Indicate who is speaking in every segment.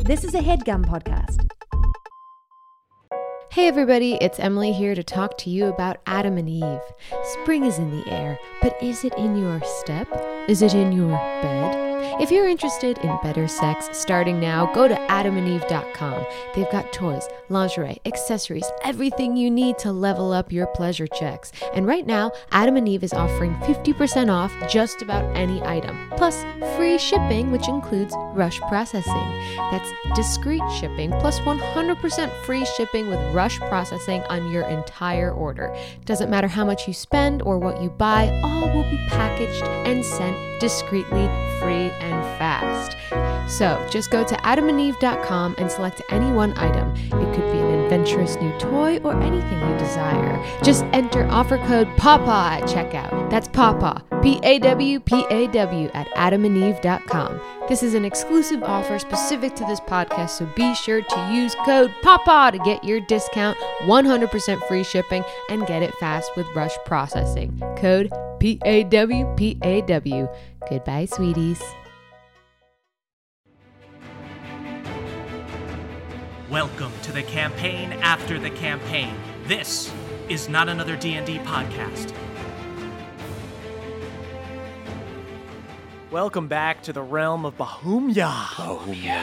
Speaker 1: This is a headgum podcast.
Speaker 2: Hey everybody, it's Emily here to talk to you about Adam and Eve. Spring is in the air, but is it in your step? Is it in your bed? If you're interested in better sex starting now, go to adamandeve.com. They've got toys, lingerie, accessories, everything you need to level up your pleasure checks. And right now, Adam and Eve is offering 50% off just about any item, plus free shipping, which includes rush processing. That's discreet shipping plus 100% free shipping with rush processing on your entire order. Doesn't matter how much you spend or what you buy, all will be packaged and sent discreetly, free, and fast. So just go to adamandeve.com and select any one item. It could be an adventurous new toy or anything you desire. Just enter offer code PAWPAW at checkout. That's PAWPAW, P A W P A W, at adamandeve.com. This is an exclusive offer specific to this podcast, so be sure to use code PAWPAW to get your discount, 100% free shipping, and get it fast with rush processing. Code P A W P A W. Goodbye, sweeties.
Speaker 3: Welcome to the campaign after the campaign. This is not another D&D podcast. Welcome back to the realm of Bahumya.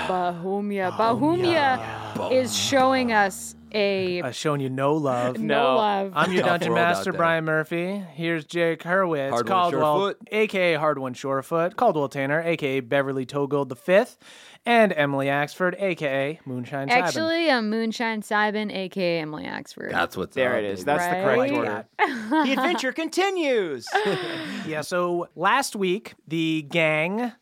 Speaker 4: Bahumia. Bahumia is showing us a.
Speaker 3: I've shown Uh, you no love.
Speaker 4: No love.
Speaker 3: I'm your
Speaker 5: Tough
Speaker 3: dungeon
Speaker 5: world out
Speaker 3: master,
Speaker 5: there.
Speaker 3: Brian Murphy. Here's Jake Hurwitz,
Speaker 5: Hard one
Speaker 3: Caldwell,
Speaker 5: Surefoot.
Speaker 3: aka Hard One Shorefoot, Caldwell Tanner, aka Beverly Togold the Fifth, and Emily Axford, aka Moonshine Sabin.
Speaker 4: Actually, a Moonshine Sybin, aka Emily Axford.
Speaker 5: That's what's
Speaker 6: There
Speaker 5: up,
Speaker 6: it is.
Speaker 5: baby.
Speaker 6: That's the
Speaker 4: Right?
Speaker 6: correct order. the adventure continues.
Speaker 3: Yeah, so last week the gang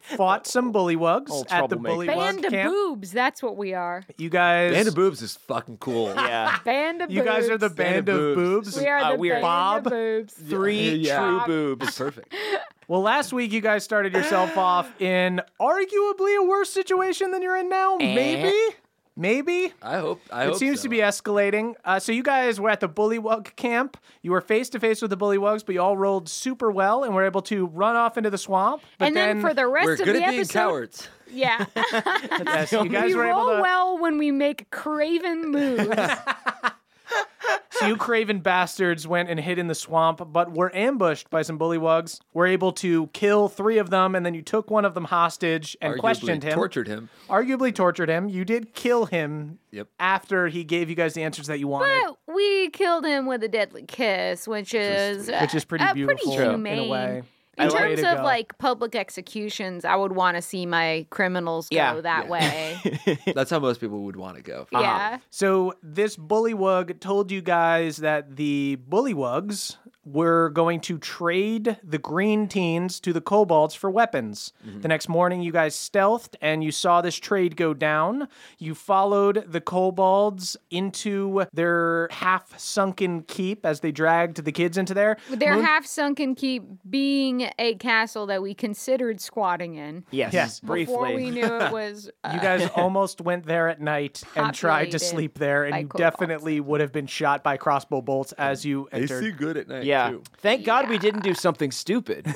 Speaker 3: fought some bullywugs
Speaker 6: Old
Speaker 3: at the bullywug
Speaker 6: troublemakers.
Speaker 4: Band of
Speaker 3: camp.
Speaker 4: boobs. That's what we are.
Speaker 3: You guys
Speaker 5: Band of boobs is fucking cool.
Speaker 6: yeah.
Speaker 4: Band of
Speaker 3: You
Speaker 4: boobs.
Speaker 3: guys are the band,
Speaker 5: Band
Speaker 3: of
Speaker 5: of
Speaker 3: boobs.
Speaker 4: We are
Speaker 6: uh,
Speaker 4: the
Speaker 6: we are-
Speaker 4: band
Speaker 3: Bob.
Speaker 4: of boobs.
Speaker 6: Three
Speaker 5: Yeah.
Speaker 6: true
Speaker 5: Yeah.
Speaker 6: boobs.
Speaker 5: Perfect.
Speaker 3: Well, last week you guys started yourself off in arguably a worse situation than you're in now.
Speaker 4: Eh?
Speaker 3: Maybe, maybe.
Speaker 5: I hope. I
Speaker 3: it
Speaker 5: hope
Speaker 3: seems
Speaker 5: so.
Speaker 3: to be escalating. Uh, so you guys were at the Bullywug camp. You were face to face with the Bullywugs, but you all rolled super well and were able to run off into the swamp. But
Speaker 4: and then, for the rest
Speaker 5: We're
Speaker 4: of
Speaker 5: good
Speaker 4: the
Speaker 5: at being
Speaker 4: episode,
Speaker 5: cowards.
Speaker 4: yeah,
Speaker 3: yes, you guys
Speaker 4: we
Speaker 3: were
Speaker 4: roll
Speaker 3: able to.
Speaker 4: well when we make craven moves.
Speaker 3: So you craven bastards went and hid in the swamp, but were ambushed by some Bullywugs. Were able to kill three of them, and then you took one of them hostage and
Speaker 5: Arguably
Speaker 3: questioned him.
Speaker 5: tortured him.
Speaker 3: arguably tortured him. You did kill him
Speaker 5: Yep.
Speaker 3: after he gave you guys the answers that you wanted.
Speaker 4: But we killed him with a deadly kiss, which is
Speaker 3: which is pretty
Speaker 4: uh,
Speaker 3: beautiful
Speaker 4: pretty
Speaker 3: in a
Speaker 4: humane.
Speaker 3: way.
Speaker 4: In
Speaker 3: I like-
Speaker 4: terms
Speaker 3: Way to
Speaker 4: of
Speaker 3: go.
Speaker 4: like public executions, I would want to see my criminals go
Speaker 6: Yeah.
Speaker 4: that way.
Speaker 5: That's how most people would want to go.
Speaker 3: Uh-huh.
Speaker 4: yeah,
Speaker 3: So this bullywug told you guys that the bullywugs were going to trade the green teens to the kobolds for weapons. The next morning you guys stealthed and you saw this trade go down. You followed the kobolds into their half-sunken keep as they dragged the kids into there.
Speaker 4: their half sunken keep being a castle that we considered squatting in
Speaker 6: Yes.
Speaker 3: Yes.
Speaker 4: before we
Speaker 6: Briefly.
Speaker 4: knew it was. Uh,
Speaker 3: You guys almost went there at night and tried to
Speaker 4: Populated
Speaker 3: sleep there, and
Speaker 4: by
Speaker 3: you
Speaker 4: kobolds.
Speaker 3: definitely would have been shot by crossbow bolts as you
Speaker 5: They see
Speaker 3: entered.
Speaker 5: good at night
Speaker 6: Yeah.
Speaker 5: too.
Speaker 6: Thank God we didn't do something stupid.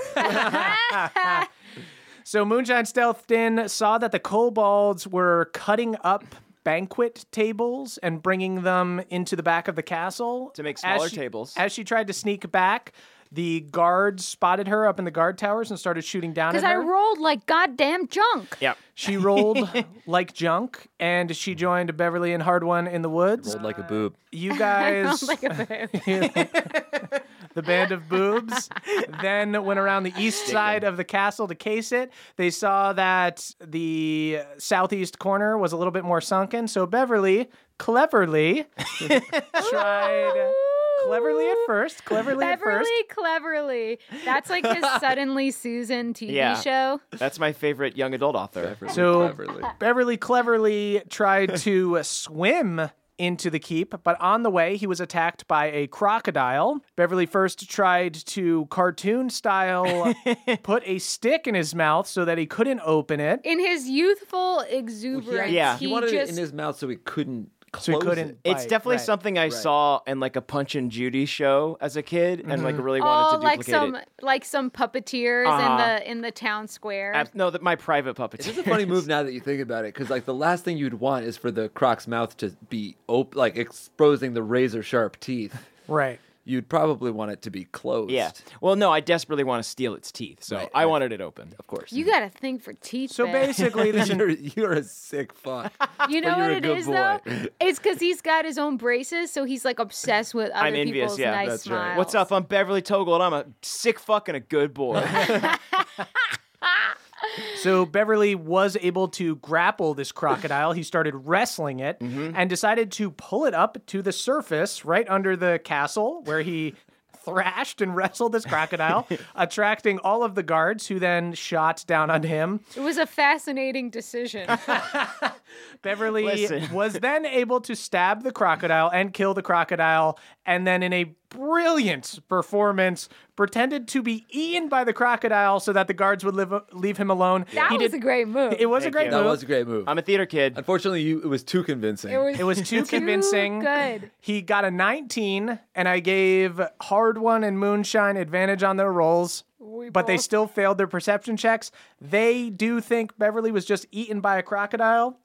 Speaker 3: So Moonshine stealthed in, saw that the kobolds were cutting up banquet tables and bringing them into the back of the castle
Speaker 6: To make
Speaker 3: As
Speaker 6: smaller
Speaker 3: she-
Speaker 6: tables.
Speaker 3: As she tried to sneak back, the guards spotted her up in the guard towers and started shooting down at
Speaker 4: because
Speaker 3: her.
Speaker 4: I rolled like goddamn junk.
Speaker 6: Yep.
Speaker 3: she rolled like junk, and she joined Beverly and Hard One in the woods.
Speaker 5: Rolled like a boob.
Speaker 3: You guys.
Speaker 4: Like a boob.
Speaker 3: the band of boobs, then went around the east side of the castle to case it. They saw that the southeast corner was a little bit more sunken, so Beverly cleverly tried. Cleverly at first, cleverly at
Speaker 4: Beverly
Speaker 3: first.
Speaker 4: cleverly. That's like his suddenly Susan TV
Speaker 6: Yeah.
Speaker 4: show.
Speaker 6: That's my favorite young adult author.
Speaker 5: Cleverly,
Speaker 3: So-
Speaker 5: cleverly.
Speaker 3: Beverly cleverly tried to swim into the keep, but on the way, he was attacked by a crocodile. Beverly first tried to cartoon style put a stick in his mouth so that he couldn't open it.
Speaker 4: In his youthful exuberance,
Speaker 6: Yeah.
Speaker 4: he,
Speaker 5: he wanted
Speaker 4: just
Speaker 5: it in his mouth so he couldn't close
Speaker 3: So he couldn't.
Speaker 5: it.
Speaker 6: It's
Speaker 3: bite,
Speaker 6: definitely
Speaker 3: right.
Speaker 6: something I saw in like a Punch and Judy show as a kid, and like really wanted
Speaker 4: Oh,
Speaker 6: to
Speaker 4: like
Speaker 6: duplicate
Speaker 4: some
Speaker 6: it.
Speaker 4: like some puppeteers
Speaker 6: Uh-huh.
Speaker 4: in the in the town square.
Speaker 6: Ab- no, that my private puppet.
Speaker 5: It's just a funny move now that you think about it, because like the last thing you'd want is for the croc's mouth to be op- like exposing the razor sharp teeth.
Speaker 3: Right.
Speaker 5: You'd probably want it to be closed.
Speaker 6: Yeah. Well, no, I desperately want to steal its teeth, so
Speaker 5: Right,
Speaker 6: I
Speaker 5: right.
Speaker 6: wanted it open.
Speaker 5: of course.
Speaker 4: you got a thing for teeth.
Speaker 3: So
Speaker 4: Ben.
Speaker 3: basically, this
Speaker 5: you're, you're a sick fuck.
Speaker 4: You know
Speaker 5: you're
Speaker 4: what
Speaker 5: a
Speaker 4: it
Speaker 5: good
Speaker 4: is
Speaker 5: boy.
Speaker 4: though? It's because he's got his own braces, so he's like obsessed with other
Speaker 6: I'm envious.
Speaker 4: people's
Speaker 6: Yeah,
Speaker 4: nice
Speaker 6: that's
Speaker 4: smiles.
Speaker 6: right. What's up? I'm Beverly Toggle, and I'm a sick fuck and a good boy.
Speaker 3: So Beverly was able to grapple this crocodile. He started wrestling it
Speaker 6: Mm-hmm.
Speaker 3: and decided to pull it up to the surface right under the castle where he thrashed and wrestled this crocodile, attracting all of the guards who then shot down on him.
Speaker 4: It was a fascinating decision.
Speaker 3: Beverly
Speaker 6: Listen.
Speaker 3: was then able to stab the crocodile and kill the crocodile, and then in a brilliant performance, pretended to be eaten by the crocodile so that the guards would live, leave him alone.
Speaker 4: That
Speaker 3: He
Speaker 4: was
Speaker 3: did-
Speaker 4: a great move.
Speaker 3: It was a
Speaker 6: Thank
Speaker 3: great
Speaker 6: you.
Speaker 5: that
Speaker 3: move.
Speaker 5: was a great move.
Speaker 6: I'm a theater kid.
Speaker 5: Unfortunately, you, it was too convincing.
Speaker 4: It was,
Speaker 3: It was too convincing.
Speaker 4: good.
Speaker 3: He got a 19, and I gave Hard One and Moonshine advantage on their rolls, but they
Speaker 4: both-
Speaker 3: still failed their perception checks. They do think Beverly was just eaten by a crocodile,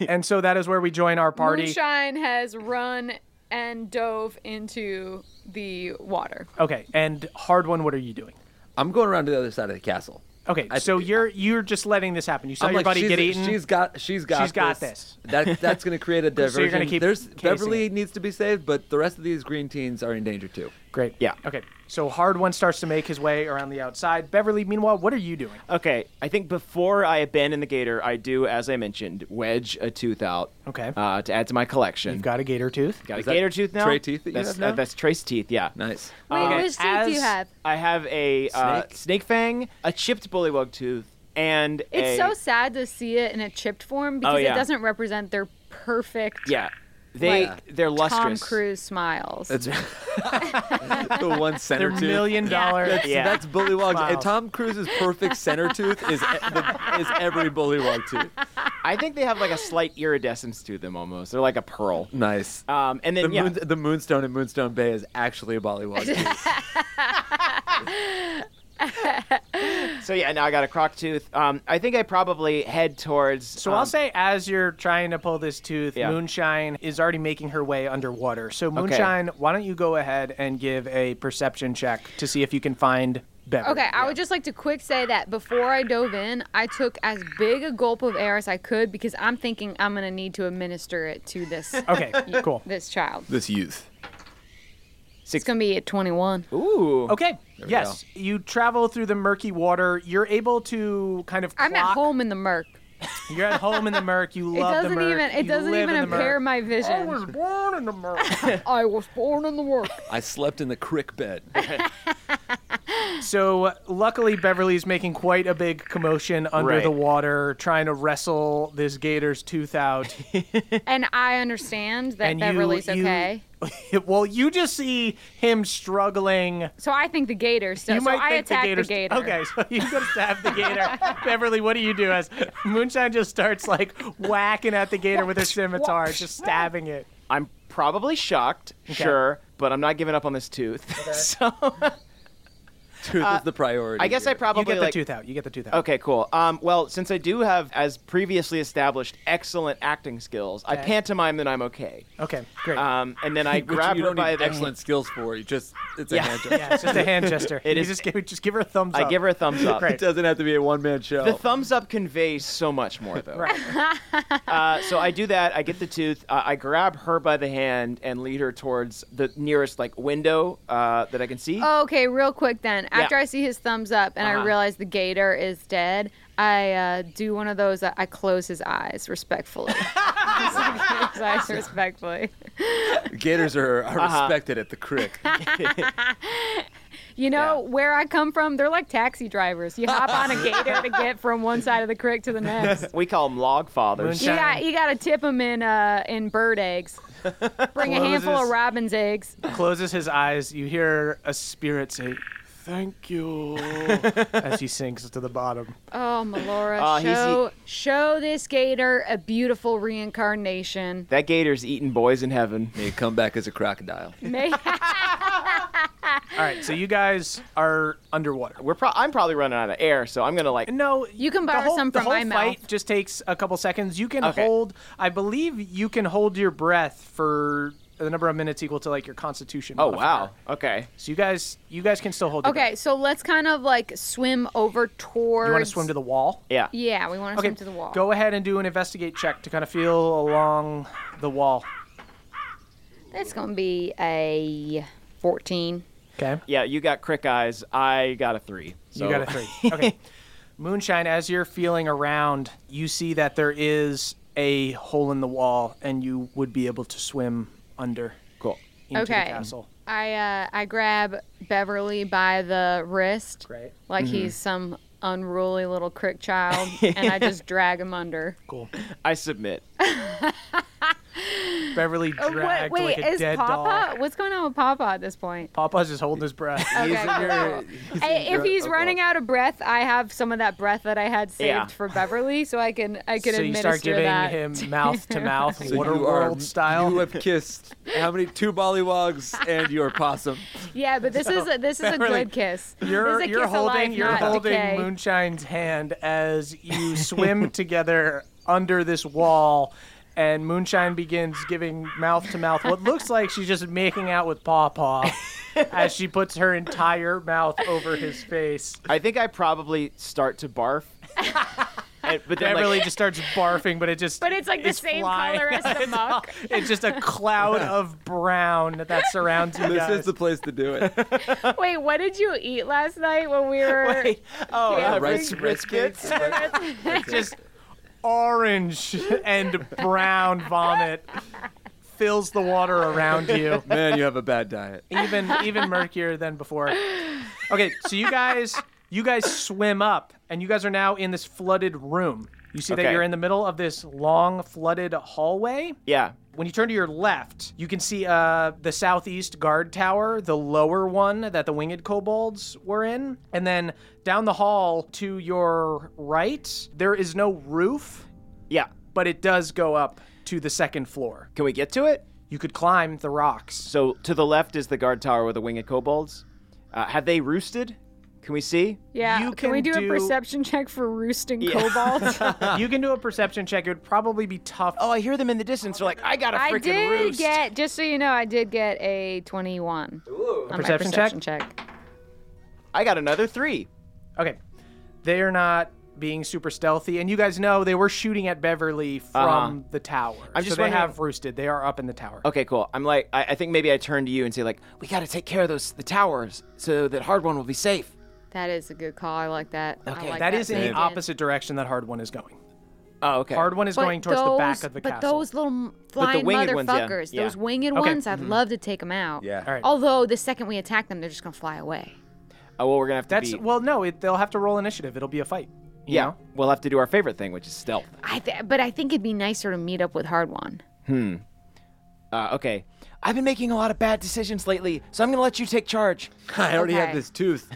Speaker 3: and so that is where we join our party.
Speaker 4: Moonshine has run and dove into the water.
Speaker 3: Okay, and Hard One, what are you doing?
Speaker 5: I'm going around to the other side of the castle.
Speaker 3: Okay, so you're you're just letting this happen. You saw
Speaker 5: I'm
Speaker 3: your
Speaker 5: like,
Speaker 3: buddy
Speaker 5: she's,
Speaker 3: get eaten.
Speaker 5: She's got. She's got.
Speaker 3: She's got
Speaker 5: That that's going to create a diversion.
Speaker 3: So you're gonna keep
Speaker 5: There's
Speaker 3: casing
Speaker 5: Beverly
Speaker 3: it.
Speaker 5: needs to be saved, but the rest of these green teens are in danger too.
Speaker 3: Great.
Speaker 6: Yeah.
Speaker 3: Okay. So Hard One starts to make his way around the outside. Beverly, meanwhile, what are you doing?
Speaker 6: Okay, I think before I abandon the gator, I do, as I mentioned, wedge a tooth out.
Speaker 3: Okay.
Speaker 6: Uh, to add to my collection.
Speaker 3: You've got a gator tooth.
Speaker 6: Got a
Speaker 5: Is that
Speaker 6: gator tooth now.
Speaker 5: tray teeth that you
Speaker 6: that's,
Speaker 5: have now?
Speaker 6: uh, that's trace teeth. Yeah.
Speaker 5: Nice.
Speaker 4: Wait,
Speaker 3: Okay,
Speaker 4: which teeth do you
Speaker 3: as-
Speaker 4: have?
Speaker 6: I have a uh,
Speaker 5: Snake?
Speaker 6: snake fang, a chipped bullywug tooth, and
Speaker 4: It's
Speaker 6: a,
Speaker 4: so sad to see it in a chipped form because
Speaker 6: yeah.
Speaker 4: it doesn't represent their perfect
Speaker 6: yeah. They
Speaker 4: Like,
Speaker 6: they're
Speaker 4: Tom
Speaker 6: lustrous.
Speaker 4: Cruise smiles.
Speaker 5: That's the one center
Speaker 3: They're
Speaker 5: tooth.
Speaker 3: million dollar.
Speaker 6: Yeah.
Speaker 5: That's bullywog. And
Speaker 3: Smiles.
Speaker 5: Tom Cruise's perfect center tooth is e, the, is every bullywog tooth.
Speaker 6: I think they have like a slight iridescence to them almost. They're like a pearl.
Speaker 5: Nice.
Speaker 3: Uh,
Speaker 6: Um, and then
Speaker 5: the,
Speaker 6: yeah,
Speaker 5: moon, the moonstone in Moonstone Bay is actually a bullywog tooth.
Speaker 6: so yeah, now I got a croc tooth. Um, I think I probably head towards.
Speaker 3: So
Speaker 6: um,
Speaker 3: I'll say, as you're trying to pull this tooth,
Speaker 6: Yeah.
Speaker 3: Moonshine is already making her way underwater. So Moonshine, why don't you go ahead and give a perception check to see if you can find Beverly?
Speaker 4: Okay, I would just like to quick say that before I dove in, I took as big a gulp of air as I could because I'm thinking I'm gonna need to administer it to this
Speaker 3: Okay. Cool.
Speaker 4: this child.
Speaker 5: this youth.
Speaker 4: It's gonna be at 21.
Speaker 6: Ooh.
Speaker 3: Okay. Yes, you travel through the murky water. You're able to kind of.
Speaker 4: I'm at
Speaker 3: clock-
Speaker 4: home in the murk.
Speaker 3: You're at home in the murk. You
Speaker 4: It
Speaker 3: love the
Speaker 4: doesn't
Speaker 3: murk.
Speaker 4: even it
Speaker 3: You
Speaker 4: doesn't
Speaker 3: live
Speaker 4: even
Speaker 3: in the murk.
Speaker 4: impair my vision.
Speaker 3: born in the murk.
Speaker 4: I was born in the work.
Speaker 5: I slept in the crick bed.
Speaker 6: Uh,
Speaker 3: so luckily, Beverly's making quite a big commotion under
Speaker 6: Right.
Speaker 3: the water, trying to wrestle this gator's tooth out.
Speaker 4: And I understand that
Speaker 3: And you-
Speaker 4: Beverly's
Speaker 3: you-
Speaker 4: okay.
Speaker 3: well, you just see him struggling.
Speaker 4: So I think the gator. So,
Speaker 3: you
Speaker 4: so
Speaker 3: might
Speaker 4: I
Speaker 3: think
Speaker 4: attack
Speaker 3: the, gator's,
Speaker 4: gator.
Speaker 3: Okay, so you go stab the gator. Beverly, what do you do as Moonshine just starts like whacking at the gator with her scimitar, just stabbing it?
Speaker 6: I'm probably shocked, sure, but I'm not giving up on this tooth. so
Speaker 5: Tooth is the priority.
Speaker 6: I guess I
Speaker 5: here.
Speaker 6: probably
Speaker 3: You get the
Speaker 6: like,
Speaker 3: tooth out. You get the tooth out.
Speaker 6: Okay, cool. Um, well, since I do have, as previously established, excellent acting skills, I pantomime that I'm okay.
Speaker 3: Okay, great.
Speaker 6: Um, and then I
Speaker 5: Which
Speaker 6: grab
Speaker 5: you
Speaker 6: her
Speaker 5: don't
Speaker 6: by
Speaker 5: need
Speaker 6: the
Speaker 5: excellent skills for. You just it's a
Speaker 6: Yeah.
Speaker 5: hand job.
Speaker 3: yeah, it's just a hand gesture.
Speaker 6: It
Speaker 3: you
Speaker 6: is-
Speaker 3: just give just give her a thumbs up.
Speaker 6: I give her a thumbs up.
Speaker 5: It doesn't have to be a one man show.
Speaker 6: The thumbs up conveys so much more, though.
Speaker 3: Right.
Speaker 6: Uh, so I do that. I get the tooth. Uh, I grab her by the hand and lead her towards the nearest like window uh, that I can see.
Speaker 4: Okay, real quick then. After I see his thumbs up and
Speaker 6: Uh-huh.
Speaker 4: I realize the gator is dead, I uh, do one of those. I I close his eyes respectfully. his eyes respectfully.
Speaker 5: Gators are, are
Speaker 6: Uh-huh.
Speaker 5: respected at the crick.
Speaker 4: You know
Speaker 6: Yeah.
Speaker 4: where I come from? They're like taxi drivers. You hop on a gator to get from one side of the creek to the next.
Speaker 6: We call them log fathers.
Speaker 4: You got you got to tip them in uh, in bird eggs. Bring a handful of
Speaker 3: Closes.
Speaker 4: robin's eggs.
Speaker 3: Closes his eyes. You hear a spirit say, Thank you. as he sinks to the bottom.
Speaker 4: Oh, Melora,
Speaker 6: Uh, he's
Speaker 4: show show this gator a beautiful reincarnation.
Speaker 6: That gator's eating boys in heaven.
Speaker 5: May come back as a crocodile.
Speaker 4: May-
Speaker 3: All right, so you guys are underwater.
Speaker 6: We're pro- I'm probably running out of air, so I'm gonna like.
Speaker 3: No,
Speaker 4: You can
Speaker 3: the
Speaker 4: borrow
Speaker 3: whole-
Speaker 4: some
Speaker 3: the
Speaker 4: from
Speaker 3: whole
Speaker 4: my
Speaker 3: fight
Speaker 4: mouth.
Speaker 3: Just takes a couple seconds. You can
Speaker 6: Okay.
Speaker 3: hold. I believe you can hold your breath for the number of minutes equal to like your constitution.
Speaker 6: Oh
Speaker 3: modifier.
Speaker 6: wow. Okay.
Speaker 3: So you guys, you guys can still hold. your
Speaker 4: okay, so let's kind of like swim over
Speaker 3: breath.
Speaker 4: towards.
Speaker 3: You want to swim to the wall?
Speaker 6: Yeah.
Speaker 4: Yeah, we want to
Speaker 3: Okay.
Speaker 4: swim to the wall.
Speaker 3: Go ahead and do an investigate check to kind of feel along the wall.
Speaker 4: That's gonna be a fourteen.
Speaker 3: Okay.
Speaker 6: Yeah. You got crick eyes. I got a three. So.
Speaker 3: You got a three. Okay. Moonshine, as you're feeling around, you see that there is a hole in the wall, and you would be able to swim under
Speaker 6: Cool.
Speaker 3: into
Speaker 4: Okay.
Speaker 3: the castle.
Speaker 4: I uh, I grab Beverly by the wrist,
Speaker 3: Great. Mm-hmm.
Speaker 4: like he's some unruly little crick child, and I just drag him under.
Speaker 3: Cool.
Speaker 6: I submit.
Speaker 3: Beverly
Speaker 4: Oh,
Speaker 3: dragged
Speaker 4: wait, wait,
Speaker 3: like a
Speaker 4: is
Speaker 3: dead
Speaker 4: Papa?
Speaker 3: dog.
Speaker 4: What's going on with Papa at this point?
Speaker 3: Papa's just holding his breath.
Speaker 4: Okay,
Speaker 5: You're-
Speaker 4: I- if he's
Speaker 5: Oh,
Speaker 4: running out of breath, I have some of that breath that I had saved
Speaker 6: Yeah.
Speaker 4: for Beverly, so I can I can
Speaker 3: so you
Speaker 4: administer
Speaker 3: start giving
Speaker 4: that.
Speaker 3: him mouth to mouth,
Speaker 5: So
Speaker 3: water
Speaker 5: you are-
Speaker 3: world style.
Speaker 5: You have kissed how many two bollywogs and your possum.
Speaker 4: yeah, but this is a, this is
Speaker 3: Beverly,
Speaker 4: a good kiss.
Speaker 3: You're,
Speaker 4: this is a
Speaker 3: you're
Speaker 4: kiss
Speaker 3: holding
Speaker 4: alive,
Speaker 3: you're
Speaker 4: not
Speaker 3: holding
Speaker 4: decay.
Speaker 3: Moonshine's hand as you swim together under this wall, and Moonshine begins giving mouth to mouth what looks like she's just making out with Paw Paw as she puts her entire mouth over his face.
Speaker 6: I think I probably start to barf. and, but then
Speaker 3: Beverly
Speaker 6: like,
Speaker 3: just starts barfing, but it just
Speaker 4: But it's like the same
Speaker 3: flying.
Speaker 4: color as the
Speaker 3: It's
Speaker 4: muck.
Speaker 3: all- It's just a cloud of brown that surrounds you
Speaker 5: This
Speaker 3: guys.
Speaker 5: is the place to do it.
Speaker 4: Wait, what did you eat last night when we were?
Speaker 6: Wait. Oh,
Speaker 4: Yeah,
Speaker 6: uh,
Speaker 5: Rice
Speaker 6: rice biscuits.
Speaker 5: biscuits. Right.
Speaker 3: It's just orange and brown vomit fills the water around you.
Speaker 5: Man, you have a bad diet.
Speaker 3: Even even murkier than before. Okay, so you guys you guys swim up and you guys are now in this flooded room. You see that
Speaker 6: Okay.
Speaker 3: you're in the middle of this long flooded hallway.
Speaker 6: Yeah.
Speaker 3: When you turn to your left, you can see uh, the southeast guard tower, the lower one that the winged kobolds were in. And then down the hall to your right, there is no roof,
Speaker 6: Yeah.
Speaker 3: but it does go up to the second floor.
Speaker 6: Can we get to it?
Speaker 3: You could climb the rocks.
Speaker 6: So to the left is the guard tower with the winged kobolds. Uh, have they roosted? Can we see?
Speaker 4: Yeah,
Speaker 3: You
Speaker 4: can, we
Speaker 3: can
Speaker 4: do,
Speaker 3: do-
Speaker 4: a perception check for roosting
Speaker 6: Yeah.
Speaker 4: kobolds?
Speaker 3: you can do a perception check. It would probably be tough.
Speaker 6: Oh, I hear them in the distance. They're like, I got a
Speaker 4: I
Speaker 6: freaking
Speaker 4: did
Speaker 6: roost.
Speaker 4: get, just so you know, I did get a 21 on my
Speaker 3: Perception check?
Speaker 4: perception check.
Speaker 6: I got another three.
Speaker 3: Okay. They're not being super stealthy. And you guys know they were shooting at Beverly from
Speaker 6: Uh-huh.
Speaker 3: the tower.
Speaker 6: I'm
Speaker 3: so
Speaker 6: just
Speaker 3: they
Speaker 6: wondering-
Speaker 3: have roosted. They are up in the tower.
Speaker 6: Okay, cool. I'm like, I, I think maybe I turn to you and say like, we got to take care of those the towers so that hard one will be safe.
Speaker 4: That is a good call. I like that. I
Speaker 6: Okay,
Speaker 4: like
Speaker 3: that is in the
Speaker 4: statement.
Speaker 3: opposite direction that hard one is going.
Speaker 6: Oh, okay.
Speaker 3: Hard one is
Speaker 4: But
Speaker 3: going towards the back
Speaker 4: those-
Speaker 3: of the
Speaker 4: but
Speaker 3: castle.
Speaker 4: those little m- flying
Speaker 6: winged ones, yeah. Mm-hmm.
Speaker 4: motherfuckers,
Speaker 6: Yeah.
Speaker 4: those winged ones, I'd love to take them out.
Speaker 5: Yeah.
Speaker 3: All right.
Speaker 4: Although the second we attack them, they're just gonna fly away.
Speaker 6: Oh, well, we're gonna have to.
Speaker 3: That's
Speaker 6: be-
Speaker 3: well, no, it, they'll have to roll initiative. It'll be a fight. you
Speaker 6: yeah.
Speaker 3: know?
Speaker 6: We'll have to do our favorite thing, which is stealth.
Speaker 4: I th- but I think it'd be nicer to meet up with Hard One.
Speaker 6: Uh, okay. I've been making a lot of bad decisions lately, so I'm gonna let you take charge.
Speaker 5: I already have
Speaker 4: Okay.
Speaker 5: this tooth.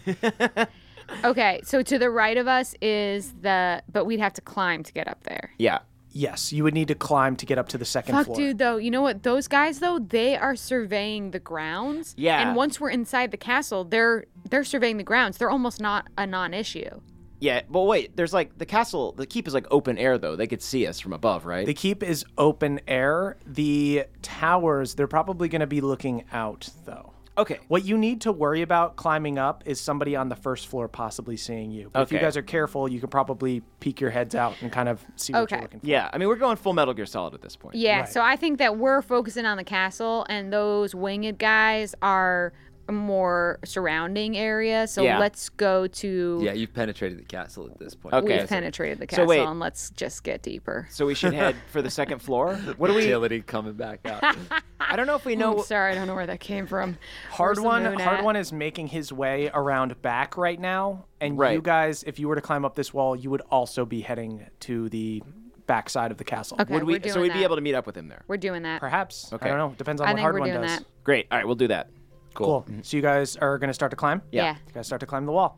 Speaker 4: Okay, so to the right of us is the, but we'd have to climb to get up there.
Speaker 6: Yeah.
Speaker 3: Yes, you would need to climb to get up to the second
Speaker 4: Fuck,
Speaker 3: floor.
Speaker 4: dude, though. You know what? Those guys, though, they are surveying the grounds.
Speaker 6: Yeah.
Speaker 4: And once we're inside the castle, they're they're surveying the grounds. They're almost not a non-issue.
Speaker 6: Yeah. But wait, there's like the castle. The keep is like open air though. They could see us from above, right?
Speaker 3: The keep is open air. The towers, they're probably going to be looking out though.
Speaker 6: okay.
Speaker 3: What you need to worry about climbing up is somebody on the first floor possibly seeing you. But If you
Speaker 6: Okay.
Speaker 3: guys are careful, you can probably peek your heads out and kind of see what you're
Speaker 4: Okay.
Speaker 3: looking for.
Speaker 6: Yeah. I mean, we're going full Metal Gear Solid at this point.
Speaker 4: Yeah. So I think that we're focusing on the castle, and those winged guys are more surrounding area. So
Speaker 6: Yeah.
Speaker 4: let's go to.
Speaker 5: Yeah, you've penetrated the castle at this point.
Speaker 6: Okay.
Speaker 4: We've
Speaker 6: so-
Speaker 4: penetrated the
Speaker 6: so
Speaker 4: castle,
Speaker 6: wait.
Speaker 4: and let's just get deeper.
Speaker 6: So we should head for the second floor. What do we?
Speaker 5: Agility coming back out.
Speaker 6: I don't know if we
Speaker 4: I'm
Speaker 6: know.
Speaker 4: sorry, I don't know where that came from.
Speaker 3: Hard
Speaker 4: Where's the
Speaker 3: one,
Speaker 4: moon
Speaker 3: hard
Speaker 4: at?
Speaker 3: one is making his way around back right now, and you
Speaker 6: Right.
Speaker 3: guys, if you were to climb up this wall, you would also be heading to the back side of the castle.
Speaker 4: Okay,
Speaker 6: Would
Speaker 4: we're
Speaker 6: we?
Speaker 4: doing
Speaker 6: So we'd
Speaker 4: that.
Speaker 6: be able to meet up with him there.
Speaker 4: We're doing that.
Speaker 3: Perhaps. I
Speaker 6: Okay.
Speaker 3: don't know. Depends on
Speaker 4: I
Speaker 3: what
Speaker 4: think
Speaker 3: hard
Speaker 4: we're
Speaker 3: one
Speaker 4: doing
Speaker 3: does.
Speaker 4: that.
Speaker 6: Great. All right, we'll do that.
Speaker 3: Cool. So you guys are going to start to climb?
Speaker 4: Yeah.
Speaker 3: You guys start to climb the wall.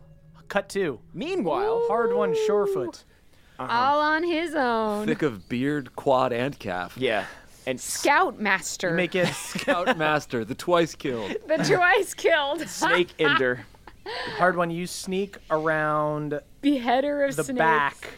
Speaker 3: Cut two.
Speaker 6: Meanwhile,
Speaker 3: Hard one, Shorefoot.
Speaker 4: All on his own.
Speaker 5: Thick of beard, quad, and calf.
Speaker 6: yeah, and
Speaker 4: Scout master.
Speaker 3: Make it.
Speaker 5: Scout master, the twice killed.
Speaker 4: the twice killed.
Speaker 6: Snake Ender.
Speaker 3: Hard one, you sneak around
Speaker 4: Beheader of
Speaker 3: the
Speaker 4: snakes.
Speaker 3: back.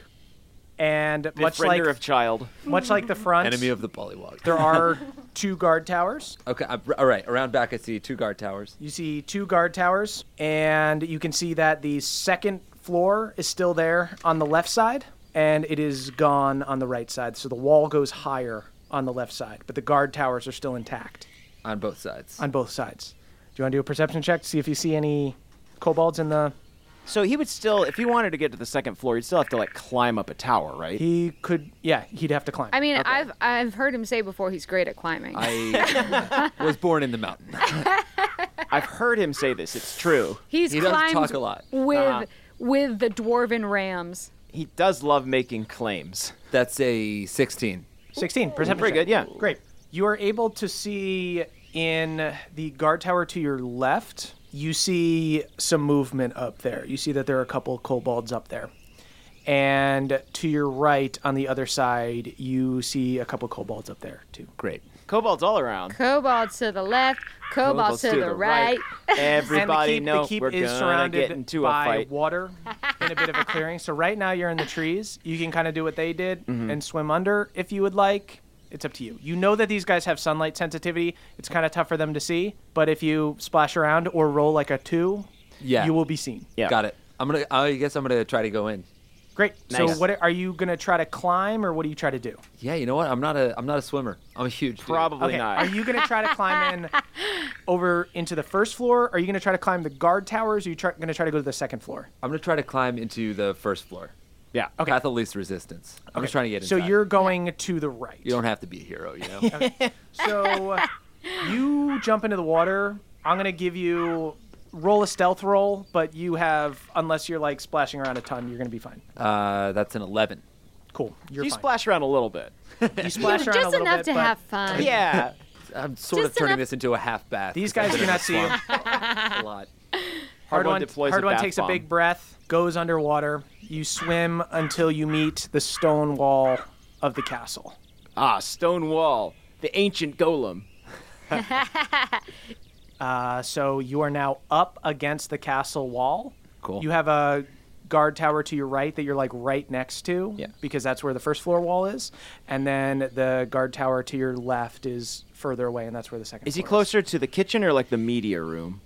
Speaker 3: And much like,
Speaker 6: Befriender of child.
Speaker 3: much like the front,
Speaker 5: Enemy of the Bullywog.
Speaker 3: there are two guard towers.
Speaker 5: Okay, I, all right. Around back, I see two guard towers.
Speaker 3: You see two guard towers, and you can see that the second floor is still there on the left side, and it is gone on the right side. So the wall goes higher on the left side, but the guard towers are still intact
Speaker 5: on both sides.
Speaker 3: on both sides. Do you want to do a perception check to see if you see any kobolds in the.
Speaker 6: So he would still, if he wanted to get to the second floor, he'd still have to like climb up a tower, right?
Speaker 3: He could. Yeah, he'd have to climb.
Speaker 4: I mean, I've I've heard him say before he's great at climbing.
Speaker 5: I was born in the mountain.
Speaker 6: I've heard him say this. It's true.
Speaker 4: he's
Speaker 5: he does
Speaker 4: climbed
Speaker 5: talk a lot.
Speaker 4: with with the dwarven rams.
Speaker 6: He does love making claims.
Speaker 5: That's a 16.
Speaker 3: 16 percent
Speaker 6: Pretty good, yeah.
Speaker 3: great you are able to see in the guard tower to your left you see some movement up there you see that there are a couple of kobolds up there and to your right on the other side you see a couple of kobolds up there too
Speaker 5: Great.
Speaker 6: Kobolds all around.
Speaker 4: Kobolds to the left, kobolds, to, the right.
Speaker 6: Everybody
Speaker 3: and the keep,
Speaker 6: know
Speaker 3: the keep
Speaker 6: we're
Speaker 3: is
Speaker 6: gonna
Speaker 3: surrounded
Speaker 6: get into a
Speaker 3: by
Speaker 6: fight.
Speaker 3: water in a bit of a clearing so right now you're in the trees you can kind of do what they did
Speaker 6: Mm-hmm.
Speaker 3: and swim under if you would like it's up to you you know that these guys have sunlight sensitivity it's kind of tough for them to see but if you splash around or roll like a two
Speaker 5: Yeah.
Speaker 3: you will be seen
Speaker 6: Yeah.
Speaker 5: Got it. I'm gonna. I guess I'm gonna try to go in.
Speaker 3: great so
Speaker 6: Nice.
Speaker 3: what are you gonna try to climb or what do you try to do
Speaker 5: Yeah. You know what? I'm not a. I'm not a swimmer. I'm a huge. dude.
Speaker 6: Probably
Speaker 3: okay
Speaker 6: not.
Speaker 3: are you gonna try to climb in over into the first floor are you gonna try to climb the guard towers or are you try, gonna try to go to the second floor
Speaker 5: I'm gonna try to climb into the first floor.
Speaker 6: yeah.
Speaker 5: Okay. Path of least resistance. I'm just trying to get
Speaker 3: so
Speaker 5: inside.
Speaker 3: you're going to the right
Speaker 5: You don't have to be a hero. You know.
Speaker 3: So you jump into the water. I'm gonna give you roll a stealth roll, but you have unless you're like splashing around a ton, you're gonna be fine.
Speaker 5: uh, that's an 11.
Speaker 3: Cool, you're
Speaker 6: You
Speaker 3: fine.
Speaker 6: splash around a little bit.
Speaker 3: you splash around a
Speaker 4: Just
Speaker 3: little
Speaker 4: enough
Speaker 3: bit,
Speaker 4: to
Speaker 3: but
Speaker 4: have fun.
Speaker 6: Yeah.
Speaker 5: I'm sort
Speaker 4: Just
Speaker 5: of turning
Speaker 4: enough-
Speaker 5: this into a half bath.
Speaker 3: These
Speaker 5: 'cause
Speaker 3: guys
Speaker 5: I've
Speaker 3: do
Speaker 5: been in
Speaker 3: not
Speaker 5: a
Speaker 3: see you.
Speaker 5: swamp a lot.
Speaker 3: Hard one,
Speaker 6: deploys
Speaker 3: hard
Speaker 6: a
Speaker 3: one
Speaker 6: bath
Speaker 3: takes a
Speaker 6: bomb.
Speaker 3: big breath, goes underwater. You swim until you meet the stone wall of the castle.
Speaker 6: Ah, stone wall. The ancient golem.
Speaker 3: Uh, so you are now up against the castle wall.
Speaker 5: Cool.
Speaker 3: You have a guard tower to your right that you're like right next to
Speaker 5: Yeah.
Speaker 3: because that's where the first floor wall is. And then the guard tower to your left is further away and that's where the second
Speaker 6: Is he
Speaker 3: floor
Speaker 6: closer to the kitchen or like the media room?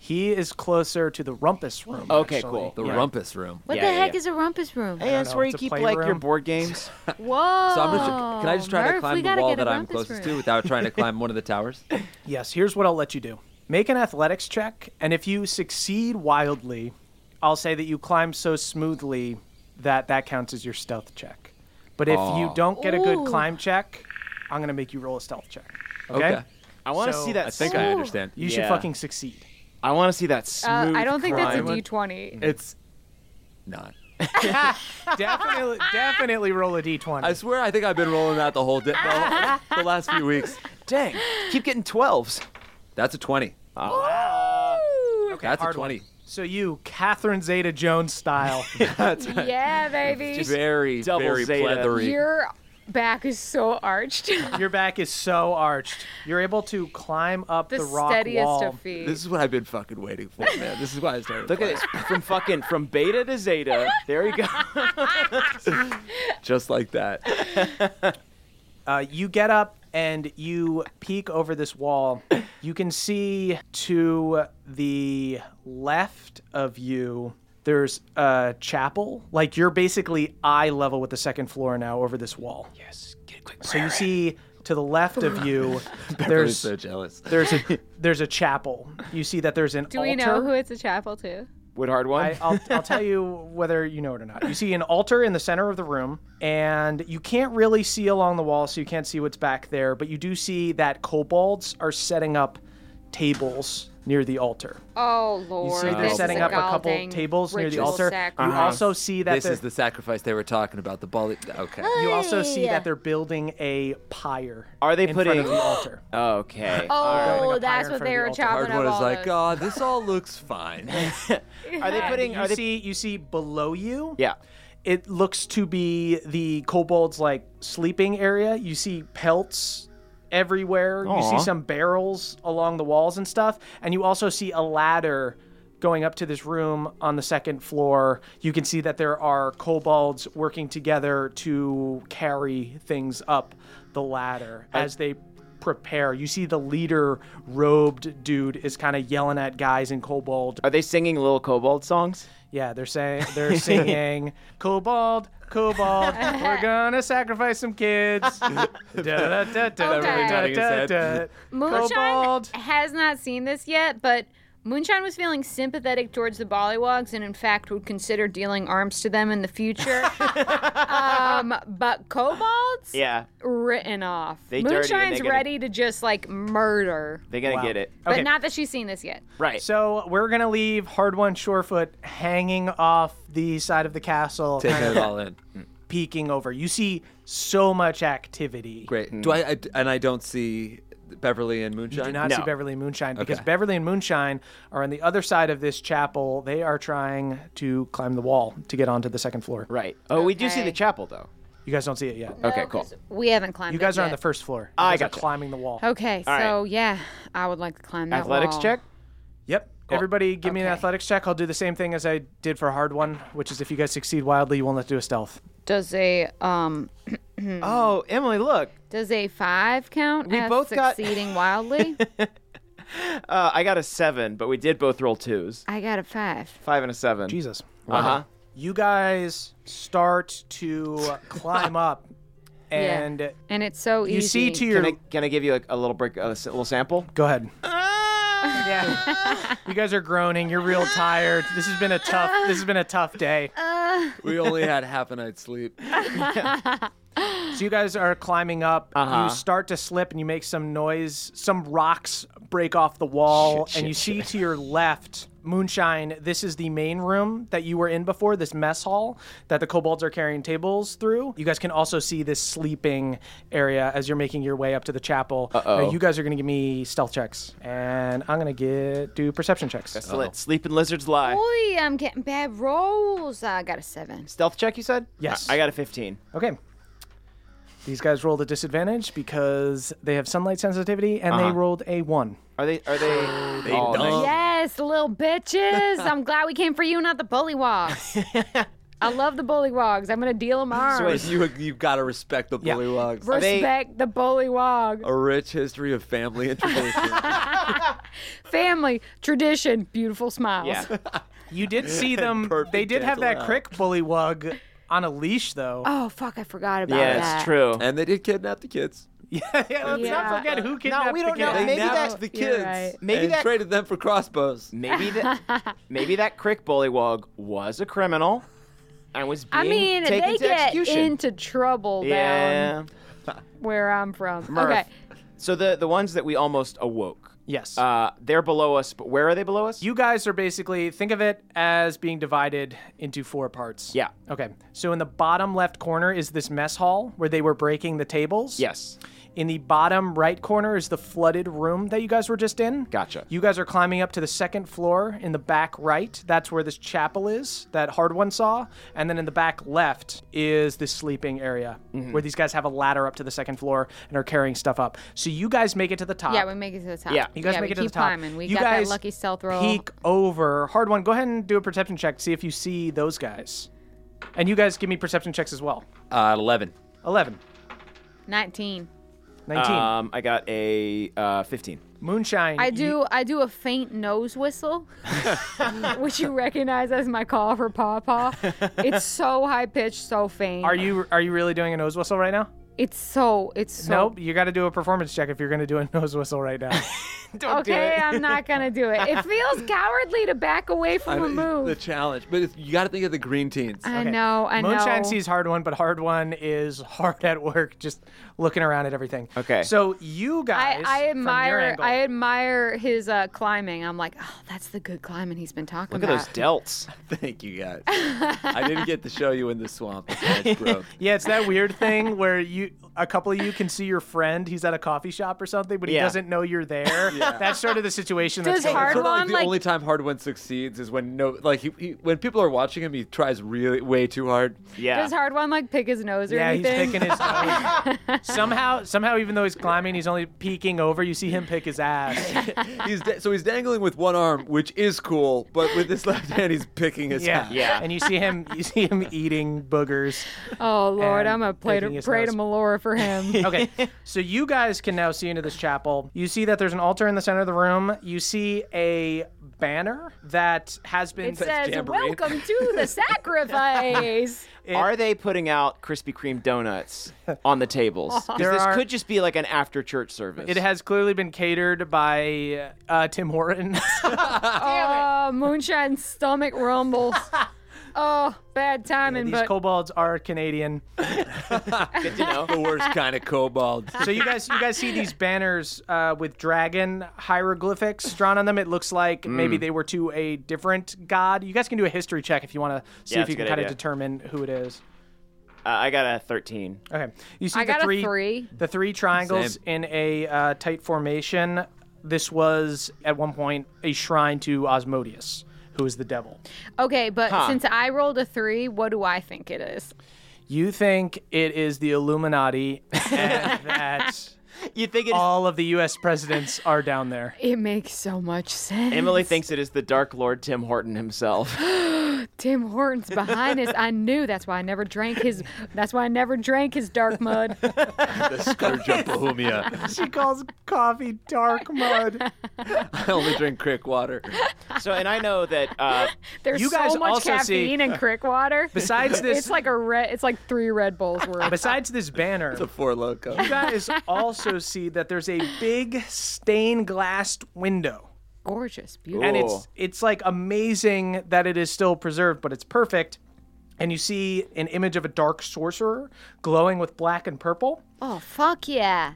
Speaker 3: He is closer to the rumpus room.
Speaker 6: Okay,
Speaker 3: actually.
Speaker 6: cool.
Speaker 5: The
Speaker 3: Yeah.
Speaker 5: rumpus room.
Speaker 4: What
Speaker 6: Yeah,
Speaker 4: the
Speaker 6: yeah,
Speaker 4: heck
Speaker 6: yeah.
Speaker 4: is a rumpus room?
Speaker 6: Hey, that's
Speaker 3: know,
Speaker 6: where you
Speaker 3: it's a
Speaker 6: keep like your
Speaker 3: playroom.
Speaker 6: board games.
Speaker 4: Whoa.
Speaker 5: So I'm just. Can I just try
Speaker 4: Murph,
Speaker 5: to
Speaker 4: we
Speaker 5: climb the
Speaker 4: gotta
Speaker 5: wall
Speaker 4: get a
Speaker 5: that I'm
Speaker 4: rumpus
Speaker 5: closest to
Speaker 4: room.
Speaker 5: without trying to climb one of the towers?
Speaker 3: Yes, here's what I'll let you do. Make an athletics check, and if you succeed wildly, I'll say that you climb so smoothly that that counts as your stealth check. But if you don't get a good
Speaker 4: Ooh.
Speaker 3: climb check, I'm going to make you roll a stealth check. Okay?
Speaker 5: Okay.
Speaker 6: I want to
Speaker 3: So-
Speaker 6: see that.
Speaker 5: I think
Speaker 6: s-
Speaker 5: I
Speaker 4: Ooh.
Speaker 5: understand.
Speaker 3: You should
Speaker 6: Yeah.
Speaker 3: fucking succeed.
Speaker 6: I want to see that smooth.
Speaker 4: Uh, I don't think
Speaker 6: climb.
Speaker 4: that's a D20.
Speaker 5: It's not.
Speaker 3: definitely, definitely roll a d20.
Speaker 5: I swear, I think I've been rolling that the whole di- the, whole- the last few weeks.
Speaker 6: Dang, keep getting twelves.
Speaker 5: That's a twenty.
Speaker 3: okay,
Speaker 5: That's a
Speaker 3: hard
Speaker 5: twenty.
Speaker 3: one. So you, Catherine Zeta-Jones style,
Speaker 4: Yeah, baby.
Speaker 5: very,
Speaker 6: double
Speaker 5: very
Speaker 6: Zeta.
Speaker 5: pleathery.
Speaker 4: Your back is so arched.
Speaker 3: your back is so arched. You're able to climb up the,
Speaker 4: the
Speaker 3: rock
Speaker 4: steadiest
Speaker 3: wall.
Speaker 4: of feet.
Speaker 5: This is what I've been fucking waiting for, man. This is why I started.
Speaker 6: Look at this. From fucking from beta to zeta. There you go.
Speaker 5: it. Just like that.
Speaker 3: Uh, you get up and you peek over this wall. You can see to the left of you. There's a chapel. Like you're basically eye level with the second floor now over this wall. Yes, get quick. So you see to the left of you.
Speaker 5: I'm
Speaker 3: there's
Speaker 5: so jealous.
Speaker 3: there's a there's a chapel. You see that there's an
Speaker 4: Do we know who it's a chapel to?
Speaker 6: Wood hard one.
Speaker 3: I, I'll, I'll tell you whether you know it or not. You see an altar in the center of the room, and you can't really see along the wall, so you can't see what's back there, but you do see that kobolds are setting up tables near the altar.
Speaker 4: Oh
Speaker 3: You
Speaker 4: lord.
Speaker 3: see, they're
Speaker 4: this is
Speaker 3: setting up a
Speaker 4: god
Speaker 3: couple
Speaker 4: dang
Speaker 3: tables near the
Speaker 4: ritual
Speaker 3: altar.
Speaker 4: sacrifice.
Speaker 3: You
Speaker 6: Uh-huh.
Speaker 3: also see that
Speaker 5: this
Speaker 3: they're-
Speaker 5: is the sacrifice they were talking about. The ball. Okay.
Speaker 3: you also see that they're building a pyre.
Speaker 6: Are they
Speaker 3: in front of
Speaker 6: putting-
Speaker 3: the altar?
Speaker 6: Okay.
Speaker 3: Building
Speaker 4: Oh,
Speaker 3: a pyre
Speaker 4: that's
Speaker 3: in
Speaker 4: what
Speaker 3: front of
Speaker 4: they
Speaker 3: the
Speaker 4: were
Speaker 3: altar.
Speaker 4: chopping
Speaker 5: Hard
Speaker 4: up
Speaker 5: one is
Speaker 4: all
Speaker 5: like,
Speaker 4: those.
Speaker 5: oh, this all looks fine.
Speaker 6: are they putting?
Speaker 3: You
Speaker 6: Are they?
Speaker 3: see, you see below you.
Speaker 6: yeah.
Speaker 3: It looks to be the kobold's like sleeping area. You see pelts everywhere. You
Speaker 6: Aw.
Speaker 3: see some barrels along the walls and stuff, and you also see a ladder going up to this room on the second floor. You can see that there are kobolds working together to carry things up the ladder as they prepare. You see the leader robed dude is kind of yelling at guys in kobold
Speaker 6: Are they singing little kobold songs?
Speaker 3: yeah, they're saying they're singing Cobalt, Cobalt, we're gonna sacrifice some kids. da, da, da, da,
Speaker 4: Okay.
Speaker 3: da,
Speaker 5: Nodding his
Speaker 3: da,
Speaker 5: head.
Speaker 3: da.
Speaker 4: Moonshine
Speaker 3: Kobold.
Speaker 4: has not seen this yet, but Moonshine was feeling sympathetic towards the Bollywogs and, in fact, would consider dealing arms to them in the future. um, but Kobolds?
Speaker 6: Yeah.
Speaker 4: Written off.
Speaker 6: They dirty and they
Speaker 4: Moonshine's
Speaker 6: gotta-
Speaker 4: ready to just like murder.
Speaker 6: They're gonna get it.
Speaker 4: But
Speaker 3: Okay.
Speaker 4: not that she's seen this yet.
Speaker 6: Right.
Speaker 3: So we're gonna leave Hard One Shorefoot hanging off the side of the castle,
Speaker 5: Taking
Speaker 3: kind
Speaker 5: it
Speaker 3: of
Speaker 5: all in.
Speaker 3: peeking over. You see so much activity.
Speaker 5: Great. Do I, I? And I don't see Beverly and Moonshine.
Speaker 3: You do not see
Speaker 6: No.
Speaker 3: Beverly and Moonshine because
Speaker 5: Okay.
Speaker 3: Beverly and Moonshine are on the other side of this chapel. They are trying to climb the wall to get onto the second floor.
Speaker 6: Right. Oh, we do see
Speaker 4: Okay.
Speaker 6: the chapel though.
Speaker 3: You guys don't see it yet.
Speaker 6: Okay,
Speaker 4: No,
Speaker 6: cool.
Speaker 4: 'cause We haven't climbed
Speaker 3: You guys
Speaker 4: it
Speaker 3: are on
Speaker 4: yet.
Speaker 3: the first floor. You
Speaker 6: Uh, I
Speaker 3: guys are
Speaker 6: gotcha.
Speaker 3: climbing the wall.
Speaker 4: Okay,
Speaker 6: All
Speaker 4: so yeah, I would like to climb that
Speaker 6: Athletics
Speaker 4: wall. Mm-hmm.
Speaker 6: check.
Speaker 3: Yep. Everybody, give me an
Speaker 4: okay.
Speaker 3: athletics check. I'll do the same thing as I did for hard one, which is if you guys succeed wildly, you will not do a stealth.
Speaker 4: Does a um
Speaker 6: Oh, Emily, look.
Speaker 4: does a five count
Speaker 6: We
Speaker 4: as
Speaker 6: both got-
Speaker 4: succeeding wildly?
Speaker 6: Uh, I got a seven, but we did both roll twos.
Speaker 4: I got a five.
Speaker 6: Five and a seven.
Speaker 3: Jesus. Uh-huh.
Speaker 6: Uh huh.
Speaker 3: You guys start to climb up, and
Speaker 4: And it's so easy.
Speaker 3: you see to
Speaker 6: Can
Speaker 3: your.
Speaker 6: I, can I give you a, a little break, a s- little sample?
Speaker 3: Go ahead. yeah. You guys are groaning. You're real tired. This has been a tough. This has been a tough day.
Speaker 5: We only had half a night's sleep.
Speaker 3: So you guys are climbing up.
Speaker 6: Uh-huh.
Speaker 3: You start to slip and you make some noise. Some rocks break off the wall, and you see to your left, Moonshine. This is the main room that you were in before. This mess hall that the kobolds are carrying tables through. You guys can also see this sleeping area as you're making your way up to the chapel. Uh-oh. you guys are going to give me stealth checks, and I'm going to get do perception checks.
Speaker 6: Slit. Sleeping lizards lie.
Speaker 4: Boy, I'm getting bad rolls. I got a seven.
Speaker 6: Stealth check, you said?
Speaker 3: Yes.
Speaker 6: I, I got a 15.
Speaker 3: Okay. These guys rolled a disadvantage because they have sunlight sensitivity, and they rolled a one.
Speaker 6: Are they? Are they? oh, nice.
Speaker 4: Yes, little bitches. I'm glad we came for you, not the bullywogs. I love the bullywogs. I'm gonna deal them arms.
Speaker 5: You you gotta respect the
Speaker 3: Yeah.
Speaker 5: bullywogs.
Speaker 6: they-
Speaker 4: Respect the bullywog.
Speaker 5: A rich history of family and tradition.
Speaker 4: Family, tradition, beautiful smiles.
Speaker 6: Yeah.
Speaker 3: You did see them.
Speaker 5: perfect
Speaker 3: they did have that
Speaker 5: dental
Speaker 3: crick bullywug on a leash, though.
Speaker 4: Oh fuck, I forgot about that.
Speaker 6: yeah, it's true.
Speaker 5: and they did kidnap the kids.
Speaker 3: yeah, let's
Speaker 4: Yeah.
Speaker 3: not forget who kidnapped
Speaker 6: we
Speaker 3: the
Speaker 6: don't know.
Speaker 3: kid.
Speaker 5: They
Speaker 6: Maybe
Speaker 5: napped
Speaker 6: that-
Speaker 5: the
Speaker 4: you're
Speaker 5: kids.
Speaker 4: right.
Speaker 6: Maybe
Speaker 5: and
Speaker 6: that-
Speaker 5: traded them for crossbows.
Speaker 6: Maybe that. maybe that crick bullywog was a criminal, and was being
Speaker 4: I mean,
Speaker 6: taken
Speaker 4: they
Speaker 6: to
Speaker 4: get
Speaker 6: execution.
Speaker 4: into trouble
Speaker 6: yeah.
Speaker 4: down where I'm from.
Speaker 6: Murph.
Speaker 4: Okay.
Speaker 6: So the the ones that we almost awoke.
Speaker 3: Yes.
Speaker 6: Uh, they're below us, but where are they below us?
Speaker 3: you guys are basically think of it as being divided into four parts.
Speaker 6: Yeah.
Speaker 3: Okay. So in the bottom left corner is this mess hall where they were breaking the tables.
Speaker 6: Yes.
Speaker 3: In the bottom right corner is the flooded room that you guys were just in.
Speaker 6: Gotcha.
Speaker 3: You guys are climbing up to the second floor in the back right. That's where this chapel is that Hard One saw. And then in the back left is this sleeping area
Speaker 6: Mm-hmm.
Speaker 3: where these guys have a ladder up to the second floor and are carrying stuff up. So you guys make it to the top.
Speaker 4: Yeah, we make it to the top.
Speaker 6: Yeah.
Speaker 3: you guys
Speaker 4: yeah,
Speaker 3: make
Speaker 4: we
Speaker 3: it to the
Speaker 4: keep
Speaker 3: top.
Speaker 4: climbing. We
Speaker 3: you
Speaker 4: got
Speaker 3: guys
Speaker 4: that lucky stealth roll.
Speaker 3: Peek over. Hard One, go ahead and do a perception check. See if you see those guys. And you guys give me perception checks as well.
Speaker 5: Uh, Eleven.
Speaker 3: 11,
Speaker 4: 19.
Speaker 3: 19.
Speaker 6: Um, I got a uh, 15.
Speaker 3: Moonshine.
Speaker 4: I
Speaker 3: you-
Speaker 4: do I do a faint nose whistle, which you recognize as my call for Paw Paw. It's so high pitched, so faint.
Speaker 3: Are you are you really doing a nose whistle right now?
Speaker 4: It's so it's so
Speaker 3: Nope, you got to do a performance check if you're going to do a nose whistle right now.
Speaker 6: Don't do
Speaker 4: okay,
Speaker 6: it.
Speaker 4: I'm not gonna do it. It feels cowardly to back away from a
Speaker 5: I'm- The
Speaker 4: move.
Speaker 5: challenge, but it's, you got to think of the green teens.
Speaker 4: I know, I know.
Speaker 3: Moonshine sees hard one, but hard one is hard at work, just looking around at everything.
Speaker 6: Okay.
Speaker 3: So you
Speaker 4: I,
Speaker 3: guys,
Speaker 4: I
Speaker 3: from your
Speaker 4: admire
Speaker 3: angle-
Speaker 4: I admire his uh, climbing. I'm like, oh, that's the good climbing he's been talking
Speaker 6: Look at
Speaker 4: about.
Speaker 6: those delts.
Speaker 5: Thank you guys. I didn't get to show you in the swamp. It's broke.
Speaker 3: Yeah, it's that weird thing where you a couple of you can see your friend. He's at a coffee shop or something, but he
Speaker 6: Yeah.
Speaker 3: doesn't know you're there. That's sort of the situation.
Speaker 4: Does
Speaker 3: that's going
Speaker 4: Hard
Speaker 5: sort of like
Speaker 4: one,
Speaker 5: the
Speaker 4: like-
Speaker 5: only time hard one succeeds is when no, like he, he, when people are watching him, he tries really way too hard.
Speaker 6: Yeah.
Speaker 4: Does hard one like pick his nose or
Speaker 3: Yeah, he's
Speaker 4: anything?
Speaker 3: picking his nose. somehow, somehow, even though he's climbing, he's only peeking over. You see him pick his ass.
Speaker 5: He's da- so he's dangling with one arm, which is cool, but with his left hand, he's picking his
Speaker 3: Yeah,
Speaker 5: hat.
Speaker 6: Yeah.
Speaker 3: And you see him, you see him eating boogers.
Speaker 4: oh Lord,
Speaker 3: and
Speaker 4: I'm gonna play
Speaker 3: picking
Speaker 4: to
Speaker 3: his
Speaker 4: pray to
Speaker 3: nose.
Speaker 4: Melora for him.
Speaker 3: Okay, so you guys can now see into this chapel. You see that there's an altar in the center of the room. You see a banner that has been.
Speaker 4: It says,
Speaker 5: jamboree.
Speaker 4: "Welcome to the sacrifice."
Speaker 6: are they putting out Krispy Kreme donuts on the tables? 'Cause
Speaker 3: There
Speaker 6: this
Speaker 3: are-
Speaker 6: could just be like an after church service.
Speaker 3: It has clearly been catered by uh, Tim Horton.
Speaker 4: oh, moonshine stomach rumbles. oh, bad timing,
Speaker 3: These
Speaker 4: but
Speaker 3: kobolds are Canadian.
Speaker 6: Good to know. Uh,
Speaker 5: The worst kind of kobold.
Speaker 3: So you guys, you guys see these banners uh, with dragon hieroglyphics drawn on them. It looks like
Speaker 6: Mm.
Speaker 3: maybe they were to a different god. You guys can do a history check if you want to see
Speaker 6: Yeah,
Speaker 3: if you can
Speaker 6: that's a good
Speaker 3: kind
Speaker 6: idea.
Speaker 3: of determine who it is.
Speaker 6: Uh, I got a 13.
Speaker 3: Okay, you see
Speaker 4: I
Speaker 3: the
Speaker 4: got
Speaker 3: three,
Speaker 4: a three.
Speaker 3: the three triangles
Speaker 5: Same.
Speaker 3: in a uh, tight formation. This was at one point a shrine to Osmodius, who is the devil.
Speaker 4: Okay, but since I rolled a three, what do I think it is?
Speaker 3: You think it is the Illuminati, and that
Speaker 6: You think it's
Speaker 3: all of the U.S. presidents are down there.
Speaker 4: It makes so much sense.
Speaker 6: Emily thinks it is the Dark Lord Tim Horton himself.
Speaker 4: Tim Hortons behind us. I knew that's why I never drank his. That's why I never drank his dark mud.
Speaker 5: The scourge of Bohemia.
Speaker 3: She calls coffee dark mud.
Speaker 5: I only drink crick water.
Speaker 6: so, and I know that uh,
Speaker 4: There's
Speaker 3: You guys
Speaker 4: so much
Speaker 3: also see-
Speaker 4: caffeine in crick water.
Speaker 3: Besides this,
Speaker 4: it's like a red. It's like three Red Bulls worth.
Speaker 3: besides this banner,
Speaker 5: The four loco.
Speaker 3: you guys also see that there's a big stained glass window.
Speaker 4: Gorgeous, beautiful.
Speaker 3: And
Speaker 6: Cool.
Speaker 3: it's it's like amazing that it is still preserved, but it's perfect. And you see an image of a dark sorcerer glowing with black and purple.
Speaker 4: Oh fuck yeah!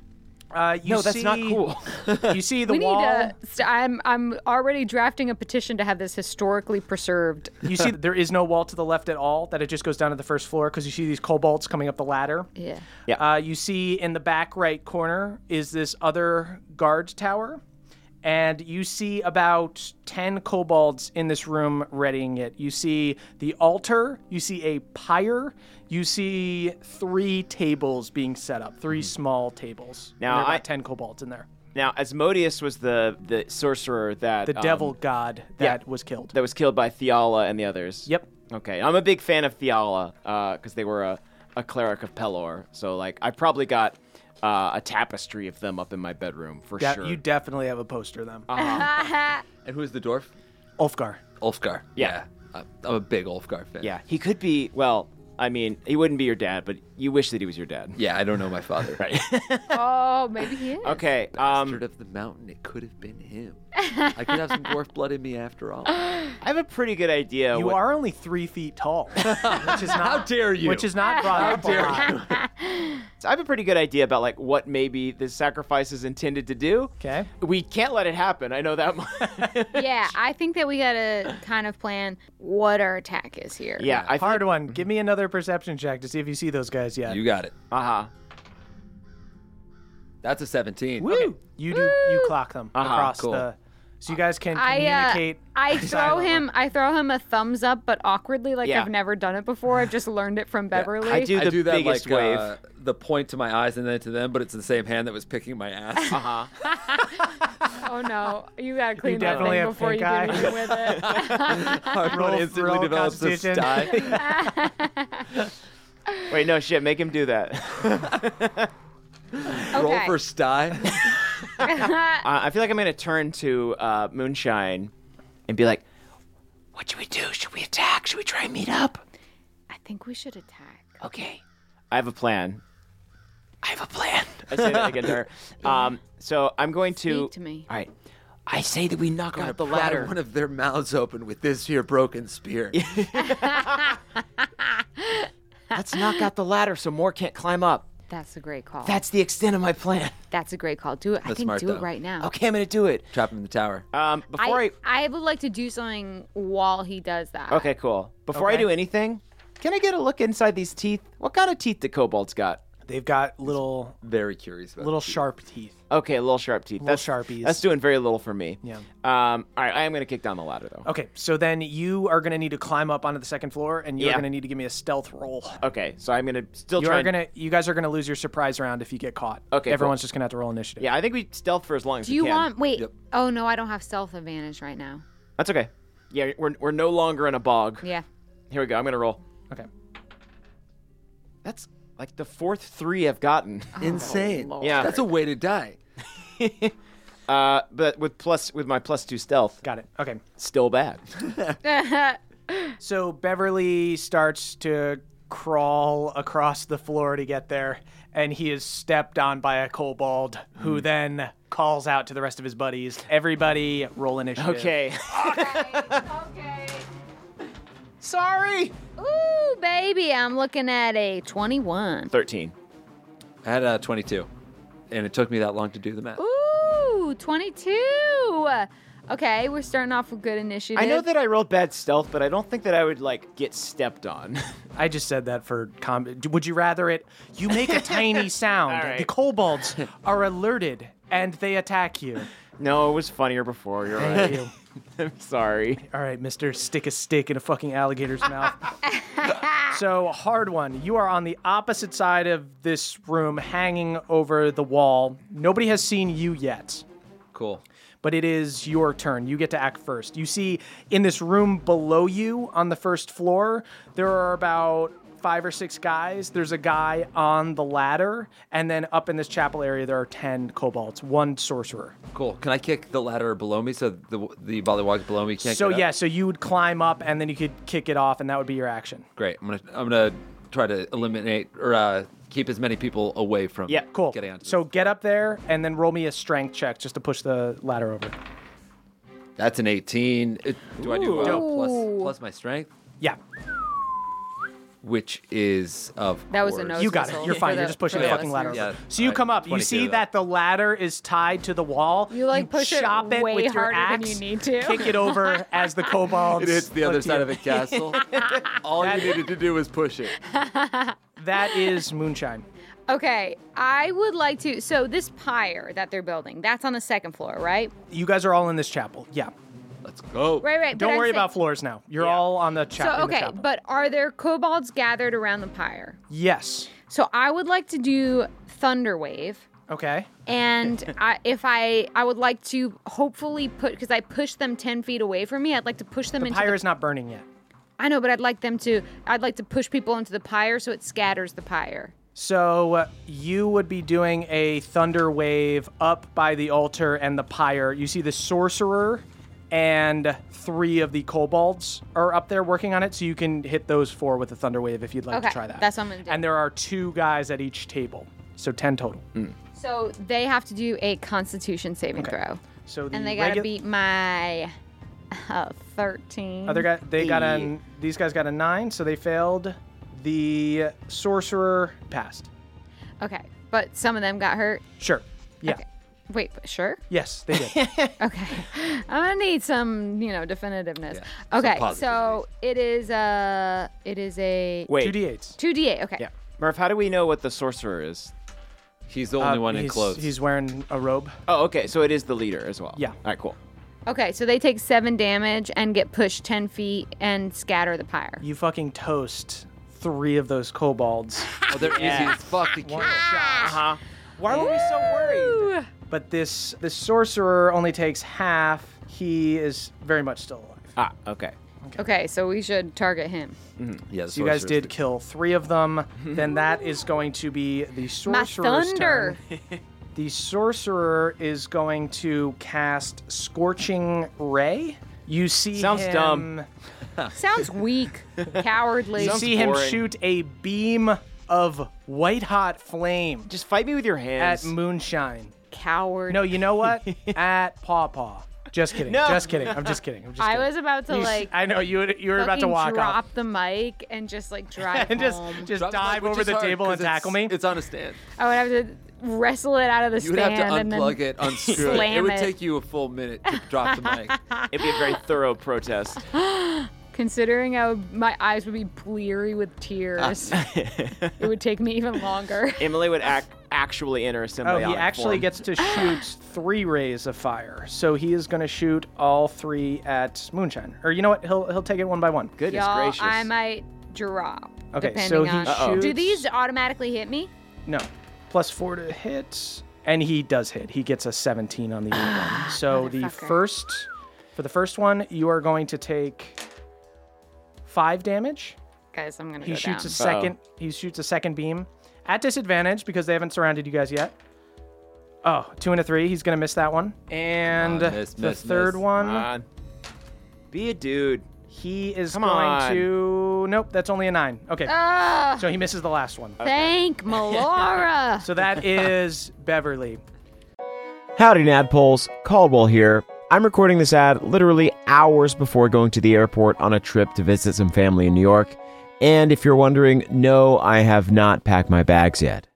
Speaker 3: Uh, you
Speaker 6: no, that's not
Speaker 3: see-
Speaker 6: cool.
Speaker 3: You see the
Speaker 4: We need
Speaker 3: wall.
Speaker 4: to. St- I'm I'm already drafting a petition to have this historically preserved.
Speaker 3: You see that there is no wall to the left at all. That it just goes down to the first floor because you see these kobolds coming up the ladder.
Speaker 4: Yeah.
Speaker 3: Uh, you see in the back right corner is this other guard tower, and you see about 10 kobolds in this room readying it. You see the altar, you see a pyre, you see three tables being set up, three small tables.
Speaker 6: Mm-hmm. Now,
Speaker 3: and there are
Speaker 6: I-
Speaker 3: about 10 kobolds in there.
Speaker 6: now, Asmodeus was the the sorcerer that
Speaker 3: The
Speaker 6: um,
Speaker 3: devil god that was killed.
Speaker 6: that was killed by Theala and the others.
Speaker 3: Yep.
Speaker 6: Okay, I'm a big fan of Theala because they were a, a cleric of Pelor. So like, I probably got uh, a tapestry of them up in my bedroom for
Speaker 3: Yeah,
Speaker 6: sure. Uh-huh.
Speaker 3: You definitely have a poster of them.
Speaker 5: And who's the dwarf?
Speaker 3: Ulfgar.
Speaker 5: Ulfgar.
Speaker 6: Yeah.
Speaker 5: I'm I'm a big Ulfgar fan.
Speaker 6: yeah, he could be. Well, I mean, he wouldn't be your dad, but you wish that he was your dad.
Speaker 5: Yeah, I don't know my father. right.
Speaker 4: Oh, maybe he is.
Speaker 6: Okay. Um,
Speaker 5: Bastard of the mountain, it could have been him. I could have some dwarf blood in me after all.
Speaker 6: I have a pretty good idea.
Speaker 3: You
Speaker 6: what-
Speaker 3: are only three feet tall, which is not
Speaker 5: Oh, How dare you?
Speaker 3: which is not brought up. a lot.
Speaker 6: I have a pretty good idea about like what maybe the sacrifice is intended to do.
Speaker 3: Okay.
Speaker 6: We can't let it happen. I know that much.
Speaker 4: Yeah, I think that we gotta kind of plan what our attack is here.
Speaker 6: yeah, I
Speaker 3: Hard one. Give me another perception check to see if you see those guys yet.
Speaker 5: Mm-hmm. You got it.
Speaker 6: Uh huh.
Speaker 5: That's a 17.
Speaker 3: Woo! You do. You clock them
Speaker 6: Uh-huh,
Speaker 3: across
Speaker 5: Ah, cool.
Speaker 3: the. So you guys can
Speaker 4: I uh,
Speaker 3: communicate.
Speaker 4: I throw him I throw him a thumbs up, but awkwardly, like
Speaker 6: Yeah.
Speaker 4: I've never done it before. I've just learned it from Beverly.
Speaker 6: I do
Speaker 5: I
Speaker 6: the
Speaker 5: do that
Speaker 6: biggest
Speaker 5: like
Speaker 6: wave.
Speaker 5: uh, the point to my eyes and then to them, but it's the same hand that was picking my ass.
Speaker 4: Oh no, you gotta clean that
Speaker 3: definitely
Speaker 4: thing
Speaker 3: have
Speaker 4: before
Speaker 3: pink
Speaker 4: you do
Speaker 3: eye.
Speaker 4: anything with it.
Speaker 5: Everyone
Speaker 3: Roll-
Speaker 5: instantly
Speaker 3: roll
Speaker 5: develops a
Speaker 3: Constitution.
Speaker 5: sty.
Speaker 6: Wait, no shit. Make him do that.
Speaker 5: Roll
Speaker 4: Okay.
Speaker 5: for sty.
Speaker 6: Uh, I feel like I'm gonna turn to uh, Moonshine and be like, "What should we do? Should we attack? Should we try and meet up?"
Speaker 4: I think we should attack.
Speaker 6: Okay. I have a plan. I have a plan. I say that again to her. Um, so I'm going to.
Speaker 4: Speak to me.
Speaker 6: All right. I say that we knock
Speaker 5: Gonna
Speaker 6: out the
Speaker 5: pry
Speaker 6: ladder.
Speaker 5: One of their mouths open with this here broken spear.
Speaker 6: Let's knock out the ladder so more can't climb up.
Speaker 4: That's a great call.
Speaker 6: That's the extent of my plan.
Speaker 4: That's a great call. Do it. I think
Speaker 5: smart,
Speaker 4: do
Speaker 5: though.
Speaker 4: it right now.
Speaker 6: Okay, I'm gonna do it.
Speaker 5: Trap him in the tower.
Speaker 3: Ah.
Speaker 6: Um, before I,
Speaker 4: I, I would like to do something while he does that.
Speaker 6: okay, cool. Before I
Speaker 3: Okay.
Speaker 6: do anything, can I get a look inside these teeth? What kind of teeth the kobolds got?
Speaker 3: They've got little
Speaker 5: Very curious about
Speaker 3: little
Speaker 5: the teeth.
Speaker 3: sharp teeth.
Speaker 6: Okay, little sharp teeth. That's
Speaker 3: sharpies.
Speaker 6: That's doing very little for me.
Speaker 3: Yeah. Uh,
Speaker 6: Um. All right, I am gonna kick down the ladder though.
Speaker 3: Okay, so then you are gonna need to climb up onto the second floor, and you're
Speaker 6: Yeah.
Speaker 3: gonna need to give me a stealth roll.
Speaker 6: Okay, so I'm gonna still
Speaker 3: You
Speaker 6: try.
Speaker 3: are
Speaker 6: and-
Speaker 3: gonna, you guys are gonna lose your surprise round if you get caught.
Speaker 6: Okay, cool.
Speaker 3: everyone's just gonna have to roll initiative.
Speaker 6: Yeah, I think we stealth for as long as
Speaker 4: Do
Speaker 6: we
Speaker 4: you
Speaker 6: can.
Speaker 4: want? Wait. Oh no, I don't have stealth advantage right now.
Speaker 6: That's okay. Yeah, we're we're no longer in a bog.
Speaker 4: Yeah.
Speaker 6: Here we go. I'm gonna roll.
Speaker 3: Okay.
Speaker 6: That's like the fourth three I've gotten.
Speaker 5: Insane.
Speaker 3: Oh,
Speaker 6: Yeah.
Speaker 5: That's a way to die.
Speaker 6: Uh, but with plus with my plus two stealth,
Speaker 3: Got it. Okay.
Speaker 6: still bad.
Speaker 3: So Beverly starts to crawl across the floor to get there, and he is stepped on by a kobold, who
Speaker 6: Hmm.
Speaker 3: then calls out to the rest of his buddies. Everybody, roll initiative.
Speaker 6: Okay.
Speaker 4: okay.
Speaker 6: Sorry.
Speaker 4: Ooh, baby, I'm looking at a 21.
Speaker 6: Thirteen.
Speaker 5: I had uh, 22, and it took me that long to do the math.
Speaker 4: Ooh, 22. Okay, we're starting off with good initiative.
Speaker 6: I know that I rolled bad stealth, but I don't think that I would like get stepped on.
Speaker 3: I just said that for com- Would you rather it? You make a tiny sound.
Speaker 6: All right.
Speaker 3: The kobolds are alerted and they attack you.
Speaker 6: no, it was funnier before. You're right.
Speaker 3: You-
Speaker 6: I'm sorry.
Speaker 3: All right, Mister, stick a stick in a fucking alligator's mouth. so hard one. You are on the opposite side of this room, hanging over the wall. Nobody has seen you yet.
Speaker 5: Cool.
Speaker 3: but it is your turn. You get to act first. You see, in this room below you on the first floor, there are about five or six guys. There's a guy on the ladder, and then up in this chapel area, there are 10 kobolds, one sorcerer.
Speaker 5: Cool. Can I kick the ladder below me so the the volleywogs below me can't?
Speaker 3: so,
Speaker 5: get up?
Speaker 3: yeah, so you would climb up, and then you could kick it off, and that would be your action.
Speaker 5: Great. I'm gonna I'm gonna try to eliminate or uh, keep as many people away from.
Speaker 6: Yeah,
Speaker 3: Cool.
Speaker 5: Getting onto
Speaker 3: so,
Speaker 5: this.
Speaker 3: get up there, and then roll me a strength check just to push the ladder over.
Speaker 5: that's an 18. It- do I do uh,
Speaker 3: Dope.
Speaker 5: plus plus my strength,
Speaker 3: Yeah,
Speaker 5: which is of
Speaker 4: That was a
Speaker 5: course-
Speaker 4: no.
Speaker 3: you got
Speaker 4: Whistle
Speaker 3: it. You're
Speaker 4: for
Speaker 3: fine.
Speaker 4: the-
Speaker 3: You're just pushing
Speaker 4: for
Speaker 3: the
Speaker 4: the
Speaker 3: fucking ladder.
Speaker 4: listeners.
Speaker 5: Yeah.
Speaker 3: So you
Speaker 5: Alright,
Speaker 3: come up. You
Speaker 5: 22
Speaker 3: see
Speaker 5: though.
Speaker 3: that the ladder is tied to the wall.
Speaker 4: You, like, push it
Speaker 3: chop it,
Speaker 4: way
Speaker 3: with your
Speaker 4: harder than
Speaker 3: axe,
Speaker 4: you need to.
Speaker 3: Kick it over as the kobolds.
Speaker 5: It hits the other
Speaker 3: look to
Speaker 5: side
Speaker 3: you.
Speaker 5: of the castle. All you needed to do was push it.
Speaker 3: That is moonshine.
Speaker 4: Okay, I would like to. So, this pyre that they're building, that's on the second floor, right?
Speaker 3: You guys are all in this chapel. Yeah.
Speaker 5: Let's go.
Speaker 4: Right, right. but
Speaker 3: Don't
Speaker 4: I'm
Speaker 3: worry
Speaker 4: saying-
Speaker 3: about floors now. You're all on the, cha-
Speaker 4: So,
Speaker 3: in the
Speaker 4: okay,
Speaker 3: chapel.
Speaker 4: but are there kobolds gathered around the pyre?
Speaker 3: yes.
Speaker 4: So, I would like to do Thunder Wave.
Speaker 3: Okay.
Speaker 4: and I, if I, I would like to hopefully put because I pushed them ten feet away from me. I'd like to push them
Speaker 3: The
Speaker 4: into.
Speaker 3: pyre is not burning yet.
Speaker 4: I know, but I'd like them to. I'd like to push people into the pyre so it scatters the pyre.
Speaker 3: So uh, you would be doing a thunder wave up by the altar and the pyre. You see the sorcerer and three of the kobolds are up there working on it, so you can hit those four with a thunder wave if you'd like
Speaker 4: Okay,
Speaker 3: to try that.
Speaker 4: that's what I'm gonna do.
Speaker 3: And there are two guys at each table, so ten total.
Speaker 5: Mm.
Speaker 4: So they have to do a Constitution saving throw,
Speaker 3: So the
Speaker 4: and they gotta
Speaker 3: regu-
Speaker 4: beat my uh, thirteen.
Speaker 3: other guy. oh, They got a these guys got a nine, so they failed. The sorcerer passed.
Speaker 4: okay, but some of them got hurt.
Speaker 3: Sure. Yeah.
Speaker 4: Wait, but sure.
Speaker 3: Yes, they did.
Speaker 4: Okay, I'm gonna need some, you know, definitiveness.
Speaker 5: some
Speaker 4: okay,
Speaker 5: positives
Speaker 4: so it is a, it is a
Speaker 6: Wait.
Speaker 3: Two d eights.
Speaker 4: two d eight. Okay.
Speaker 6: Yeah. Murph, how do we know what the sorcerer is?
Speaker 5: He's the only one in
Speaker 3: Uh, he's,
Speaker 5: clothes.
Speaker 3: He's wearing a robe.
Speaker 6: Oh, okay. So it is the leader as well.
Speaker 3: Yeah.
Speaker 6: All right. Cool.
Speaker 4: Okay, so they take seven damage and get pushed ten feet and scatter the pyre.
Speaker 3: You fucking toast three of those kobolds.
Speaker 5: oh, they're easy as fuck to kill.
Speaker 6: Uh huh. Why were we so worried?
Speaker 3: But this the sorcerer only takes half. He is very much still alive.
Speaker 6: Ah. Okay.
Speaker 4: Okay, so we should target him.
Speaker 3: So
Speaker 5: Yeah, the
Speaker 3: you guys
Speaker 5: sorcerer's
Speaker 3: did
Speaker 5: the-
Speaker 3: kill three of them. then that is going to be the
Speaker 4: My
Speaker 3: sorcerer's
Speaker 4: thunder.
Speaker 3: turn. The sorcerer is going to cast scorching ray. You see
Speaker 6: Sounds
Speaker 3: him,
Speaker 6: dumb.
Speaker 4: Sounds weak, cowardly.
Speaker 3: You see him
Speaker 6: boring.
Speaker 3: shoot a beam of white hot flame
Speaker 7: Just fight me with your hands.
Speaker 3: at moonshine.
Speaker 4: Coward.
Speaker 3: No, you know what? at pawpaw. Just kidding.
Speaker 7: No.
Speaker 3: Just kidding. I'm just kidding. I'm just
Speaker 4: I
Speaker 3: kidding.
Speaker 4: was about to
Speaker 3: You s-
Speaker 4: like.
Speaker 3: I know you. would- You were about to
Speaker 4: fucking
Speaker 3: walk
Speaker 4: drop
Speaker 3: off
Speaker 4: the mic and just like drive
Speaker 3: and just
Speaker 4: home.
Speaker 3: just
Speaker 5: Drop the mic,
Speaker 3: dive
Speaker 5: which
Speaker 3: over
Speaker 5: is
Speaker 3: the
Speaker 5: hard,
Speaker 3: table
Speaker 5: 'cause
Speaker 3: and
Speaker 5: it's-
Speaker 3: tackle me.
Speaker 5: It's on a stand.
Speaker 4: I would have to wrestle it out of the
Speaker 5: You would
Speaker 4: stand
Speaker 5: have to
Speaker 4: and then
Speaker 5: unplug it, unscrew it. It
Speaker 4: slam
Speaker 5: would
Speaker 4: it.
Speaker 5: take you a full minute to drop the mic.
Speaker 7: It'd be a very thorough protest.
Speaker 4: Considering I would, my eyes would be bleary with tears, it would take me even longer.
Speaker 7: Emily would act actually enter a
Speaker 3: Oh,
Speaker 7: symbiotic
Speaker 3: he actually
Speaker 7: form.
Speaker 3: gets to shoot three rays of fire, so he is going to shoot all three at Moonshine. Or you know what? He'll he'll take it one by one. Good.
Speaker 7: Goodness
Speaker 4: Y'all,
Speaker 7: gracious.
Speaker 4: I might drop.
Speaker 3: Okay,
Speaker 4: depending
Speaker 3: so he
Speaker 4: on.
Speaker 3: Uh-oh.
Speaker 4: Do
Speaker 3: shoots-
Speaker 4: these automatically hit me?
Speaker 3: No, plus four to hit, and he does hit. He gets a 17 on the other one. So the
Speaker 4: Motherfucker.
Speaker 3: first, for the first one, you are going to take five damage.
Speaker 4: Guys, I'm gonna
Speaker 3: He
Speaker 4: go
Speaker 3: shoots a
Speaker 4: down.
Speaker 3: 2nd He shoots a second beam at disadvantage because they haven't surrounded you guys yet. Oh, two and a three. He's gonna miss that one. And
Speaker 5: on, miss,
Speaker 3: the
Speaker 5: miss, Ah.
Speaker 3: third
Speaker 5: miss.
Speaker 3: one.
Speaker 7: Come on. Be a dude.
Speaker 3: He is
Speaker 7: Come
Speaker 3: going
Speaker 7: on.
Speaker 3: to. Nope, that's only a nine. Okay,
Speaker 4: Ah,
Speaker 3: so he misses the last one.
Speaker 4: thank Melora.
Speaker 3: So that is Beverly.
Speaker 6: Howdy, Nadpoles. Caldwell here. I'm recording this ad literally hours before going to the airport on a trip to visit some family in New York. And if you're wondering, no, I have not packed my bags yet.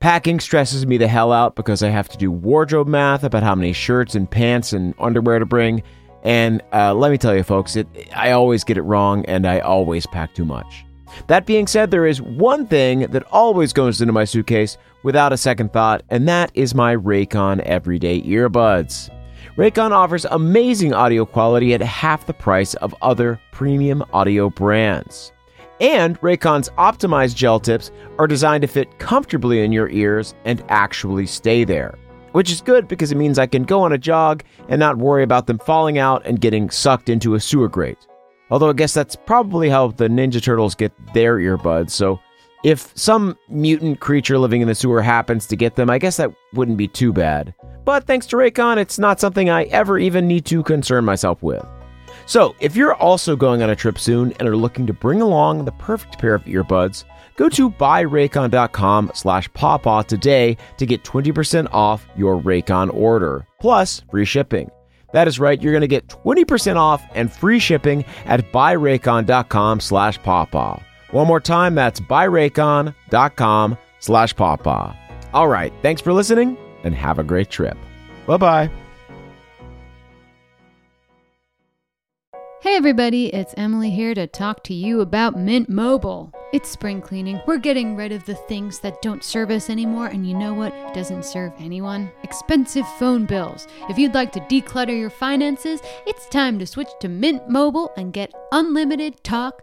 Speaker 6: Packing stresses me the hell out because I have to do wardrobe math about how many shirts and pants and underwear to bring. And uh, let me tell you, folks, it, I always get it wrong and I always pack too much. That being said, there is one thing that always goes into my suitcase without a second thought, and that is my Raycon Everyday Earbuds. Raycon offers amazing audio quality at half the price of other premium audio brands. And Raycon's optimized gel tips are designed to fit comfortably in your ears and actually stay there. Which is good because it means I can go on a jog and not worry about them falling out and getting sucked into a sewer grate. Although I guess that's probably how the Ninja Turtles get their earbuds. So if some mutant creature living in the sewer happens to get them, I guess that wouldn't be too bad. But thanks to Raycon, it's not something I ever even need to concern myself with. So, if you're also going on a trip soon and are looking to bring along the perfect pair of earbuds, go to buyraycon.com slash pawpaw today to get 20% off your Raycon order, plus free shipping. That is right, you're going to get 20% off and free shipping at buyraycon.com slash pawpaw. One more time, that's buyraycon.com slash pawpaw. All right, thanks for listening and have a great trip. Bye-bye.
Speaker 2: Hey everybody, it's Emily here to talk to you about Mint Mobile. It's spring cleaning. We're getting rid of the things that don't serve us anymore, and you know what doesn't serve anyone? Expensive phone bills. If you'd like to declutter your finances, it's time to switch to Mint Mobile and get unlimited talk,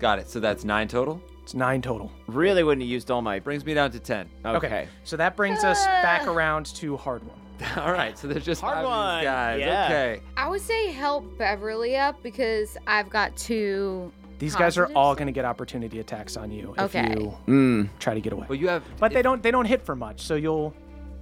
Speaker 5: Got it. So that's nine total.
Speaker 3: It's nine total.
Speaker 6: Really wouldn't have used all my.
Speaker 5: Brings me down to 10.
Speaker 6: Okay.
Speaker 3: So that brings us back around to hard one.
Speaker 5: All right. So there's just
Speaker 6: Hard
Speaker 5: five of
Speaker 6: one.
Speaker 5: these guys.
Speaker 6: Yeah.
Speaker 5: Okay.
Speaker 4: I would say help Beverly up because I've got two.
Speaker 3: These guys are
Speaker 4: positives.
Speaker 3: all going to get opportunity attacks on you if
Speaker 4: Okay.
Speaker 3: you try to get away.
Speaker 5: But you have.
Speaker 3: But they don't they don't hit for much, so you'll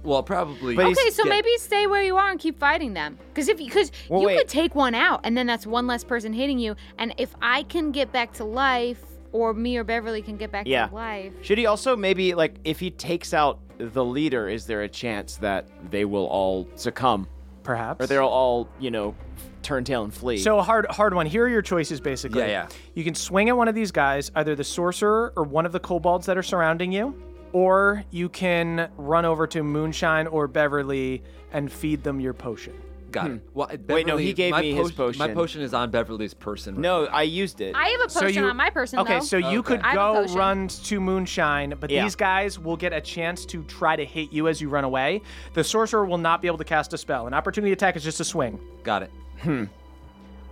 Speaker 5: Well, probably.
Speaker 6: But he's-
Speaker 4: Okay, so
Speaker 5: Yeah.
Speaker 4: maybe stay where you are and keep fighting them. Because if because
Speaker 6: Well,
Speaker 4: you
Speaker 6: wait.
Speaker 4: could take one out, and then that's one less person hitting you. And if I can get back to life, or me or Beverly can get back
Speaker 6: Yeah.
Speaker 4: to life,
Speaker 6: Should he also maybe like if he takes out the leader, is there a chance that they will all succumb
Speaker 3: Perhaps.
Speaker 6: or they'll all you know turn tail and flee?
Speaker 3: So hard, hard one. Here are your choices, basically.
Speaker 5: Yeah, yeah.
Speaker 3: You can swing at one of these guys, either the sorcerer or one of the kobolds that are surrounding you, or you can run over to Moonshine or Beverly and feed them your potion.
Speaker 5: Got it. Well,
Speaker 6: Wait, no,
Speaker 5: Beverly-
Speaker 6: he gave
Speaker 5: my
Speaker 6: me his
Speaker 5: My
Speaker 6: potion.
Speaker 5: potion is on Beverly's person. right
Speaker 6: no, I used it.
Speaker 4: I have a potion
Speaker 3: you-
Speaker 4: on my person.
Speaker 3: Okay,
Speaker 4: though.
Speaker 3: so you could
Speaker 4: I have a
Speaker 3: go
Speaker 4: potion.
Speaker 3: run to Moonshine, but
Speaker 6: Yeah.
Speaker 3: these guys will get a chance to try to hit you as you run away. The sorcerer will not be able to cast a spell. An opportunity attack is just a swing.
Speaker 5: now. Got it.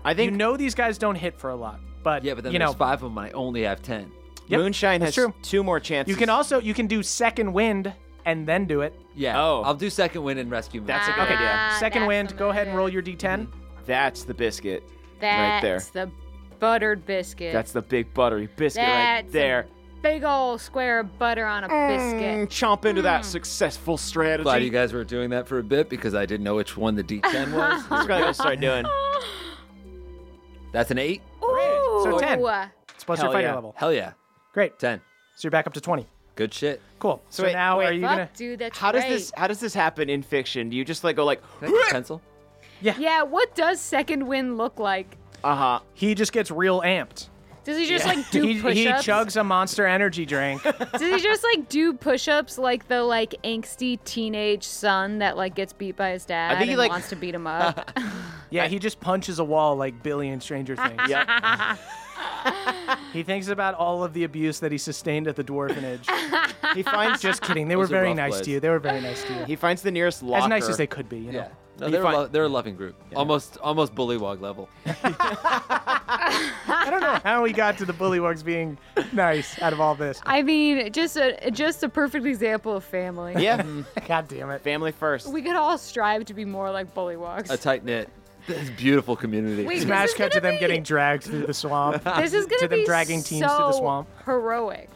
Speaker 6: I
Speaker 3: You
Speaker 6: think
Speaker 3: know these guys don't hit for a lot, but
Speaker 5: Yeah, but then
Speaker 3: you
Speaker 5: there's
Speaker 3: know
Speaker 5: five of them. and I only have ten.
Speaker 3: Yep,
Speaker 6: Moonshine
Speaker 3: that's
Speaker 6: has
Speaker 3: true.
Speaker 6: two more chances.
Speaker 3: you can also you can do second wind and then do it.
Speaker 5: Yeah.
Speaker 6: Oh.
Speaker 5: I'll do second win and rescue.
Speaker 6: That's a
Speaker 5: Max.
Speaker 6: good
Speaker 4: Ah,
Speaker 6: idea.
Speaker 3: Second
Speaker 4: that's
Speaker 3: wind,
Speaker 4: the
Speaker 3: go ahead and roll
Speaker 4: move.
Speaker 3: your d10.
Speaker 5: Mm-hmm.
Speaker 6: That's the biscuit. right
Speaker 4: That's
Speaker 6: there.
Speaker 4: the buttered biscuit.
Speaker 6: That's the big buttery biscuit right
Speaker 4: That's a
Speaker 6: there.
Speaker 4: big old square of butter on a
Speaker 6: Mm,
Speaker 4: biscuit.
Speaker 6: chomp into that successful strategy.
Speaker 5: Glad you guys were doing that for a bit because I didn't know which one the D10 was.
Speaker 6: That's what I'm gonna start doing.
Speaker 4: Oh,
Speaker 5: That's an eight.
Speaker 4: Ooh.
Speaker 3: So 10. It's plus your
Speaker 6: Hell
Speaker 3: fighting
Speaker 6: yeah.
Speaker 3: level.
Speaker 5: Hell yeah,
Speaker 3: Great.
Speaker 5: ten.
Speaker 3: So you're back up to 20.
Speaker 5: Good shit.
Speaker 3: Cool. So,
Speaker 6: wait,
Speaker 3: now
Speaker 6: wait,
Speaker 3: are you
Speaker 4: Fuck,
Speaker 3: going to
Speaker 4: dude, that's
Speaker 6: How does
Speaker 4: great.
Speaker 6: this? How does this happen in fiction? Do you just like go like,
Speaker 5: Can I get a pencil?
Speaker 4: Yeah, what does second wind look like?
Speaker 6: uh huh?
Speaker 3: He just gets real amped.
Speaker 4: Does he just like do
Speaker 3: He, he
Speaker 4: push-ups?
Speaker 3: chugs a monster energy drink.
Speaker 4: Does he just like do push-ups like the like angsty teenage son that like gets beat by his dad
Speaker 6: I think he,
Speaker 4: and
Speaker 6: like-
Speaker 4: wants to beat him up?
Speaker 3: yeah, he just punches a wall like Billy in Stranger Things.
Speaker 6: Yeah.
Speaker 3: He thinks about all of the abuse that he sustained at the dwarvenage.
Speaker 6: he finds
Speaker 3: just kidding. They were
Speaker 5: Those are
Speaker 3: very
Speaker 5: rough
Speaker 3: nice
Speaker 5: plays.
Speaker 3: to you. They were very nice to you.
Speaker 6: he finds the nearest locker.
Speaker 3: as nice as they could be, you know.
Speaker 5: Yeah. No,
Speaker 6: You
Speaker 5: they're, a
Speaker 6: find-
Speaker 5: lo- they're a loving group. Almost, almost bullywog level.
Speaker 3: I don't know how he got to the bullywogs being nice out of all this.
Speaker 4: I mean, just a just a perfect example of family.
Speaker 6: Yeah.
Speaker 3: God damn it.
Speaker 6: Family first.
Speaker 4: We could all strive to be more like bullywogs.
Speaker 5: A tight knit. This beautiful community.
Speaker 4: Wait,
Speaker 3: Smash
Speaker 4: this is
Speaker 3: cut to
Speaker 4: gonna
Speaker 3: them
Speaker 4: be-
Speaker 3: getting dragged through the swamp.
Speaker 4: This is gonna
Speaker 3: to them
Speaker 4: be
Speaker 3: dragging teams to the
Speaker 4: so
Speaker 3: swamp.
Speaker 4: Heroic.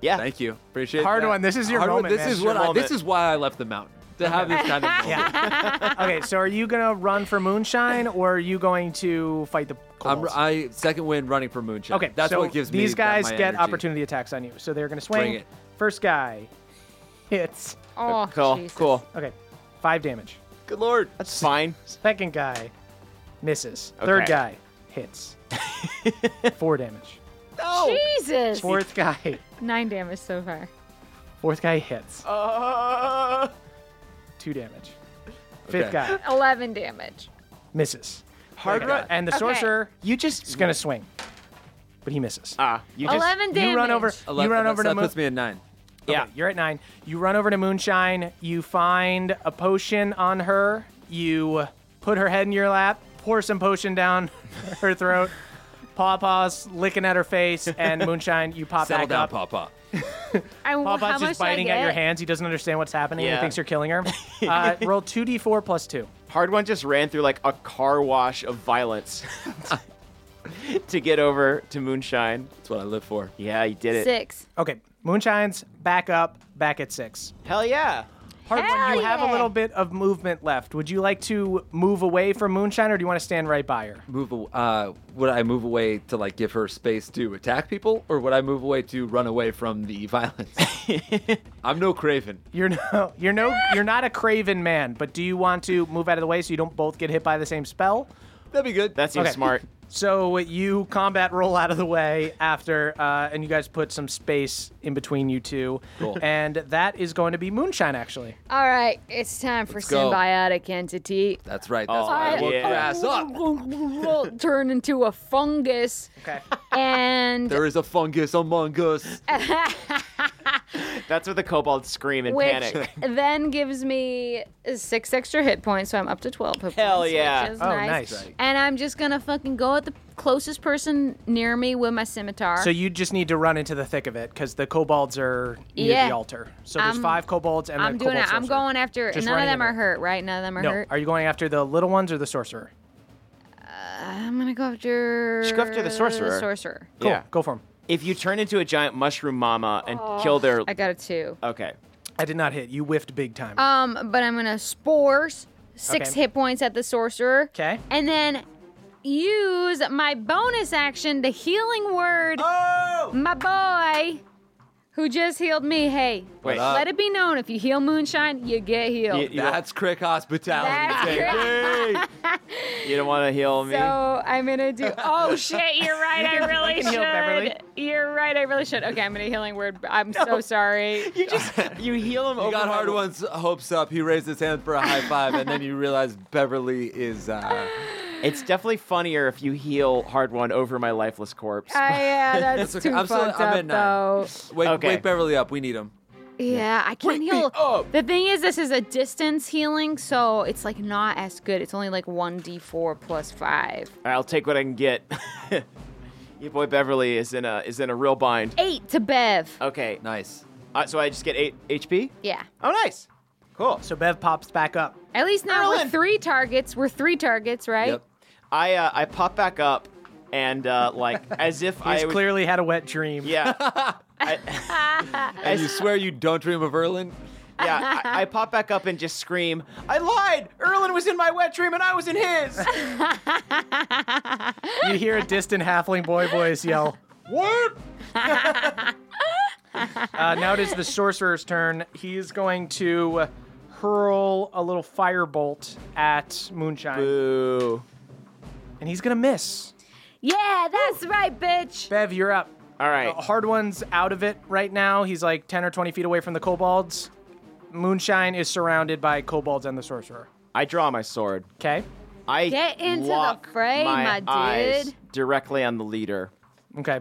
Speaker 6: yeah.
Speaker 5: Thank you. Appreciate
Speaker 3: Hard
Speaker 5: that.
Speaker 3: one. This is your
Speaker 5: Hard one.
Speaker 3: moment,
Speaker 5: This
Speaker 3: man.
Speaker 5: is
Speaker 3: It's
Speaker 5: what.
Speaker 6: your
Speaker 5: I, this
Speaker 6: moment.
Speaker 5: is why I left the mountain to have this kind of. moment.
Speaker 3: Okay, so are you gonna run for moonshine, or are you going to fight the?
Speaker 5: I'm,
Speaker 3: kobolds?
Speaker 5: I second win running for moonshot.
Speaker 3: okay,
Speaker 5: that's
Speaker 3: so
Speaker 5: what gives me
Speaker 3: these
Speaker 5: that-
Speaker 3: guys
Speaker 5: my
Speaker 3: get
Speaker 5: energy.
Speaker 3: opportunity attacks on you, so they're gonna swing.
Speaker 5: Bring it.
Speaker 3: First guy hits.
Speaker 4: Oh,
Speaker 6: Uh, cool.
Speaker 4: Jesus.
Speaker 6: Cool.
Speaker 3: Okay, five damage.
Speaker 5: Good lord.
Speaker 6: That's fine.
Speaker 3: Second guy misses. Third
Speaker 6: Okay.
Speaker 3: guy hits. Four damage. Oh,
Speaker 4: Jesus.
Speaker 3: Fourth guy.
Speaker 4: Nine damage so far.
Speaker 3: Fourth guy hits.
Speaker 6: Uh,
Speaker 3: Two damage. Fifth
Speaker 5: Oh. Okay.
Speaker 3: guy
Speaker 4: Eleven damage.
Speaker 3: misses.
Speaker 6: hard
Speaker 3: Okay,
Speaker 6: run.
Speaker 3: And the
Speaker 4: Okay.
Speaker 3: sorcerer
Speaker 6: You just
Speaker 3: is gonna swing, but he misses.
Speaker 6: Ah, you just
Speaker 4: Eleven damage.
Speaker 3: You run over.
Speaker 5: Eleven-
Speaker 3: you run
Speaker 5: that's-
Speaker 3: over to
Speaker 5: that
Speaker 3: Moon.
Speaker 5: puts me at nine.
Speaker 6: Yeah.
Speaker 3: Okay, you're at nine. You run over to Moonshine. You find a potion on her. You put her head in your lap, pour some potion down her throat. Pawpaw's licking at her face, and Moonshine, you pop
Speaker 5: Settle
Speaker 3: back
Speaker 5: down,
Speaker 3: up.
Speaker 5: Papa.
Speaker 4: I, how
Speaker 3: Pawpaw's
Speaker 4: much
Speaker 3: just
Speaker 4: do I
Speaker 3: biting at your
Speaker 4: get?
Speaker 3: hands. He doesn't understand what's happening. He
Speaker 6: Yeah.
Speaker 3: thinks you're killing her. Uh, roll 2d4 plus 2.
Speaker 6: hard one just ran through like a car wash of violence to get over to Moonshine.
Speaker 5: That's what I live for.
Speaker 6: Yeah, you did it.
Speaker 4: Six.
Speaker 3: Okay, Moonshine's back up, back at 6.
Speaker 6: Hell yeah.
Speaker 3: Part one,
Speaker 4: Hell
Speaker 3: you have a
Speaker 4: yeah.
Speaker 3: little bit of movement left. Would you like to move away from Moonshine, or do you want to stand right by her?
Speaker 5: Move. aw- Uh, would I move away to like give her space to attack people, or would I move away to run away from the violence? I'm no craven.
Speaker 3: You're no, you're no,
Speaker 4: Ah!
Speaker 3: you're not a craven man. But do you want to move out of the way so you don't both get hit by the same spell?
Speaker 5: That'd be good.
Speaker 6: That seems
Speaker 3: Okay.
Speaker 6: smart.
Speaker 3: So you combat roll out of the way after, uh, and you guys put some space in between you two,
Speaker 5: Cool.
Speaker 3: and that is going to be moonshine. Actually,
Speaker 4: All right, it's time for
Speaker 5: go.
Speaker 4: symbiotic entity.
Speaker 5: That's right. That's
Speaker 6: Oh,
Speaker 5: why I
Speaker 6: yeah.
Speaker 5: woke your ass up.
Speaker 4: We'll turn into a fungus.
Speaker 3: okay,
Speaker 4: And
Speaker 5: There is a fungus among us.
Speaker 6: That's what the kobolds scream in
Speaker 4: which
Speaker 6: panic.
Speaker 4: then gives me six extra hit points, so I'm up to 12 hit
Speaker 6: Hell
Speaker 4: points.
Speaker 6: yeah.
Speaker 4: Which is
Speaker 3: Oh,
Speaker 4: nice.
Speaker 3: nice.
Speaker 4: And I'm just going to fucking go at the closest person near me with my scimitar.
Speaker 3: so you just need to run into the thick of it because the kobolds are near
Speaker 4: Yeah.
Speaker 3: the altar. So there's
Speaker 4: I'm-
Speaker 3: five kobolds and
Speaker 4: I'm
Speaker 3: the
Speaker 4: doing
Speaker 3: kobold
Speaker 4: it. I'm
Speaker 3: sorcerer.
Speaker 4: going after.
Speaker 3: Just
Speaker 4: none of
Speaker 3: running
Speaker 4: them
Speaker 3: into
Speaker 4: are
Speaker 3: it.
Speaker 4: hurt, right? None of them are
Speaker 3: No,
Speaker 4: hurt.
Speaker 3: are you going after the little ones or the sorcerer?
Speaker 4: I'm going to go after.
Speaker 6: Just go after the sorcerer.
Speaker 4: sorcerer.
Speaker 3: Cool,
Speaker 6: Yeah.
Speaker 3: go for him.
Speaker 6: if you turn into a giant mushroom mama and kill their
Speaker 4: I got a two.
Speaker 6: Okay.
Speaker 3: I did not hit. You whiffed big time.
Speaker 4: Um, but I'm gonna spores six
Speaker 3: Okay.
Speaker 4: hit points at the sorcerer.
Speaker 3: 'Kay.
Speaker 4: And then use my bonus action, the healing word.
Speaker 3: oh!
Speaker 4: My boy, who just healed me. Hey,
Speaker 6: Wait.
Speaker 3: uh,
Speaker 4: let it be known if you heal Moonshine, you get healed.
Speaker 6: You- you-
Speaker 5: That's Crick hospitality.
Speaker 4: That's
Speaker 5: baby.
Speaker 4: correct.
Speaker 6: You don't want to heal me.
Speaker 4: So I'm gonna do. Oh shit! You're right. I really
Speaker 3: you can heal
Speaker 4: should.
Speaker 3: Beverly.
Speaker 4: You're right. I really should. Okay, I'm gonna healing word. I'm so sorry.
Speaker 6: you just you heal him.
Speaker 5: You
Speaker 6: over
Speaker 5: got
Speaker 6: my-
Speaker 5: hard one's hopes up. He raised his hand for a high five, and then you realize Beverly is. Uh,
Speaker 6: It's definitely funnier if you heal hard one over my lifeless corpse.
Speaker 4: I, Oh, yeah, that's
Speaker 5: okay.
Speaker 4: too
Speaker 5: I'm still-
Speaker 4: fucked
Speaker 5: I'm
Speaker 4: up
Speaker 5: at nine.
Speaker 4: though.
Speaker 5: wake,
Speaker 6: Okay.
Speaker 5: wake Beverly up. We need him.
Speaker 4: Yeah, I can't heal. The thing is, this is a distance healing, so it's like not as good. It's only like one d4 plus five.
Speaker 6: I'll take what I can get. Your boy Beverly is in a is in a real bind.
Speaker 4: Eight to Bev.
Speaker 5: Oh.
Speaker 6: Okay,
Speaker 5: Nice.
Speaker 6: uh, so I just get eight HP.
Speaker 4: Yeah.
Speaker 6: Oh, nice, cool.
Speaker 3: So Bev pops back up.
Speaker 4: At least now we're
Speaker 6: Erlen.
Speaker 4: three targets. We're three targets, right?
Speaker 5: Yep.
Speaker 6: I uh, I pop back up and uh, like as if
Speaker 3: He's
Speaker 6: I was,
Speaker 3: clearly had a wet dream.
Speaker 6: yeah
Speaker 5: And you swear you don't dream of Erlen?
Speaker 6: yeah I, I pop back up and just scream. I lied. Erlen was in my wet dream and I was in his.
Speaker 3: You hear a distant halfling boy voice yell, What? uh, now it is the sorcerer's turn. He is going to hurl a little firebolt at Moonshine.
Speaker 6: Boo.
Speaker 3: And he's going to miss.
Speaker 4: Yeah, that's right, bitch.
Speaker 3: Bev, you're up.
Speaker 6: All right.
Speaker 3: Uh, hard one's out of it right now. He's like 10 or 20 feet away from the kobolds. Moonshine is surrounded by kobolds and the sorcerer.
Speaker 6: I draw my sword.
Speaker 3: Okay?
Speaker 6: I
Speaker 4: Get into the
Speaker 6: lock
Speaker 4: fray, my
Speaker 6: eyes
Speaker 4: dude.
Speaker 6: directly on the leader.
Speaker 3: Okay.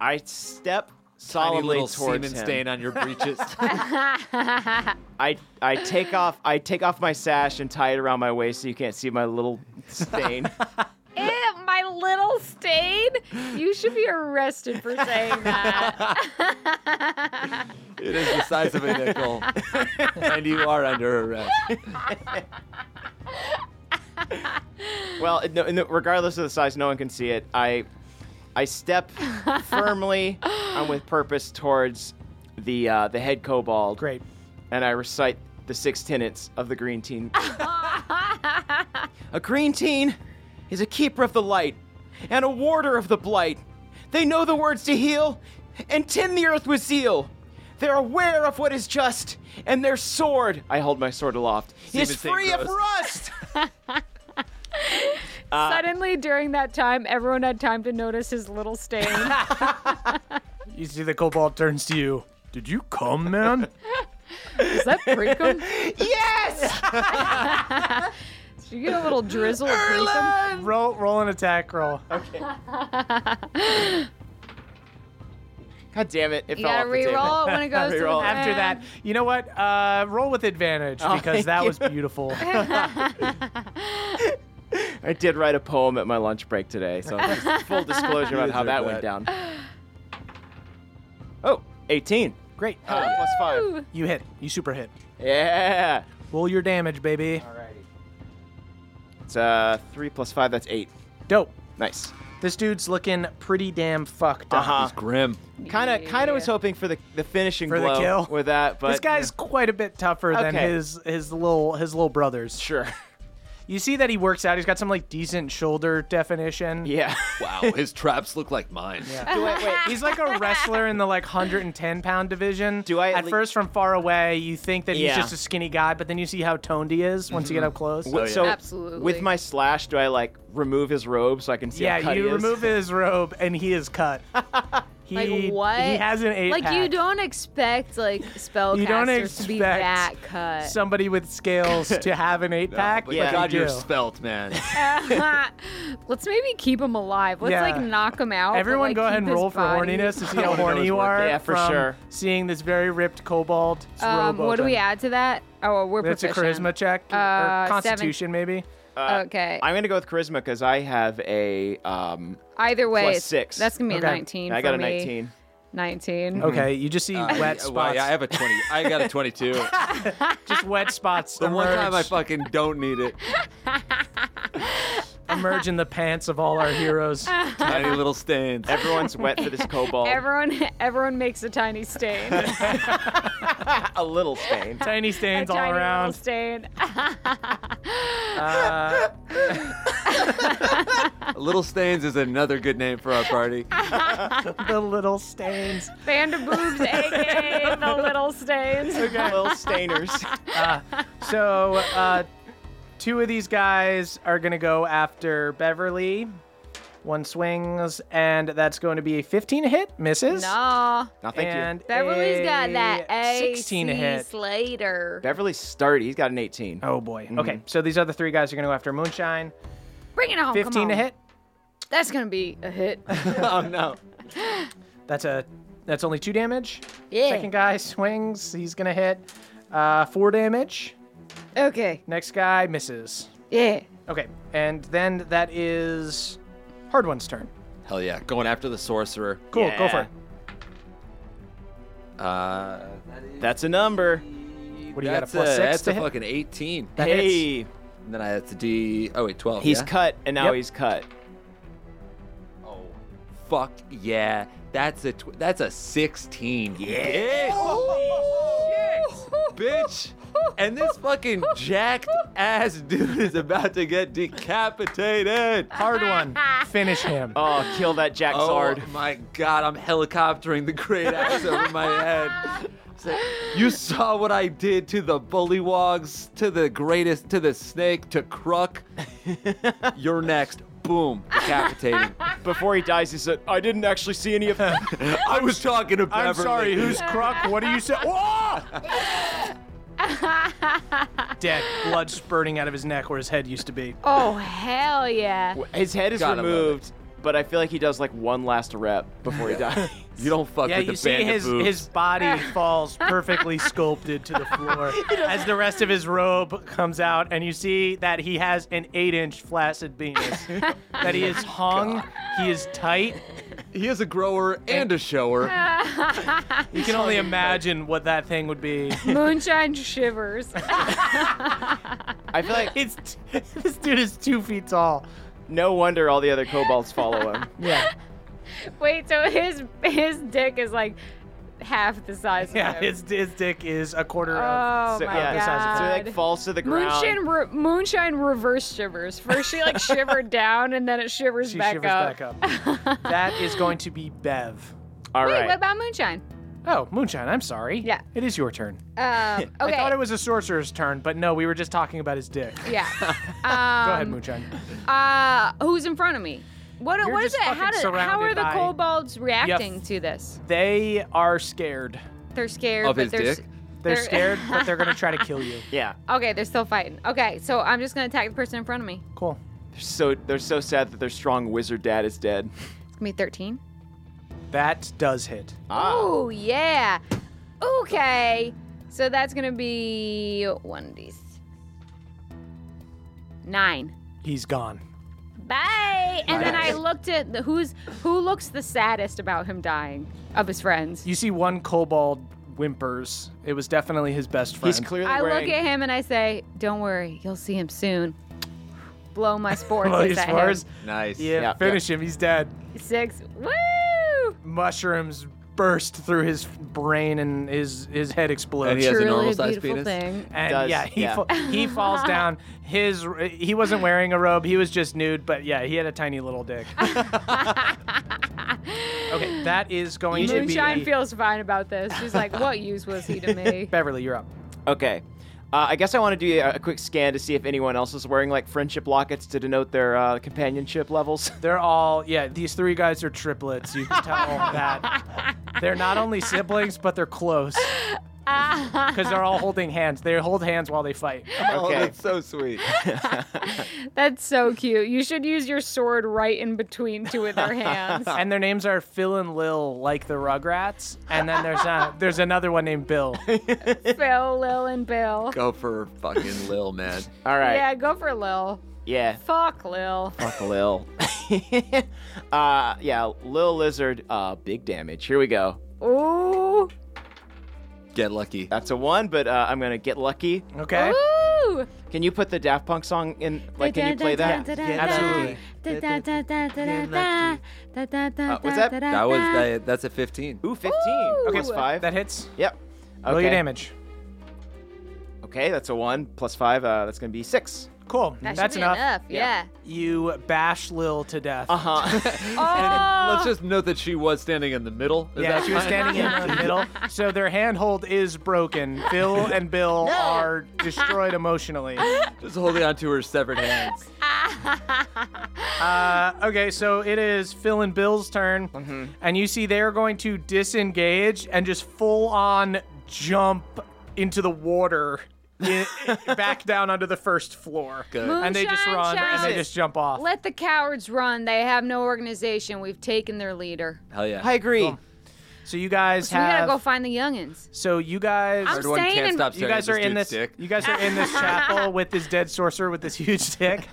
Speaker 6: I step
Speaker 5: Tiny
Speaker 6: solidly
Speaker 5: little
Speaker 6: towards
Speaker 5: semen
Speaker 6: him.
Speaker 5: stain on your breeches.
Speaker 6: I I take off I take off my sash and tie it around my waist so you can't see my little stain.
Speaker 4: Ew, my little stain. You should be arrested for saying that.
Speaker 5: it is the size of a nickel, and you are under arrest.
Speaker 6: well, no, no, regardless of the size, no one can see it. I I step firmly and with purpose towards the uh, the head kobold.
Speaker 3: Great.
Speaker 6: and I recite the six tenets of the green teen. a green teen is a keeper of the light and a warder of the blight. They know the words to heal and tend the earth with zeal. They're aware of what is just, and their sword, I hold my sword aloft, is
Speaker 5: Seaman Saint
Speaker 6: free of
Speaker 5: Gross.
Speaker 6: rust.
Speaker 4: Suddenly, during that time, everyone had time to notice his little stain.
Speaker 3: You see the kobold turns to you. Did you come, man?
Speaker 4: Is that precum?
Speaker 6: yes!
Speaker 4: Did you get a little drizzle of precum?
Speaker 3: roll, roll an attack roll.
Speaker 6: God damn it, it
Speaker 4: You
Speaker 6: fell
Speaker 4: gotta
Speaker 6: off the table.
Speaker 4: re-roll it when it goes to the
Speaker 6: Reroll.
Speaker 3: After that, you know what? Uh, roll with advantage because
Speaker 6: Oh, thank
Speaker 3: that
Speaker 6: you.
Speaker 3: was beautiful.
Speaker 6: I did write a poem at my lunch break today, so just full disclosure about how that went down. Oh, 18.
Speaker 3: Great.
Speaker 6: Uh, plus five.
Speaker 4: Ooh.
Speaker 3: You hit. You super hit.
Speaker 6: Yeah.
Speaker 3: Roll your damage, baby.
Speaker 6: It's uh three plus five. That's eight.
Speaker 3: Dope.
Speaker 6: Nice.
Speaker 3: This dude's looking pretty damn fucked up.
Speaker 6: Uh-huh.
Speaker 5: Grim.
Speaker 6: Kind of, kind of was hoping for the the finishing
Speaker 3: For the
Speaker 6: blow
Speaker 3: kill.
Speaker 6: with that, but
Speaker 3: This guy's quite a bit tougher than
Speaker 6: Okay.
Speaker 3: his his little his little brothers.
Speaker 6: sure.
Speaker 3: You see that he works out. He's got some like decent shoulder definition.
Speaker 6: Yeah.
Speaker 5: Wow, his traps look like mine. Yeah.
Speaker 6: Do I, wait,
Speaker 3: He's like a wrestler in the like 110 pound division.
Speaker 6: Do I at
Speaker 3: At
Speaker 6: lea-
Speaker 3: first, from far away, you think that
Speaker 6: Yeah. Mm-hmm.
Speaker 3: he's just a skinny guy, but then you see how toned he is once you get up close.
Speaker 6: w- so
Speaker 4: Absolutely.
Speaker 6: with my slash, do I like remove his robe so I can see? how
Speaker 3: yeah,
Speaker 6: cut
Speaker 3: you
Speaker 6: he is?
Speaker 3: remove his robe and he is cut. He,
Speaker 4: like what?
Speaker 3: He has an eight.
Speaker 4: Like you don't expect like spellcasters to be
Speaker 3: expect
Speaker 4: that cut.
Speaker 3: somebody with scales to have an eight pack.
Speaker 5: But
Speaker 6: Yeah.
Speaker 5: God,
Speaker 3: you
Speaker 5: you're
Speaker 3: do.
Speaker 5: spelt, man.
Speaker 4: Let's maybe keep him alive. Let's
Speaker 3: Yeah.
Speaker 4: like knock him out. but,
Speaker 3: Everyone,
Speaker 4: like,
Speaker 3: go ahead and
Speaker 4: keep his
Speaker 3: roll for
Speaker 4: body-
Speaker 3: horniness to see how
Speaker 6: wanna know
Speaker 3: horny
Speaker 6: his
Speaker 3: you
Speaker 6: work.
Speaker 3: are.
Speaker 6: Yeah, for
Speaker 3: from
Speaker 6: sure.
Speaker 3: Seeing this very ripped kobold.
Speaker 4: Um,
Speaker 3: robe
Speaker 4: what do
Speaker 3: open.
Speaker 4: we add to that? Oh, we're
Speaker 3: That's a
Speaker 4: proficient.
Speaker 3: charisma check Uh,
Speaker 4: Uh,
Speaker 3: or
Speaker 4: seven.
Speaker 3: constitution, maybe.
Speaker 4: okay.
Speaker 6: I'm gonna go with charisma because I have a um.
Speaker 4: Either way,
Speaker 6: plus
Speaker 4: it's-
Speaker 6: six.
Speaker 4: That's gonna be
Speaker 3: Okay.
Speaker 4: a 19.
Speaker 6: I got
Speaker 4: for
Speaker 6: a
Speaker 4: me.
Speaker 6: 19.
Speaker 4: 19.
Speaker 3: Okay, you just see wet
Speaker 5: Uh, Yeah,
Speaker 3: spots.
Speaker 5: well, yeah, I have a 20. I got a 22. the
Speaker 3: just wet spots
Speaker 5: one time I
Speaker 3: emerge,
Speaker 5: fucking don't need it.
Speaker 3: emerge in the pants of all our heroes.
Speaker 5: Tiny little stains.
Speaker 6: Everyone's wet for this cobalt.
Speaker 4: Everyone, everyone makes a tiny stain.
Speaker 6: a little stain.
Speaker 3: Tiny stains all
Speaker 4: Tiny little
Speaker 3: around.
Speaker 4: Stain.
Speaker 3: Uh,
Speaker 5: Little Stains is another good name for our party.
Speaker 3: the little stains.
Speaker 4: Band of boobs, aka the little stains.
Speaker 6: Little stainers.
Speaker 3: So, uh, two of these guys are going to go after Beverly. One swings, and that's going to be a 15 hit, misses.
Speaker 4: Nah.
Speaker 6: No, thank
Speaker 3: and
Speaker 6: you.
Speaker 4: Beverly's got that
Speaker 3: a
Speaker 4: A.
Speaker 3: 16 hit.
Speaker 4: Slater.
Speaker 6: Beverly sturdy. He's got an 18.
Speaker 3: Oh boy. Okay, so these other three guys are going to go after Moonshine.
Speaker 4: Bring it home. Oh, come
Speaker 3: 15 to
Speaker 4: on.
Speaker 3: hit.
Speaker 4: That's gonna be a hit.
Speaker 6: oh no.
Speaker 3: That's a that's only two damage.
Speaker 4: Yeah.
Speaker 3: Second guy swings. He's going to hit uh, four damage.
Speaker 4: Okay.
Speaker 3: Next guy misses.
Speaker 4: Yeah.
Speaker 3: Okay, and then that is Hard One's turn.
Speaker 5: Hell yeah, going after the sorcerer.
Speaker 3: Cool, go for
Speaker 6: Yeah.
Speaker 3: it.
Speaker 5: Uh,
Speaker 6: That's a number.
Speaker 3: What do you got, a
Speaker 5: that's
Speaker 3: plus six
Speaker 5: That's
Speaker 3: to
Speaker 5: a
Speaker 3: hit?
Speaker 5: fucking 18.
Speaker 3: That hits.
Speaker 6: hey.
Speaker 5: And then I that's a D. Oh wait, 12.
Speaker 6: He's
Speaker 5: yeah?
Speaker 6: cut and now
Speaker 3: Yep.
Speaker 6: he's cut.
Speaker 5: Oh, fuck yeah. That's a tw- that's a 16. Yeah. Bitch. And this fucking jacked ass dude is about to get decapitated.
Speaker 3: Hard One, finish him.
Speaker 6: Oh, kill that Jack Zard.
Speaker 5: Oh my god, I'm helicoptering the great axe over my head. It's like, you saw what I did to the bullywogs, to the greatest, to the snake, to Kruk. You're next. Boom, decapitating.
Speaker 6: Before he dies, he said, I didn't actually see any of him.
Speaker 5: I was talking to Beverly.
Speaker 3: Croc? What do you say? Whoa! Dead, blood spurting out of his neck where his head used to be.
Speaker 4: Oh hell yeah.
Speaker 6: His head is
Speaker 5: God, I love
Speaker 6: removed, but I feel like he does like one last rep before he dies.
Speaker 5: You don't fuck
Speaker 3: Yeah,
Speaker 5: with
Speaker 3: you
Speaker 5: the band
Speaker 3: see his
Speaker 5: of boobs.
Speaker 3: his body falls perfectly sculpted to the floor as the rest of his robe comes out, and you see that he has an eight-inch flaccid penis. that he is hung, he is tight.
Speaker 5: He is a grower and a shower.
Speaker 3: You can only imagine what that thing would be.
Speaker 4: Moonshine shivers.
Speaker 6: I feel like
Speaker 3: It's this dude is two feet tall.
Speaker 6: no wonder all the other kobolds follow him.
Speaker 3: Yeah,
Speaker 4: Wait, so his his dick is like half the size
Speaker 3: yeah.
Speaker 4: of him.
Speaker 3: His, his dick is a quarter of.
Speaker 4: Oh
Speaker 6: so,
Speaker 4: my
Speaker 6: yeah,
Speaker 4: god.
Speaker 6: so he like falls to the ground.
Speaker 4: Moonshine, re- moonshine reverse shivers. First, she like shivered down, and then it shivers
Speaker 3: She
Speaker 4: Oh, back
Speaker 3: shivers
Speaker 4: up.
Speaker 3: back up. that is going to be Bev.
Speaker 6: All
Speaker 4: Wait,
Speaker 6: right.
Speaker 4: what about moonshine?
Speaker 3: Oh, Moonshine, I'm sorry.
Speaker 4: Yeah.
Speaker 3: It is your turn.
Speaker 4: Um, okay,
Speaker 3: I thought it was a sorcerer's turn, but no, we were just talking about his dick.
Speaker 4: yeah. Um,
Speaker 3: Go ahead, Moonshine.
Speaker 4: Uh, who's in front of me? What,
Speaker 3: You're
Speaker 4: what is it?
Speaker 3: just
Speaker 4: How,
Speaker 3: fucking
Speaker 4: do, how are
Speaker 3: surrounded
Speaker 4: the
Speaker 3: by-
Speaker 4: kobolds reacting to this?
Speaker 3: They are scared.
Speaker 4: They're scared.
Speaker 5: Of
Speaker 4: but
Speaker 5: his
Speaker 4: they're s-
Speaker 5: dick?
Speaker 3: They're
Speaker 4: They're-
Speaker 3: scared, but they're going to try to kill you.
Speaker 6: Yeah.
Speaker 4: Okay, they're still fighting. Okay, so I'm just gonna attack the person in front of me.
Speaker 3: Cool.
Speaker 6: They're so they're so sad that their strong wizard dad is dead.
Speaker 4: It's gonna be 13.
Speaker 3: That does hit.
Speaker 5: Ah.
Speaker 4: Oh yeah. Okay. So that's gonna be one of these. Nine.
Speaker 3: He's gone.
Speaker 4: Bye. And then I looked at the, who's who looks the saddest about him dying of his friends.
Speaker 3: You see one kobold whimpers. It was definitely his best friend.
Speaker 6: He's clearly
Speaker 4: I
Speaker 6: wearing.
Speaker 4: look at him and I say, "Don't worry, you'll see him soon." Blow my sports.
Speaker 3: Blow
Speaker 4: at
Speaker 3: your
Speaker 4: that
Speaker 3: spores.
Speaker 5: Nice.
Speaker 3: Yeah,
Speaker 6: Yeah,
Speaker 3: finish him. He's dead.
Speaker 4: head. Six. Woo!
Speaker 3: Mushrooms burst through his brain and his his head explodes.
Speaker 5: And he has a
Speaker 4: Truly
Speaker 5: normal
Speaker 4: a
Speaker 5: sized
Speaker 4: beautiful
Speaker 5: penis.
Speaker 4: thing.
Speaker 3: And
Speaker 6: Does-
Speaker 3: yeah, he
Speaker 6: yeah.
Speaker 3: fa- he falls down. His he wasn't wearing a robe. He was just nude. But yeah, he had a tiny little dick. okay, that is going to be
Speaker 4: Moonshine feels fine about this. She's like, "What use was he to me?"
Speaker 3: Beverly. You're up.
Speaker 6: Okay. Uh, I guess I want to do a, a quick scan to see if anyone else is wearing like friendship lockets to denote their uh, companionship levels.
Speaker 3: They're all yeah. These three guys are triplets. You can tell that they're not only siblings, but they're close because they're all holding hands. They hold hands while they fight.
Speaker 5: Oh,
Speaker 6: Okay.
Speaker 5: that's so sweet.
Speaker 4: That's so cute. You should use your sword right in between two of their hands.
Speaker 3: And their names are Phil and Lil, like the Rugrats. And then there's a, there's another one named Bill.
Speaker 4: Phil, Lil, and Bill.
Speaker 5: Go for fucking Lil, man.
Speaker 6: All right.
Speaker 4: Yeah, go for Lil.
Speaker 6: yeah.
Speaker 4: Fuck Lil.
Speaker 6: Fuck Lil. uh, yeah, Lil Lizard. Uh, big damage. Here we go.
Speaker 4: Ooh.
Speaker 5: Get lucky.
Speaker 6: That's a one, but uh, I'm gonna get lucky.
Speaker 3: Okay.
Speaker 4: Ooh.
Speaker 6: Can you put the Daft Punk song in? Like, can you play that?
Speaker 3: absolutely.
Speaker 6: Uh, what's that?
Speaker 5: That was that, that's a 15.
Speaker 6: Ooh, 15.
Speaker 4: Ooh.
Speaker 6: Plus five.
Speaker 3: That hits.
Speaker 6: Yep.
Speaker 3: Roll your damage.
Speaker 6: Okay, that's a one plus five. Uh, that's gonna be six.
Speaker 3: Cool.
Speaker 4: That
Speaker 3: That's
Speaker 4: should be
Speaker 3: enough.
Speaker 4: enough. Yeah.
Speaker 3: You bash Lil to death.
Speaker 5: Uh-huh.
Speaker 6: Uh-huh.
Speaker 5: Let's just note that she was standing in the middle. Is
Speaker 3: Oh. Yeah,
Speaker 5: that
Speaker 3: she was
Speaker 5: fine?
Speaker 3: standing in the middle. So their handhold is broken. Phil and Bill are destroyed emotionally.
Speaker 5: Just holding onto her severed hands.
Speaker 3: Uh, okay, so it is Phil and Bill's turn, and you see they're going to disengage and just full on jump into the water. i- back down onto the first floor, and they just
Speaker 4: Moonshine
Speaker 3: run and they
Speaker 4: Child.
Speaker 3: just jump off.
Speaker 4: Oh, Let the cowards run. They have no organization. We've taken their leader.
Speaker 5: Hell yeah.
Speaker 6: I agree.
Speaker 3: So you guys
Speaker 4: So we
Speaker 3: have.
Speaker 4: gotta go find the youngins.
Speaker 3: so you guys.
Speaker 4: I'm
Speaker 5: Third one
Speaker 4: staying
Speaker 5: can't
Speaker 4: in-
Speaker 5: stop
Speaker 3: you
Speaker 5: staring
Speaker 3: guys
Speaker 5: at
Speaker 3: are
Speaker 5: this
Speaker 3: in
Speaker 5: dude's
Speaker 3: this.
Speaker 5: dick.
Speaker 3: You guys are in this chapel with this dead sorcerer with this huge dick,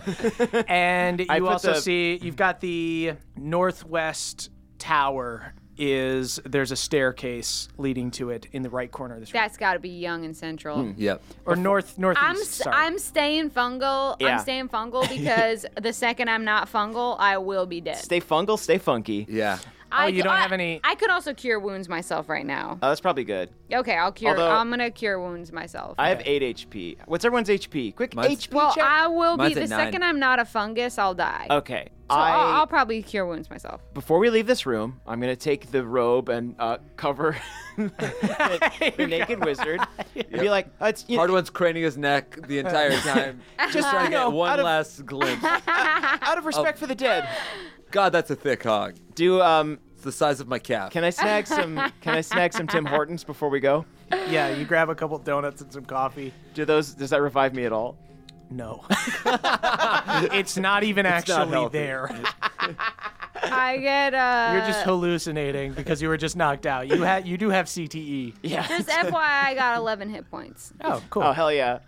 Speaker 3: and
Speaker 6: I
Speaker 3: you
Speaker 6: put
Speaker 3: also
Speaker 6: the-
Speaker 3: see you've got the northwest tower. Is there's a staircase leading to it in the right corner of this room,
Speaker 4: That's gotta be young and central.
Speaker 5: Yep.
Speaker 3: or north northeast?
Speaker 4: I'm s-
Speaker 3: sorry.
Speaker 4: I'm staying fungal.
Speaker 6: Yeah.
Speaker 4: I'm staying fungal because the second I'm not fungal, I will be dead.
Speaker 6: Stay fungal, stay funky.
Speaker 5: Yeah.
Speaker 4: I,
Speaker 3: Oh, you don't
Speaker 4: I-
Speaker 3: have any-
Speaker 4: I could also cure wounds myself right now.
Speaker 6: Oh, that's probably good.
Speaker 4: Okay, I'll cure.
Speaker 6: Although-
Speaker 4: I'm gonna cure wounds myself.
Speaker 6: I have eight HP. What's everyone's HP? Quick
Speaker 5: Mine's-
Speaker 6: HP
Speaker 4: well,
Speaker 6: check.
Speaker 4: I will be.
Speaker 5: Mine's
Speaker 4: The
Speaker 5: at nine.
Speaker 4: second I'm not a fungus, I'll die.
Speaker 3: Oh,
Speaker 6: okay.
Speaker 4: So uh,
Speaker 6: I
Speaker 4: I'll, I'll probably cure wounds myself.
Speaker 6: before we leave this room, I'm gonna take the robe and uh, cover the, the naked wizard. And be like, uh, it's, you
Speaker 5: Hard one's craning his neck the entire time. just trying to
Speaker 6: you know,
Speaker 5: get one
Speaker 6: out of-
Speaker 5: last glimpse.
Speaker 6: out of respect for the dead.
Speaker 5: God, that's a thick hog.
Speaker 6: Do um,
Speaker 5: It's the size of my calf.
Speaker 6: can I snag some? Can I snag some Tim Hortons before we go?
Speaker 3: yeah, you grab a couple donuts and some coffee.
Speaker 6: Do those? Does that revive me at all?
Speaker 3: No, it's not even
Speaker 5: not
Speaker 3: actually
Speaker 5: healthy.
Speaker 3: there.
Speaker 4: I get. Uh,
Speaker 3: You're just hallucinating because you were just knocked out. You had you do have CTE.
Speaker 6: Yeah.
Speaker 4: Just FYI, I got 11 hit points.
Speaker 3: Oh, cool.
Speaker 6: Oh hell yeah!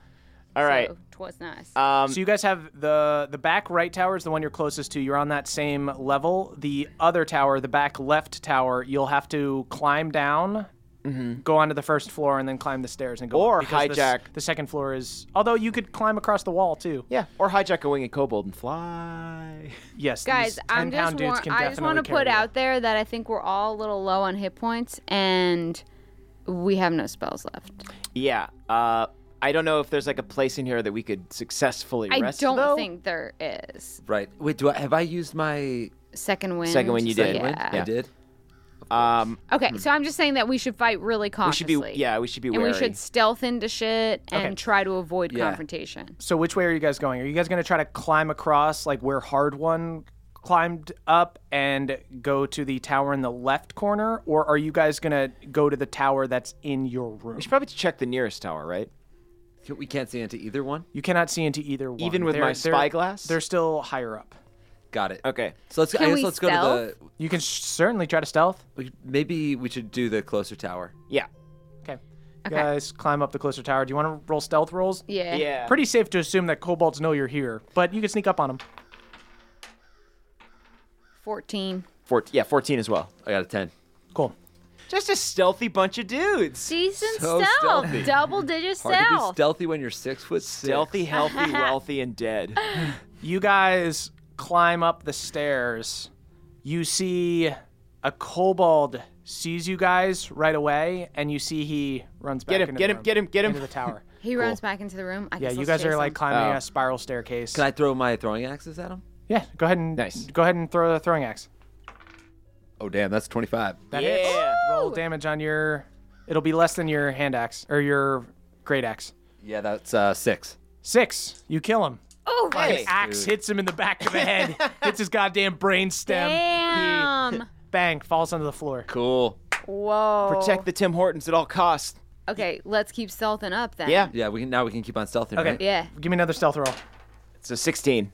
Speaker 6: All right.
Speaker 4: So, twas nice.
Speaker 6: Um,
Speaker 3: So you guys have the the back right tower is the one you're closest to. You're on that same level. The other tower, the back left tower, you'll have to climb down, go onto the first floor, and then climb the stairs and go. up,
Speaker 6: Mm-hmm. Or
Speaker 3: because the s-
Speaker 6: hijack.
Speaker 3: The, second floor is. Although you could climb across the wall too.
Speaker 6: yeah. Or hijack a wing and kobold and fly.
Speaker 3: Yes,
Speaker 4: Guys,
Speaker 3: these
Speaker 4: I'm
Speaker 3: 10-pound
Speaker 4: just
Speaker 3: dudes
Speaker 4: war-
Speaker 3: can
Speaker 4: I just
Speaker 3: definitely
Speaker 4: want to put
Speaker 3: carry you.
Speaker 4: out there that I think we're all a little low on hit points and we have no spells left.
Speaker 6: Yeah. Uh, I don't know if there's like a place in here that we could successfully
Speaker 4: I
Speaker 6: rest.
Speaker 4: don't
Speaker 6: though.
Speaker 4: think there is.
Speaker 5: Right. Wait, do I have I used my
Speaker 4: Second wind.
Speaker 6: Second wind you did.
Speaker 5: wind?
Speaker 4: Yeah.
Speaker 5: I did.
Speaker 6: Um,
Speaker 4: Okay, so I'm just saying that we should fight really
Speaker 6: we
Speaker 4: cautiously.
Speaker 6: should be. Yeah, we should be
Speaker 4: and
Speaker 6: wary.
Speaker 4: we should stealth into shit and try to avoid
Speaker 5: Yeah.
Speaker 4: confrontation.
Speaker 3: So which way are you guys going? Are you guys going to try to climb across like where Hard One climbed up and go to the tower in the left corner, or are you guys going to go to the tower that's in your room?
Speaker 6: We should probably check the nearest tower, right?
Speaker 5: We can't see into either one.
Speaker 3: You cannot see into either one.
Speaker 6: Even with my spyglass?
Speaker 3: They're still higher up.
Speaker 5: Got it.
Speaker 6: Okay.
Speaker 5: So let's.
Speaker 4: Can
Speaker 5: I guess
Speaker 4: we
Speaker 5: let's go to the.
Speaker 3: You can sh- certainly try to stealth.
Speaker 5: we- Maybe we should do the closer tower.
Speaker 6: Yeah.
Speaker 3: Okay. You guys climb up the closer tower. Do you want to roll stealth rolls?
Speaker 4: Yeah.
Speaker 6: Yeah.
Speaker 3: Pretty safe to assume that kobolds know you're here, but you can sneak up on them.
Speaker 4: 14.
Speaker 6: Four- yeah, 14 as well.
Speaker 5: I got a ten.
Speaker 3: Cool.
Speaker 6: Just a stealthy bunch of dudes.
Speaker 4: Decent
Speaker 5: So
Speaker 4: stealth.
Speaker 5: stealthy.
Speaker 4: Double digit
Speaker 5: Hard to be
Speaker 4: stealth.
Speaker 5: stealthy when you're six foot six.
Speaker 6: Stealthy, healthy, wealthy, and dead.
Speaker 3: You guys climb up the stairs. You see a kobold sees you guys right away, and you see he runs back
Speaker 6: Get him,
Speaker 3: into
Speaker 6: get
Speaker 3: the
Speaker 6: him,
Speaker 3: room,
Speaker 6: get him, get him.
Speaker 3: into the tower.
Speaker 4: he runs back into the room. I
Speaker 3: Yeah,
Speaker 4: guess
Speaker 3: you
Speaker 4: let's
Speaker 3: guys
Speaker 4: chase
Speaker 3: are like
Speaker 4: him.
Speaker 3: climbing
Speaker 6: Oh.
Speaker 3: a spiral staircase.
Speaker 5: Can I throw my throwing axes at him?
Speaker 3: yeah, go ahead and
Speaker 6: Nice.
Speaker 3: go ahead and throw the throwing axe.
Speaker 5: Oh damn, that's twenty five.
Speaker 3: That
Speaker 6: Yeah.
Speaker 3: hits. Roll damage on your. It'll be less than your hand axe or your great axe.
Speaker 5: Yeah, that's uh, six.
Speaker 3: Six. You kill him.
Speaker 4: Oh,
Speaker 6: Hey.
Speaker 3: Axe hits him in the back of the head. hits his goddamn brain stem.
Speaker 4: damn.
Speaker 3: Bang! Falls onto the floor.
Speaker 5: Cool.
Speaker 4: Whoa.
Speaker 6: Protect the Tim Hortons at all costs.
Speaker 4: Okay, let's keep stealthing up then.
Speaker 6: Yeah.
Speaker 5: Yeah, we can now we can keep on stealthing.
Speaker 3: Okay.
Speaker 5: right?
Speaker 4: Yeah.
Speaker 3: Give me another stealth roll.
Speaker 6: So 16.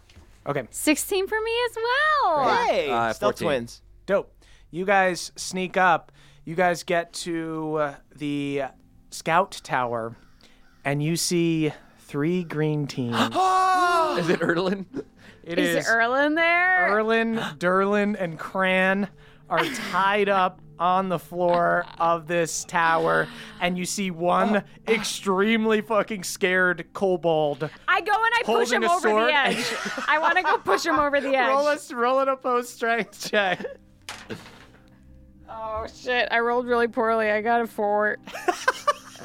Speaker 3: Okay.
Speaker 4: 16 for me as well.
Speaker 6: Hey,
Speaker 5: Uh,
Speaker 6: stealth
Speaker 5: 14.
Speaker 6: twins.
Speaker 3: Dope. You guys sneak up. You guys get to uh, the scout tower, and you see three green teams.
Speaker 5: Is it Erlin?
Speaker 4: Is, Erlen there?
Speaker 3: Erlin, Derlin, and Cran are tied up on the floor of this tower, and you see one extremely fucking scared kobold.
Speaker 4: I go and I push
Speaker 3: Holding
Speaker 4: him
Speaker 3: a
Speaker 4: over
Speaker 3: sword
Speaker 4: the edge. I want to go push him over the edge.
Speaker 3: Roll us, roll an opposed strength check.
Speaker 4: oh shit! I rolled really poorly. I got a four.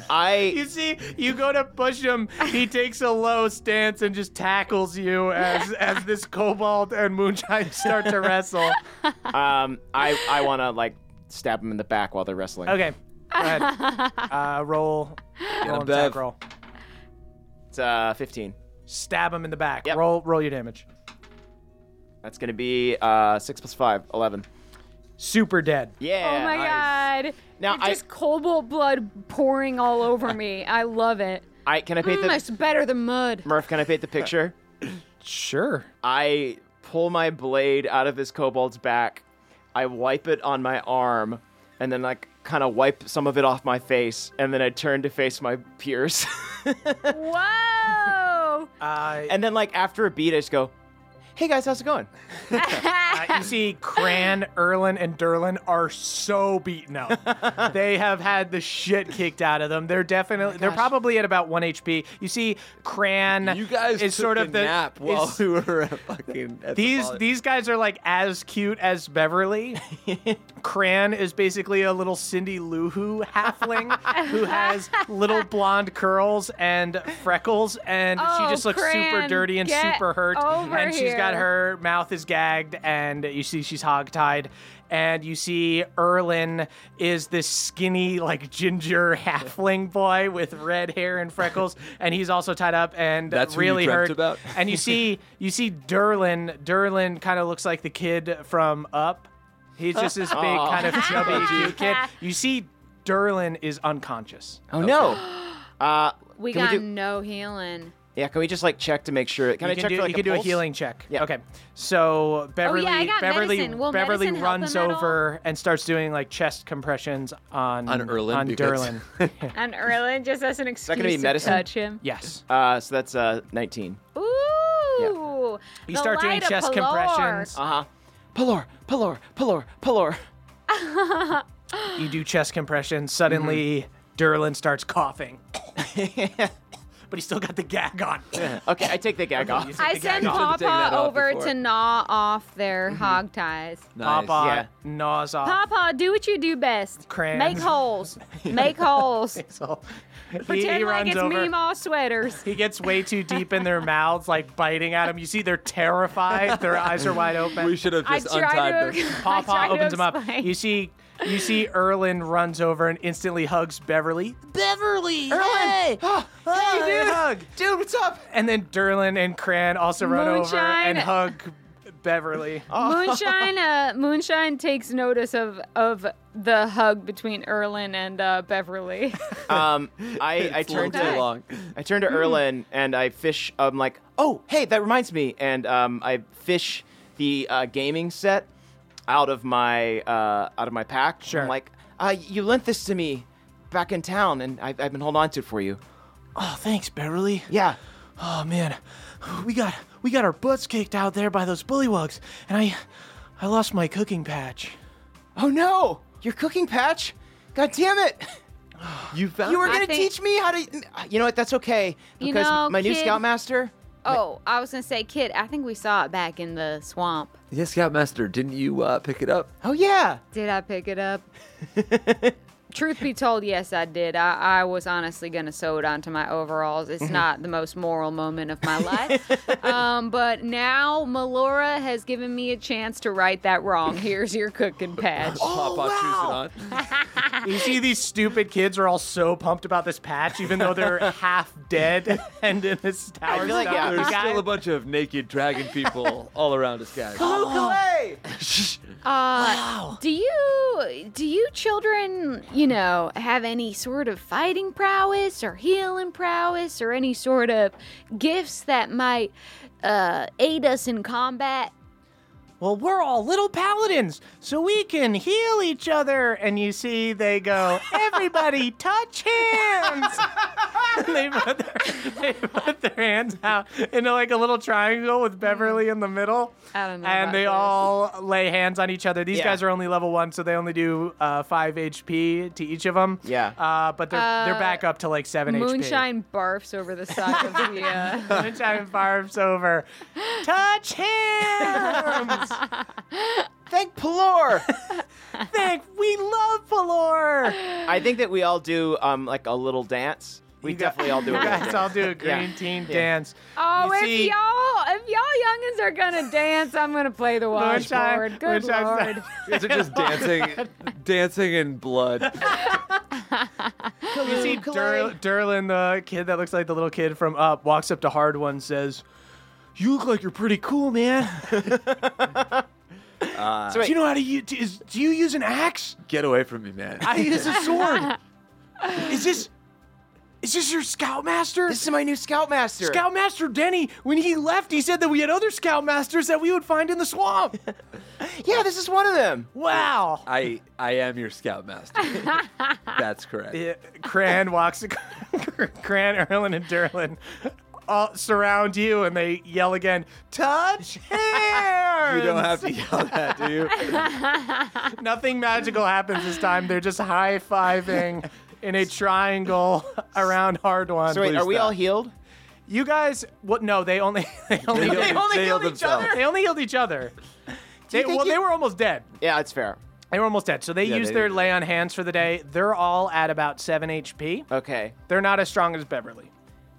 Speaker 6: I
Speaker 3: You see, you go to push him. He takes a low stance and just tackles you as as this cobalt and moonshine start to wrestle.
Speaker 6: um I I want to like stab him in the back while they're wrestling.
Speaker 3: Okay, go ahead. Uh, roll, roll an attack
Speaker 5: Bev.
Speaker 3: roll.
Speaker 6: It's uh 15.
Speaker 3: Stab him in the back.
Speaker 6: Yep.
Speaker 3: Roll roll your damage.
Speaker 6: That's going to be uh 6 plus 5, 11.
Speaker 3: Super dead.
Speaker 6: Yeah.
Speaker 4: oh my god!
Speaker 6: Now,
Speaker 4: It's
Speaker 6: I-
Speaker 4: just cobalt blood pouring all over me. I love it.
Speaker 6: I can I paint
Speaker 4: Mm,
Speaker 6: the
Speaker 4: it's better than mud.
Speaker 6: Murph, can I paint the picture?
Speaker 3: Sure.
Speaker 6: I pull my blade out of this kobold's back. I wipe it on my arm, and then like kind of wipe some of it off my face, and then I turn to face my peers.
Speaker 4: Whoa!
Speaker 3: Uh,
Speaker 6: and then like after a beat, I just go, "Hey guys, how's it going?"
Speaker 3: Uh, you see, Cran, Erlin, and Derlin are so beaten up. they have had the shit kicked out of them. They're definitely, they're probably at about one HP. You see, Cran
Speaker 5: You guys
Speaker 3: is
Speaker 5: took
Speaker 3: sort
Speaker 5: a
Speaker 3: of the
Speaker 5: nap while
Speaker 3: is-
Speaker 5: we were at fucking. At
Speaker 3: these
Speaker 5: the
Speaker 3: these guys are like as cute as Beverly. Cran is basically a little Cindy Lou Who halfling who has little blonde curls and freckles, and
Speaker 4: Oh,
Speaker 3: she just looks super
Speaker 4: Cran,
Speaker 3: dirty and
Speaker 4: get
Speaker 3: super hurt.
Speaker 4: over
Speaker 3: and she's got
Speaker 4: here.
Speaker 3: her mouth is gagged, and you see she's hogtied. And you see Erlin is this skinny, like ginger halfling boy with red hair and freckles, and he's also tied up and
Speaker 5: That's who you
Speaker 3: really
Speaker 5: dreamt
Speaker 3: hurt.
Speaker 5: about?
Speaker 3: and you see you see Derlin. Derlin kind of looks like the kid from Up. He's just this big kind of chubby cute kid. You see Derlin is unconscious.
Speaker 6: Oh no. Uh,
Speaker 4: We
Speaker 6: Can we
Speaker 4: got
Speaker 6: do-
Speaker 4: no healing.
Speaker 6: yeah. Can we just like check to make sure? Can I
Speaker 3: you
Speaker 6: check
Speaker 3: can, do,
Speaker 6: for like
Speaker 3: you can do a
Speaker 6: pulse?
Speaker 3: healing check.
Speaker 6: Yeah.
Speaker 3: Okay. So Beverly
Speaker 4: I got
Speaker 3: Beverly
Speaker 4: medicine. Will
Speaker 3: Beverly
Speaker 4: medicine help
Speaker 3: runs
Speaker 4: him at all?
Speaker 3: over and starts doing like chest compressions on
Speaker 5: On Erlin
Speaker 3: on
Speaker 5: because-
Speaker 3: Derlin.
Speaker 4: And Erlin just as an excuse
Speaker 6: gonna be
Speaker 4: to
Speaker 6: medicine?
Speaker 4: touch him.
Speaker 3: yes.
Speaker 6: Uh, so that's uh 19.
Speaker 4: Ooh!
Speaker 3: You
Speaker 4: the
Speaker 3: start doing
Speaker 4: light of
Speaker 3: chest
Speaker 4: Pelor.
Speaker 3: compressions.
Speaker 6: Uh huh. Pelor, Pelor, Pelor, Pelor.
Speaker 3: You do chest compressions.
Speaker 5: Mm-hmm.
Speaker 3: Suddenly Derlin starts coughing. but he's still got the gag on.
Speaker 6: Okay, I take the gag off.
Speaker 4: I send
Speaker 5: should've taken that
Speaker 4: Pawpaw
Speaker 5: off
Speaker 4: over
Speaker 5: before.
Speaker 4: to gnaw off their hog ties.
Speaker 5: nice.
Speaker 3: Papa
Speaker 6: yeah.
Speaker 3: gnaws off.
Speaker 4: Pawpaw, do what you do best.
Speaker 3: Crayons.
Speaker 4: Make holes. Make holes.
Speaker 3: So he-
Speaker 4: Pretend
Speaker 3: he
Speaker 4: like
Speaker 3: runs
Speaker 4: it's
Speaker 3: over.
Speaker 4: Meemaw sweaters.
Speaker 3: He gets way too deep in their mouths, like biting at him. You see, they're terrified. Their eyes are wide
Speaker 5: We
Speaker 3: open.
Speaker 5: should have
Speaker 4: I
Speaker 5: just
Speaker 4: try
Speaker 5: untied
Speaker 4: to.
Speaker 5: them.
Speaker 4: I
Speaker 3: Papa
Speaker 4: try to
Speaker 3: opens him up.
Speaker 4: explain.
Speaker 3: You see, you see, Erlin runs over and instantly hugs Beverly. Beverly, Erlin, hey, hug,
Speaker 6: Dude, what's up?
Speaker 3: and then Derlin and Cran also run over
Speaker 4: Moonshine.
Speaker 3: and hug Beverly.
Speaker 4: Moonshine, uh, Moonshine takes notice of of the hug between Erlin and uh, Beverly.
Speaker 6: Um, I I
Speaker 5: It's a little
Speaker 6: turn
Speaker 5: too
Speaker 6: to
Speaker 5: long.
Speaker 6: I turn to Erlin and I fish. I'm like, oh, hey, that reminds me. And um, I fish the uh, gaming set out of my uh, out of my pack.
Speaker 3: Sure.
Speaker 6: I'm like, uh, you lent this to me back in town, and I've, I've been holding on to it for you.
Speaker 3: Oh, thanks, Beverly.
Speaker 6: Yeah.
Speaker 3: Oh man, we got we got our butts kicked out there by those bullywugs, and I I lost my cooking patch.
Speaker 6: Oh no, your cooking patch. God damn it!
Speaker 5: You found
Speaker 6: You were
Speaker 5: it.
Speaker 6: gonna
Speaker 4: Oh, think-
Speaker 6: teach me how to. e-" You know what? That's okay
Speaker 4: You
Speaker 6: because
Speaker 4: know,
Speaker 6: my new
Speaker 4: kid-
Speaker 6: scoutmaster.
Speaker 4: oh, I was gonna say, Kid. I think we saw it back in the swamp.
Speaker 5: Yes, Scoutmaster, didn't you uh, pick it up?
Speaker 6: Oh yeah.
Speaker 4: Did I pick it up? Truth be told, yes, I did. I, I was honestly going to sew it onto my overalls. It's
Speaker 3: Mm-hmm.
Speaker 4: not the most moral moment of my life. um, but now Melora has given me a chance to right that wrong. Here's your cooking patch.
Speaker 5: Papa choose it on.
Speaker 3: You see, these stupid kids are all so pumped about this patch, even though they're half dead and in this tower.
Speaker 6: I feel like,
Speaker 3: stuff.
Speaker 6: yeah,
Speaker 3: The
Speaker 5: There's
Speaker 3: guy-
Speaker 5: still a bunch of naked dragon people all around us, guys.
Speaker 6: Oh,
Speaker 4: Uh, Do you do you children, you know, have any sort of fighting prowess or healing prowess or any sort of gifts that might uh, aid us in combat?
Speaker 3: well, we're all little paladins, so we can heal each other. And you see, they go, everybody touch hands. And they, put their, they put their hands out into like a little triangle with Beverly in the middle.
Speaker 4: Mm-hmm. I don't know about
Speaker 3: And they
Speaker 4: this.
Speaker 3: all lay hands on each other. These
Speaker 6: Yeah.
Speaker 3: guys are only level one, so they only do uh, five HP to each of them.
Speaker 6: Yeah.
Speaker 3: Uh, but they're they're
Speaker 4: Uh,
Speaker 3: back up to like seven HP.
Speaker 4: Moonshine barfs over the side of the. Uh...
Speaker 3: Moonshine farms over. Touch hands.
Speaker 6: Thank Pelor.
Speaker 3: think we love Valor.
Speaker 6: I think that we all do um like a little dance. We
Speaker 3: You gu-
Speaker 6: definitely all do.
Speaker 3: You
Speaker 6: a little
Speaker 3: guys
Speaker 6: dance.
Speaker 3: all do a green
Speaker 6: Yeah.
Speaker 3: team dance.
Speaker 4: Oh,
Speaker 3: You
Speaker 4: if
Speaker 3: see-
Speaker 4: y'all if y'all youngins are gonna dance, I'm gonna play the
Speaker 3: Lunchtime-
Speaker 4: washboard. Good
Speaker 3: lunchtime
Speaker 4: lord.
Speaker 3: snack.
Speaker 5: Guys are just dancing, dancing in blood.
Speaker 3: You see Dur- Derlin, the kid that looks like the little kid from Up, walks up to Hard One and says, you look like you're pretty cool, man.
Speaker 6: So
Speaker 3: Do
Speaker 6: wait,
Speaker 3: Uh, you know how to use? Is, do you use an axe?
Speaker 5: Get away from me, man.
Speaker 3: I use a sword. Is this? Is this your scoutmaster?
Speaker 6: this is my new scoutmaster.
Speaker 3: Scoutmaster Denny, when he left, he said that we had other scoutmasters that we would find in the swamp.
Speaker 6: Yeah, this is one of them.
Speaker 3: wow.
Speaker 5: I I am your scoutmaster. That's correct.
Speaker 3: Yeah, Cran walks. Cran, Erlin, and Derlin all surround you and they yell again, touch hands!
Speaker 5: You don't have to yell that, do you?
Speaker 3: Nothing magical happens this time. They're just high fiving in a triangle around hard one.
Speaker 6: So wait, are we all healed?
Speaker 3: you guys? What? No, they only they only
Speaker 5: They
Speaker 3: they,
Speaker 5: healed-
Speaker 6: only
Speaker 5: they
Speaker 6: healed
Speaker 5: healed
Speaker 6: each other?
Speaker 5: themselves.
Speaker 3: only healed each other. They,
Speaker 6: think
Speaker 3: well,
Speaker 6: you-
Speaker 3: they were almost dead.
Speaker 6: Yeah, that's fair.
Speaker 3: They were almost dead. So they
Speaker 5: Yeah,
Speaker 3: used
Speaker 5: they-
Speaker 3: their lay on hands for the day. They're all at about seven HP.
Speaker 6: Okay.
Speaker 3: They're not as strong as Beverly.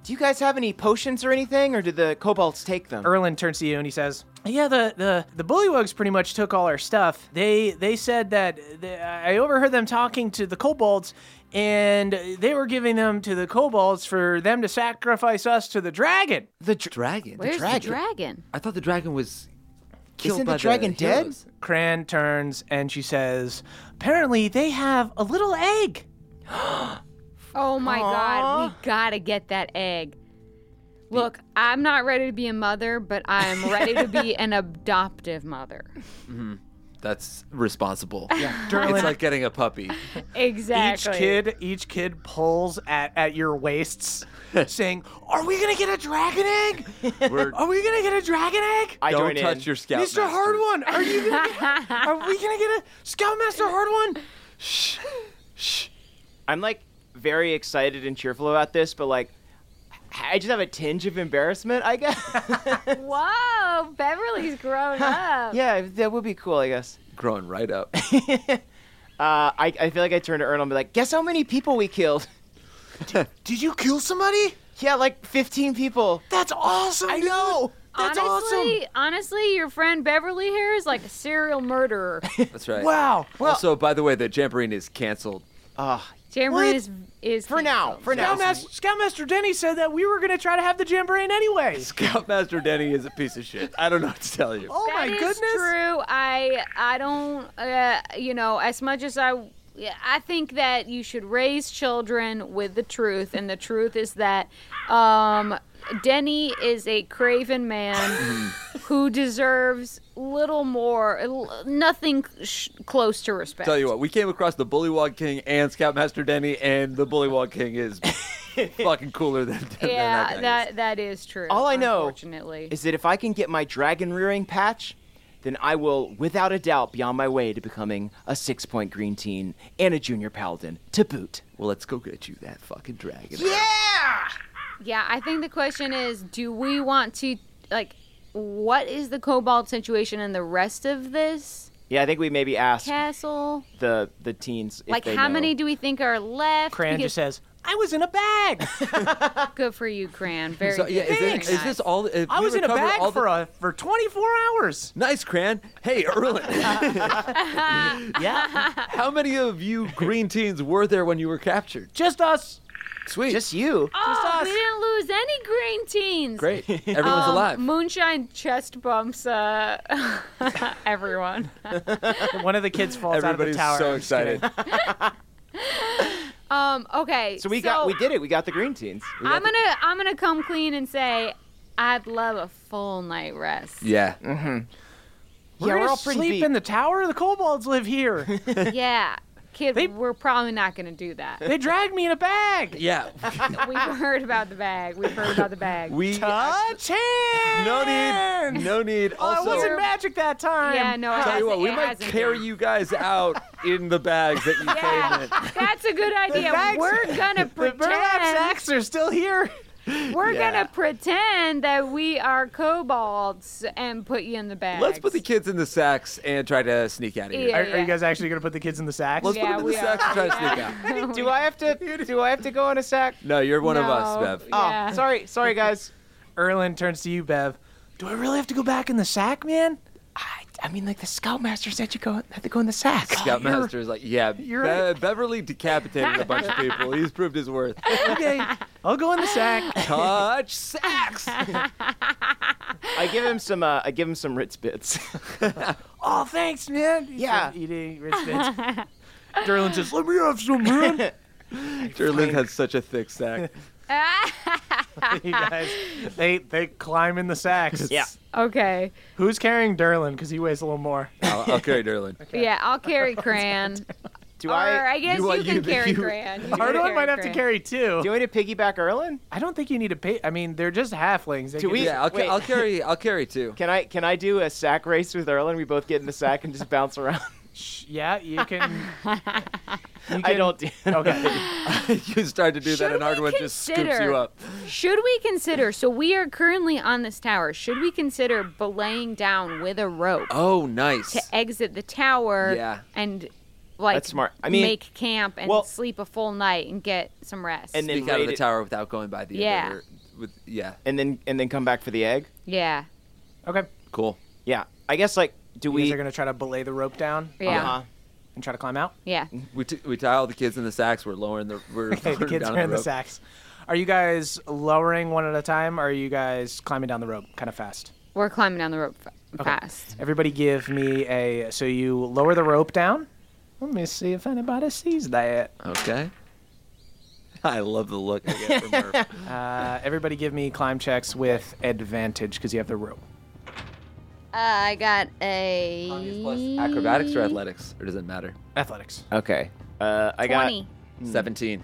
Speaker 6: Do you guys have any potions or anything, or did the kobolds take them?
Speaker 3: Erlin turns to you and he says, "Yeah, the the the bullywugs pretty much took all our stuff. They they said that they, I overheard them talking to the kobolds, and they were giving them to the kobolds for them to sacrifice us to the dragon.
Speaker 5: The dragon.
Speaker 4: Where's the
Speaker 6: dragon.
Speaker 4: dragon?
Speaker 5: I thought the dragon was killed
Speaker 6: Isn't
Speaker 5: by
Speaker 6: the dragon dead?
Speaker 5: heroes.
Speaker 3: Cran turns and she says, "Apparently they have a little egg.
Speaker 4: Oh my god, we gotta get that egg. Look, I'm not ready to be a mother, but I'm ready to be an adoptive mother.
Speaker 5: That's responsible. Yeah.
Speaker 3: Derlin-
Speaker 5: It's like getting a puppy.
Speaker 4: Exactly.
Speaker 3: Each kid, each kid pulls at at your waists, saying, "Are we gonna get a dragon egg?
Speaker 5: We're,
Speaker 3: Are we gonna get a dragon egg?
Speaker 6: I
Speaker 5: don't
Speaker 6: join
Speaker 5: touch
Speaker 6: in.
Speaker 5: your scout.
Speaker 3: Mr. Hard One, are you? Gonna get, are we gonna get a Scoutmaster Hard One?
Speaker 6: I'm like very excited and cheerful about this, but like, I just have a tinge of embarrassment, I guess.
Speaker 4: Whoa, Beverly's grown up.
Speaker 6: yeah, that would be cool, I guess.
Speaker 5: Growing right up.
Speaker 6: Uh, I, I feel like I turn to Erno and be like, guess how many people we killed?
Speaker 3: Did you kill somebody?
Speaker 6: yeah, like 15 people.
Speaker 3: That's awesome. I know. That's
Speaker 4: honestly,
Speaker 3: awesome.
Speaker 4: honestly, your friend Beverly here is like a serial murderer.
Speaker 5: That's right.
Speaker 3: Wow. Well,
Speaker 5: also, by the way, the jamboree is canceled.
Speaker 4: Tamron is is
Speaker 6: For now, for now.
Speaker 3: Scoutmaster, Scoutmaster Denny said that we were gonna try to have the jamboree anyway.
Speaker 5: Scoutmaster Denny is a piece of shit. I don't know what to tell you.
Speaker 3: Oh
Speaker 4: That
Speaker 3: my
Speaker 4: is
Speaker 3: goodness.
Speaker 4: true. I I don't uh, you know as much as I I think that you should raise children with the truth, and the truth is that um, Denny is a craven man who deserves little more, l- nothing sh- close to respect.
Speaker 5: Tell you what, we came across the Bullywog King and Scoutmaster Denny, and the Bullywog King is fucking cooler than, than
Speaker 4: Yeah,
Speaker 5: that. guy is.
Speaker 4: that that is true.
Speaker 6: All I know
Speaker 4: unfortunately.
Speaker 6: Is that if I can get my dragon rearing patch, then I will, without a doubt, be on my way to becoming a six point green teen and a junior paladin to boot.
Speaker 5: Well, let's go get you that fucking dragon.
Speaker 4: Yeah, I think the question is do we want to, like, what is the cobalt situation in the rest of this
Speaker 6: Yeah, I think we maybe asked
Speaker 4: castle?
Speaker 6: the the teens. If
Speaker 4: Like,
Speaker 6: they
Speaker 4: how
Speaker 6: know.
Speaker 4: many do we think are left?
Speaker 3: Cran
Speaker 4: Because-
Speaker 3: just says, "I was in a bag.
Speaker 4: Good for you, Cran. Very
Speaker 5: So,
Speaker 4: good.
Speaker 5: yeah, is,
Speaker 4: Very
Speaker 5: this, is
Speaker 4: nice.
Speaker 5: this all? if
Speaker 3: I
Speaker 5: we
Speaker 3: was in a
Speaker 5: recover
Speaker 3: bag
Speaker 5: all the-
Speaker 3: for a for 24 hours."
Speaker 5: Nice, Cran. Hey, Erlen.
Speaker 3: Uh, Yeah,
Speaker 5: How many of you green teens were there when you were captured?
Speaker 3: just us.
Speaker 5: Sweet.
Speaker 6: Just you.
Speaker 4: Oh,
Speaker 3: us?
Speaker 4: we didn't lose any green teens.
Speaker 5: great. Everyone's
Speaker 4: Um,
Speaker 5: alive.
Speaker 4: Moonshine chest bumps uh, everyone.
Speaker 3: One of the kids falls
Speaker 5: Everybody's
Speaker 3: out of the tower.
Speaker 5: so
Speaker 3: I'm just kidding.
Speaker 5: excited.
Speaker 4: Um, okay.
Speaker 6: So we got we did it. We got the green teens. We got
Speaker 4: I'm gonna I'm gonna come clean and say I'd love a full night rest.
Speaker 5: yeah.
Speaker 6: the- yeah,
Speaker 3: We're
Speaker 6: we're
Speaker 3: gonna
Speaker 6: all pretty
Speaker 3: sleep
Speaker 6: beat.
Speaker 3: in the tower. The kobolds live here.
Speaker 4: Yeah, kid,
Speaker 3: They-
Speaker 4: we're probably not gonna do that.
Speaker 3: they dragged me in a bag.
Speaker 5: Yeah.
Speaker 4: We've heard about the bag. We've heard about the bag.
Speaker 5: We.
Speaker 3: Touch hands.
Speaker 5: no need. No need.
Speaker 3: Oh, it
Speaker 5: Also,
Speaker 3: wasn't magic that time.
Speaker 4: yeah, no, it
Speaker 5: tell
Speaker 4: hasn't-
Speaker 5: you what, we
Speaker 4: it
Speaker 5: might
Speaker 4: hasn't
Speaker 5: carry
Speaker 4: been.
Speaker 5: you guys out in the bags that you
Speaker 4: Yeah,
Speaker 5: came in.
Speaker 4: that's a good idea.
Speaker 3: bags-
Speaker 4: we're gonna
Speaker 3: The burlap
Speaker 4: pretend.
Speaker 3: sacks are still here.
Speaker 4: We're gonna pretend that we are kobolds and put you in the bag.
Speaker 5: Let's put the kids in the sacks and try to sneak out of here.
Speaker 4: Yeah.
Speaker 3: Are, are you guys actually going to put the kids in the sacks?
Speaker 5: Let's
Speaker 4: Yeah,
Speaker 5: put them in
Speaker 4: we
Speaker 5: the
Speaker 4: are.
Speaker 5: sacks and try to sneak out.
Speaker 6: Do I have to? Do I have to go in a sack?
Speaker 5: No, you're one of us, Bev.
Speaker 6: Oh,
Speaker 4: Yeah.
Speaker 6: sorry, sorry, guys.
Speaker 3: Erlen turns to you, Bev. Do I really have to go back in the sack, man?
Speaker 6: I, I mean, like the scoutmaster said, you go have to go in the sack.
Speaker 3: Oh,
Speaker 5: Scoutmaster is like, yeah,
Speaker 3: you're
Speaker 5: Be-
Speaker 3: right.
Speaker 5: Beverly decapitated a bunch of people. He's proved his worth.
Speaker 3: Okay, I'll go in the sack.
Speaker 5: Touch sacks.
Speaker 6: I give him some. Uh, I give him some Ritz bits.
Speaker 3: oh, thanks, man. He's
Speaker 6: Yeah.
Speaker 3: just Eating Ritz Bits. Derlin just, let me have some, man.
Speaker 5: Derlin has such a thick sack.
Speaker 3: you guys, they, they climb in the sacks.
Speaker 6: yeah.
Speaker 4: okay.
Speaker 3: Who's carrying Derlin? Because he weighs a little more.
Speaker 5: I'll, I'll carry Derlin.
Speaker 4: Yeah, I'll carry Cran.
Speaker 6: Do
Speaker 4: or
Speaker 6: I?
Speaker 4: I guess
Speaker 5: You
Speaker 4: you,
Speaker 5: want
Speaker 4: can
Speaker 5: you-
Speaker 4: carry
Speaker 5: you-
Speaker 4: Cran. You can
Speaker 3: Erlen might have to
Speaker 4: Cran.
Speaker 3: carry two.
Speaker 6: Do I need to piggyback Erlen?
Speaker 3: I don't think you need to pay. I mean, they're just halflings. They
Speaker 6: Do
Speaker 3: can
Speaker 6: we-
Speaker 3: just-
Speaker 5: Yeah, I'll, ca-
Speaker 6: Wait.
Speaker 5: I'll carry. I'll carry two.
Speaker 6: Can I? Can I do a sack race with Erlen? We both get in the sack and just bounce around.
Speaker 3: Yeah, you can. you
Speaker 6: I
Speaker 3: can-
Speaker 6: don't do.
Speaker 3: Okay.
Speaker 5: you start to do that,
Speaker 4: Should
Speaker 5: and
Speaker 4: we
Speaker 5: Hardwood just scoops
Speaker 4: consider-
Speaker 5: you up.
Speaker 4: Should we consider? So we are currently on this tower. Should we consider belaying down with a rope
Speaker 5: Oh, nice.
Speaker 4: to exit the tower?
Speaker 5: Yeah.
Speaker 4: And like
Speaker 6: That's smart. I mean-
Speaker 4: make camp and
Speaker 6: Well-
Speaker 4: sleep a full night and get some rest.
Speaker 6: And then-
Speaker 5: Sneak out of
Speaker 6: raid
Speaker 5: the
Speaker 6: it.
Speaker 5: tower without going by the
Speaker 4: Yeah.
Speaker 5: other. With yeah,
Speaker 6: And then and then come back for the egg.
Speaker 4: yeah,
Speaker 3: Okay.
Speaker 5: cool.
Speaker 6: Yeah. I guess like do
Speaker 3: You guys
Speaker 6: we?
Speaker 3: are going to try to belay the rope down
Speaker 4: yeah,
Speaker 6: Uh-huh.
Speaker 3: and try to climb out.
Speaker 4: yeah.
Speaker 5: We, t- we tie all the kids in the sacks. We're lowering the. We're
Speaker 3: Okay, the
Speaker 5: lowering
Speaker 3: kids
Speaker 5: down
Speaker 3: are in the
Speaker 5: rope.
Speaker 3: sacks. Are you guys lowering one at a time? Or are you guys climbing down the rope kind of fast?
Speaker 4: We're climbing down the rope fa- fast.
Speaker 3: Everybody give me a. So you lower the rope down. Let me see if anybody sees that.
Speaker 5: Okay. I love the look I get from her.
Speaker 3: Uh, everybody give me climb checks with advantage because you have the rope.
Speaker 4: Uh, I got a
Speaker 5: Acrobatics or athletics, or does it matter?
Speaker 3: Athletics.
Speaker 6: Okay. Uh, I got.
Speaker 4: twenty.
Speaker 3: Hmm.
Speaker 5: Seventeen.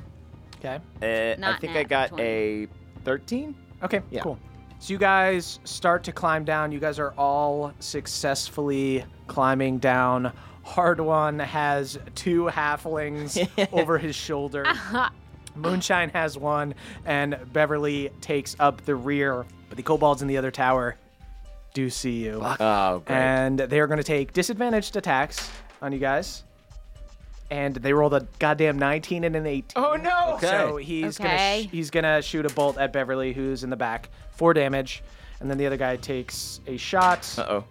Speaker 3: Okay.
Speaker 6: Uh, I
Speaker 4: Not
Speaker 6: think
Speaker 4: nat,
Speaker 6: I got
Speaker 4: 20.
Speaker 6: a thirteen.
Speaker 3: Okay,
Speaker 6: Yeah.
Speaker 3: cool. So you guys start to climb down. You guys are all successfully climbing down. Hard one has two halflings over his shoulder. Moonshine has one, and Beverly takes up the rear. But the kobolds in the other tower do see you.
Speaker 6: Oh, great.
Speaker 3: And they are going to take disadvantaged attacks on you guys. And they roll the goddamn 19 and an 18.
Speaker 6: oh no.
Speaker 5: Okay.
Speaker 3: So he's gonna
Speaker 4: Okay.
Speaker 3: sh- he's gonna shoot a bolt at Beverly, who's in the back, four damage, and then the other guy takes a shot,
Speaker 6: Uh oh.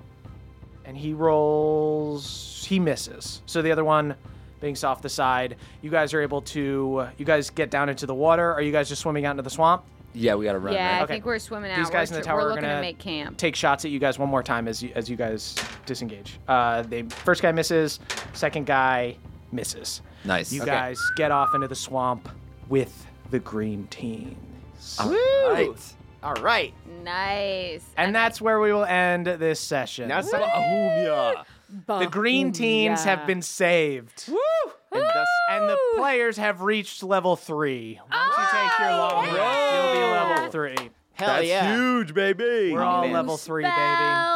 Speaker 3: and he rolls. He misses. So the other one banks off the side. You guys are able to. You guys get down into the water. Are you guys just swimming out into the swamp?
Speaker 5: Yeah, we gotta run.
Speaker 4: Yeah,
Speaker 5: Right?
Speaker 4: I
Speaker 3: Okay.
Speaker 4: think we're swimming out.
Speaker 3: These guys in
Speaker 4: we're,
Speaker 3: the
Speaker 4: tr-
Speaker 3: tower
Speaker 4: we're
Speaker 3: are
Speaker 4: looking
Speaker 3: gonna
Speaker 4: to make camp.
Speaker 3: Take shots at you guys one more time as you as you guys disengage. Uh, they first guy misses. Second guy misses.
Speaker 5: Nice.
Speaker 3: You guys get off into the swamp with the green team.
Speaker 5: All right.
Speaker 6: All right.
Speaker 4: nice.
Speaker 3: And that's where we will end this session.
Speaker 6: Now it's
Speaker 3: the green teens have been saved.
Speaker 6: and thus,
Speaker 3: And the players have reached level three. Once you take your long rest, you'll be level three.
Speaker 6: hell yeah.
Speaker 5: huge, baby.
Speaker 3: We're all level three, baby.
Speaker 4: Bells.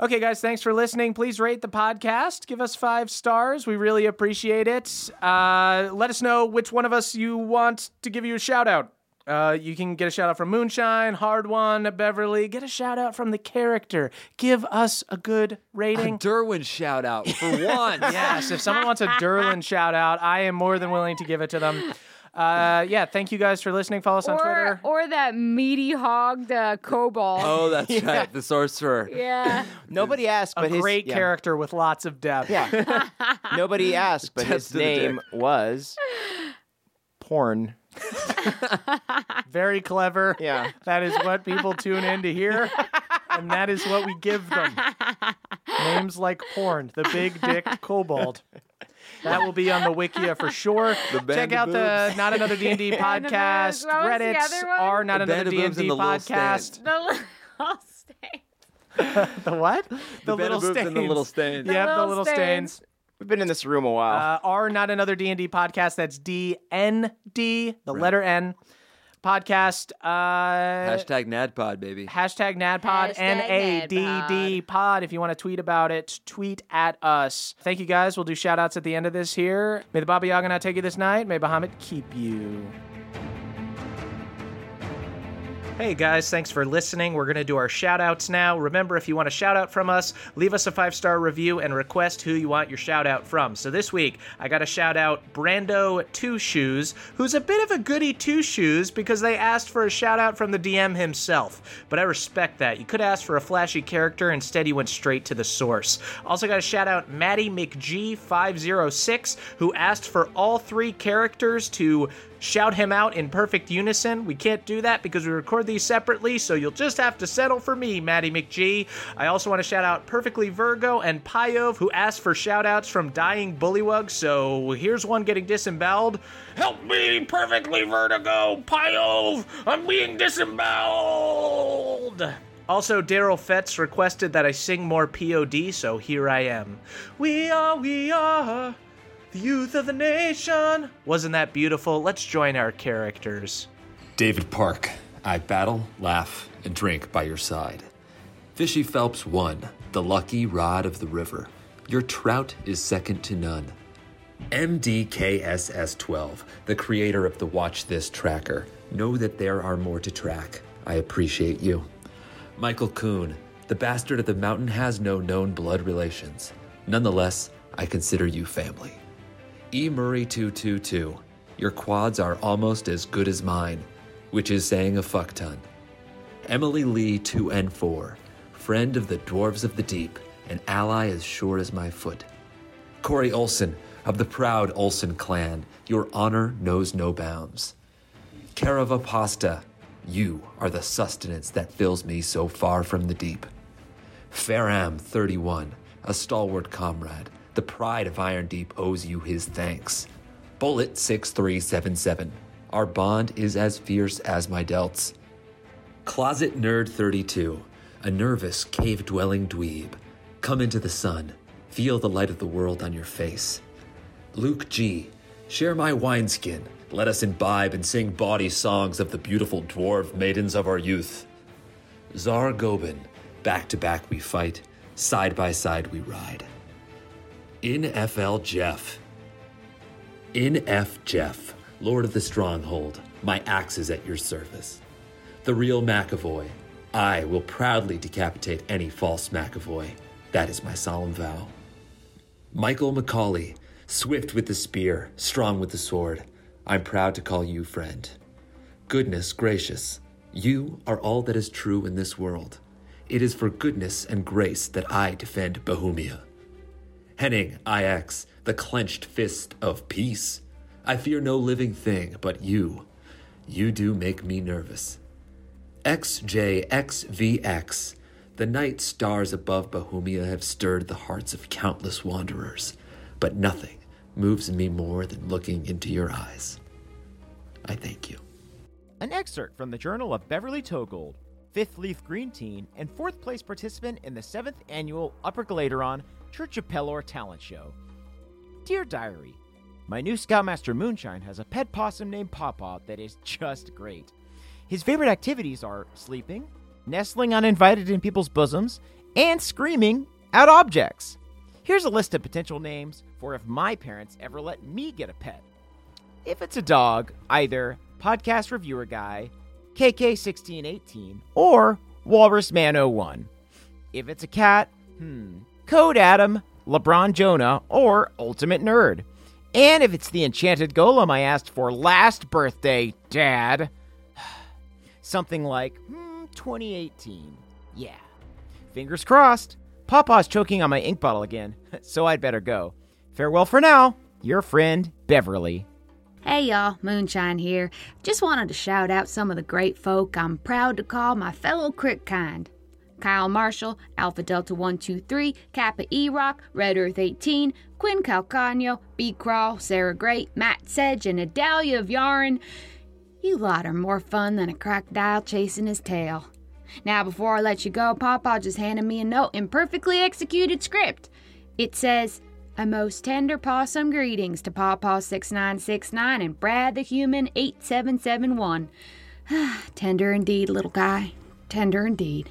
Speaker 3: Okay, guys, thanks for listening. Please rate the podcast. Give us five stars. We really appreciate it. Uh, let us know which one of us you want to give you a shout out. Uh, you can get a shout out from Moonshine, Hard One, Beverly. Get a shout out from the character. Give us a good rating.
Speaker 5: Derwin shout out for one.
Speaker 3: yes, if someone wants a Derlin shout out, I am more than willing to give it to them. Uh, yeah, thank you guys for listening. Follow us on
Speaker 4: Or,
Speaker 3: Twitter.
Speaker 4: or that meaty hogged uh, kobold.
Speaker 5: Oh, that's right. The sorcerer.
Speaker 4: Yeah.
Speaker 6: Nobody asked,
Speaker 3: a
Speaker 6: but his
Speaker 3: great
Speaker 6: yeah.
Speaker 3: character with lots of depth.
Speaker 6: Yeah. Nobody asked, but
Speaker 5: Test
Speaker 6: his
Speaker 5: of the dick.
Speaker 6: name was porn.
Speaker 3: Very clever.
Speaker 6: Yeah.
Speaker 3: That is what people tune in to hear. And that is what we give them. Names like porn, the big dick kobold. That will be on the Wikia for sure.
Speaker 5: The band
Speaker 3: Check
Speaker 5: of
Speaker 3: out the Not Another D and D
Speaker 4: Band of
Speaker 3: podcast,
Speaker 4: Boobs. What was the
Speaker 3: Reddit's
Speaker 4: other one?
Speaker 3: r Not
Speaker 5: The
Speaker 3: Another
Speaker 5: Band of
Speaker 3: D and
Speaker 5: Boobs
Speaker 3: D
Speaker 5: and the Little
Speaker 3: podcast.
Speaker 5: Stand.
Speaker 4: The li- I'll stay.
Speaker 3: The what? The,
Speaker 5: Band
Speaker 3: little
Speaker 5: of Boobs
Speaker 3: stains.
Speaker 5: and the little stain.
Speaker 3: yep, the
Speaker 4: little
Speaker 3: little
Speaker 4: stains.
Speaker 3: stains.
Speaker 6: We've been in this room a while.
Speaker 3: Uh, R not another D and D podcast. That's D N D, the letter N podcast. Uh,
Speaker 5: Hashtag NADPOD, baby.
Speaker 3: hashtag NADPOD,
Speaker 4: Hashtag
Speaker 3: N A D D
Speaker 4: NADPOD.
Speaker 3: pod. If you want to tweet about it, tweet at us. Thank you guys. We'll do shout outs at the end of this here. May the Baba Yaga not take you this night. May Bahamut keep you. Hey guys, thanks for listening. We're going to do our shout outs now. Remember, if you want a shout out from us, leave us a five star review and request who you want your shout out from. So this week, I got to shout out Brando Two Shoes, who's a bit of a goody two shoes because they asked for a shout out from the DM himself. But I respect that. You could ask for a flashy character, instead, he went straight to the source. Also, got to shout out Maddie McG506, who asked for all three characters to shout him out in perfect unison. We can't do that because we record these separately, so you'll just have to settle for me, Maddie McG. I also want to shout out Perfectly Virgo and Pyov, who asked for shout outs from Dying Bullywug, so here's one getting disemboweled. Help me, Perfectly Vertigo, Pyov! I'm being disemboweled! Also, Daryl Fetz requested that I sing more POD, so here I am. We are, we are. The youth of the nation. Wasn't that beautiful? Let's join our characters.
Speaker 5: David Park, I battle, laugh, and drink by your side. Fishy Phelps won, the lucky rod of the river. Your trout is second to none. MDKSS12, the creator of the Watch This Tracker, know that there are more to track. I appreciate you. Michael Kuhn, the bastard of the mountain has no known blood relations. Nonetheless, I consider you family. E. Murray 222, your quads are almost as good as mine, which is saying a fuck ton. Emily Lee 2N4, friend of the Dwarves of the Deep, an ally as sure as my foot. Corey Olson, of the proud Olson clan, your honor knows no bounds. Carava Pasta, you are the sustenance that fills me so far from the deep. Faram 31, a stalwart comrade, the pride of Iron Deep owes you his thanks. Bullet 6377, our bond is as fierce as my delts. Closet Nerd 32, a nervous cave dwelling dweeb. Come into the sun, feel the light of the world on your face. Luke G, share my wineskin. Let us imbibe and sing bawdy songs of the beautiful dwarf maidens of our youth. Tsar Gobin, back to back we fight, side by side we ride. NFL Jeff. NF Jeff, Lord of the Stronghold, my axe is at your service. The real McAvoy, I will proudly decapitate any false McAvoy. That is my solemn vow. Michael Macaulay, swift with the spear, strong with the sword, I'm proud to call you friend. Goodness gracious, you are all that is true in this world. It is for goodness and grace that I defend Bohemia. Henning IX, the clenched fist of peace. I fear no living thing but you. You do make me nervous. XJXVX, the night stars above Bohemia have stirred the hearts of countless wanderers, but nothing moves me more than looking into your eyes. I thank you.
Speaker 6: An excerpt from the Journal of Beverly Togold, fifth leaf green teen and fourth place participant in the seventh annual Upper Gladeron Church of Pelor talent show. Dear Diary, my new Scoutmaster Moonshine has a pet possum named Pawpaw that is just great. His favorite activities are sleeping, nestling uninvited in people's bosoms, and screaming at objects. Here's a list of potential names for if my parents ever let me get a pet. If it's a dog, either podcast reviewer guy, KK1618, or Walrus Man 01. If it's a cat, hmm, Code Adam, LeBron Jonah, or Ultimate Nerd. And if it's the enchanted golem I asked for last birthday, Dad, something like hmm, 2018. Yeah. Fingers crossed. Papa's choking on my ink bottle again, so I'd better go. Farewell for now. Your friend, Beverly.
Speaker 4: Hey y'all, Moonshine here. Just wanted to shout out some of the great folk I'm proud to call my fellow Crick kind. Kyle Marshall, Alpha Delta 123, Kappa E Rock, Red Earth 18, Quinn Calcano, B Crawl, Sarah Great, Matt Sedge, and Adalia of Yarn. You lot are more fun than a crocodile chasing his tail. Now, before I let you go, Papa just handed me a note in perfectly executed script. It says, A most tender possum greetings to Pawpaw6969 and Brad the Human 8771. tender indeed, little guy. Tender indeed.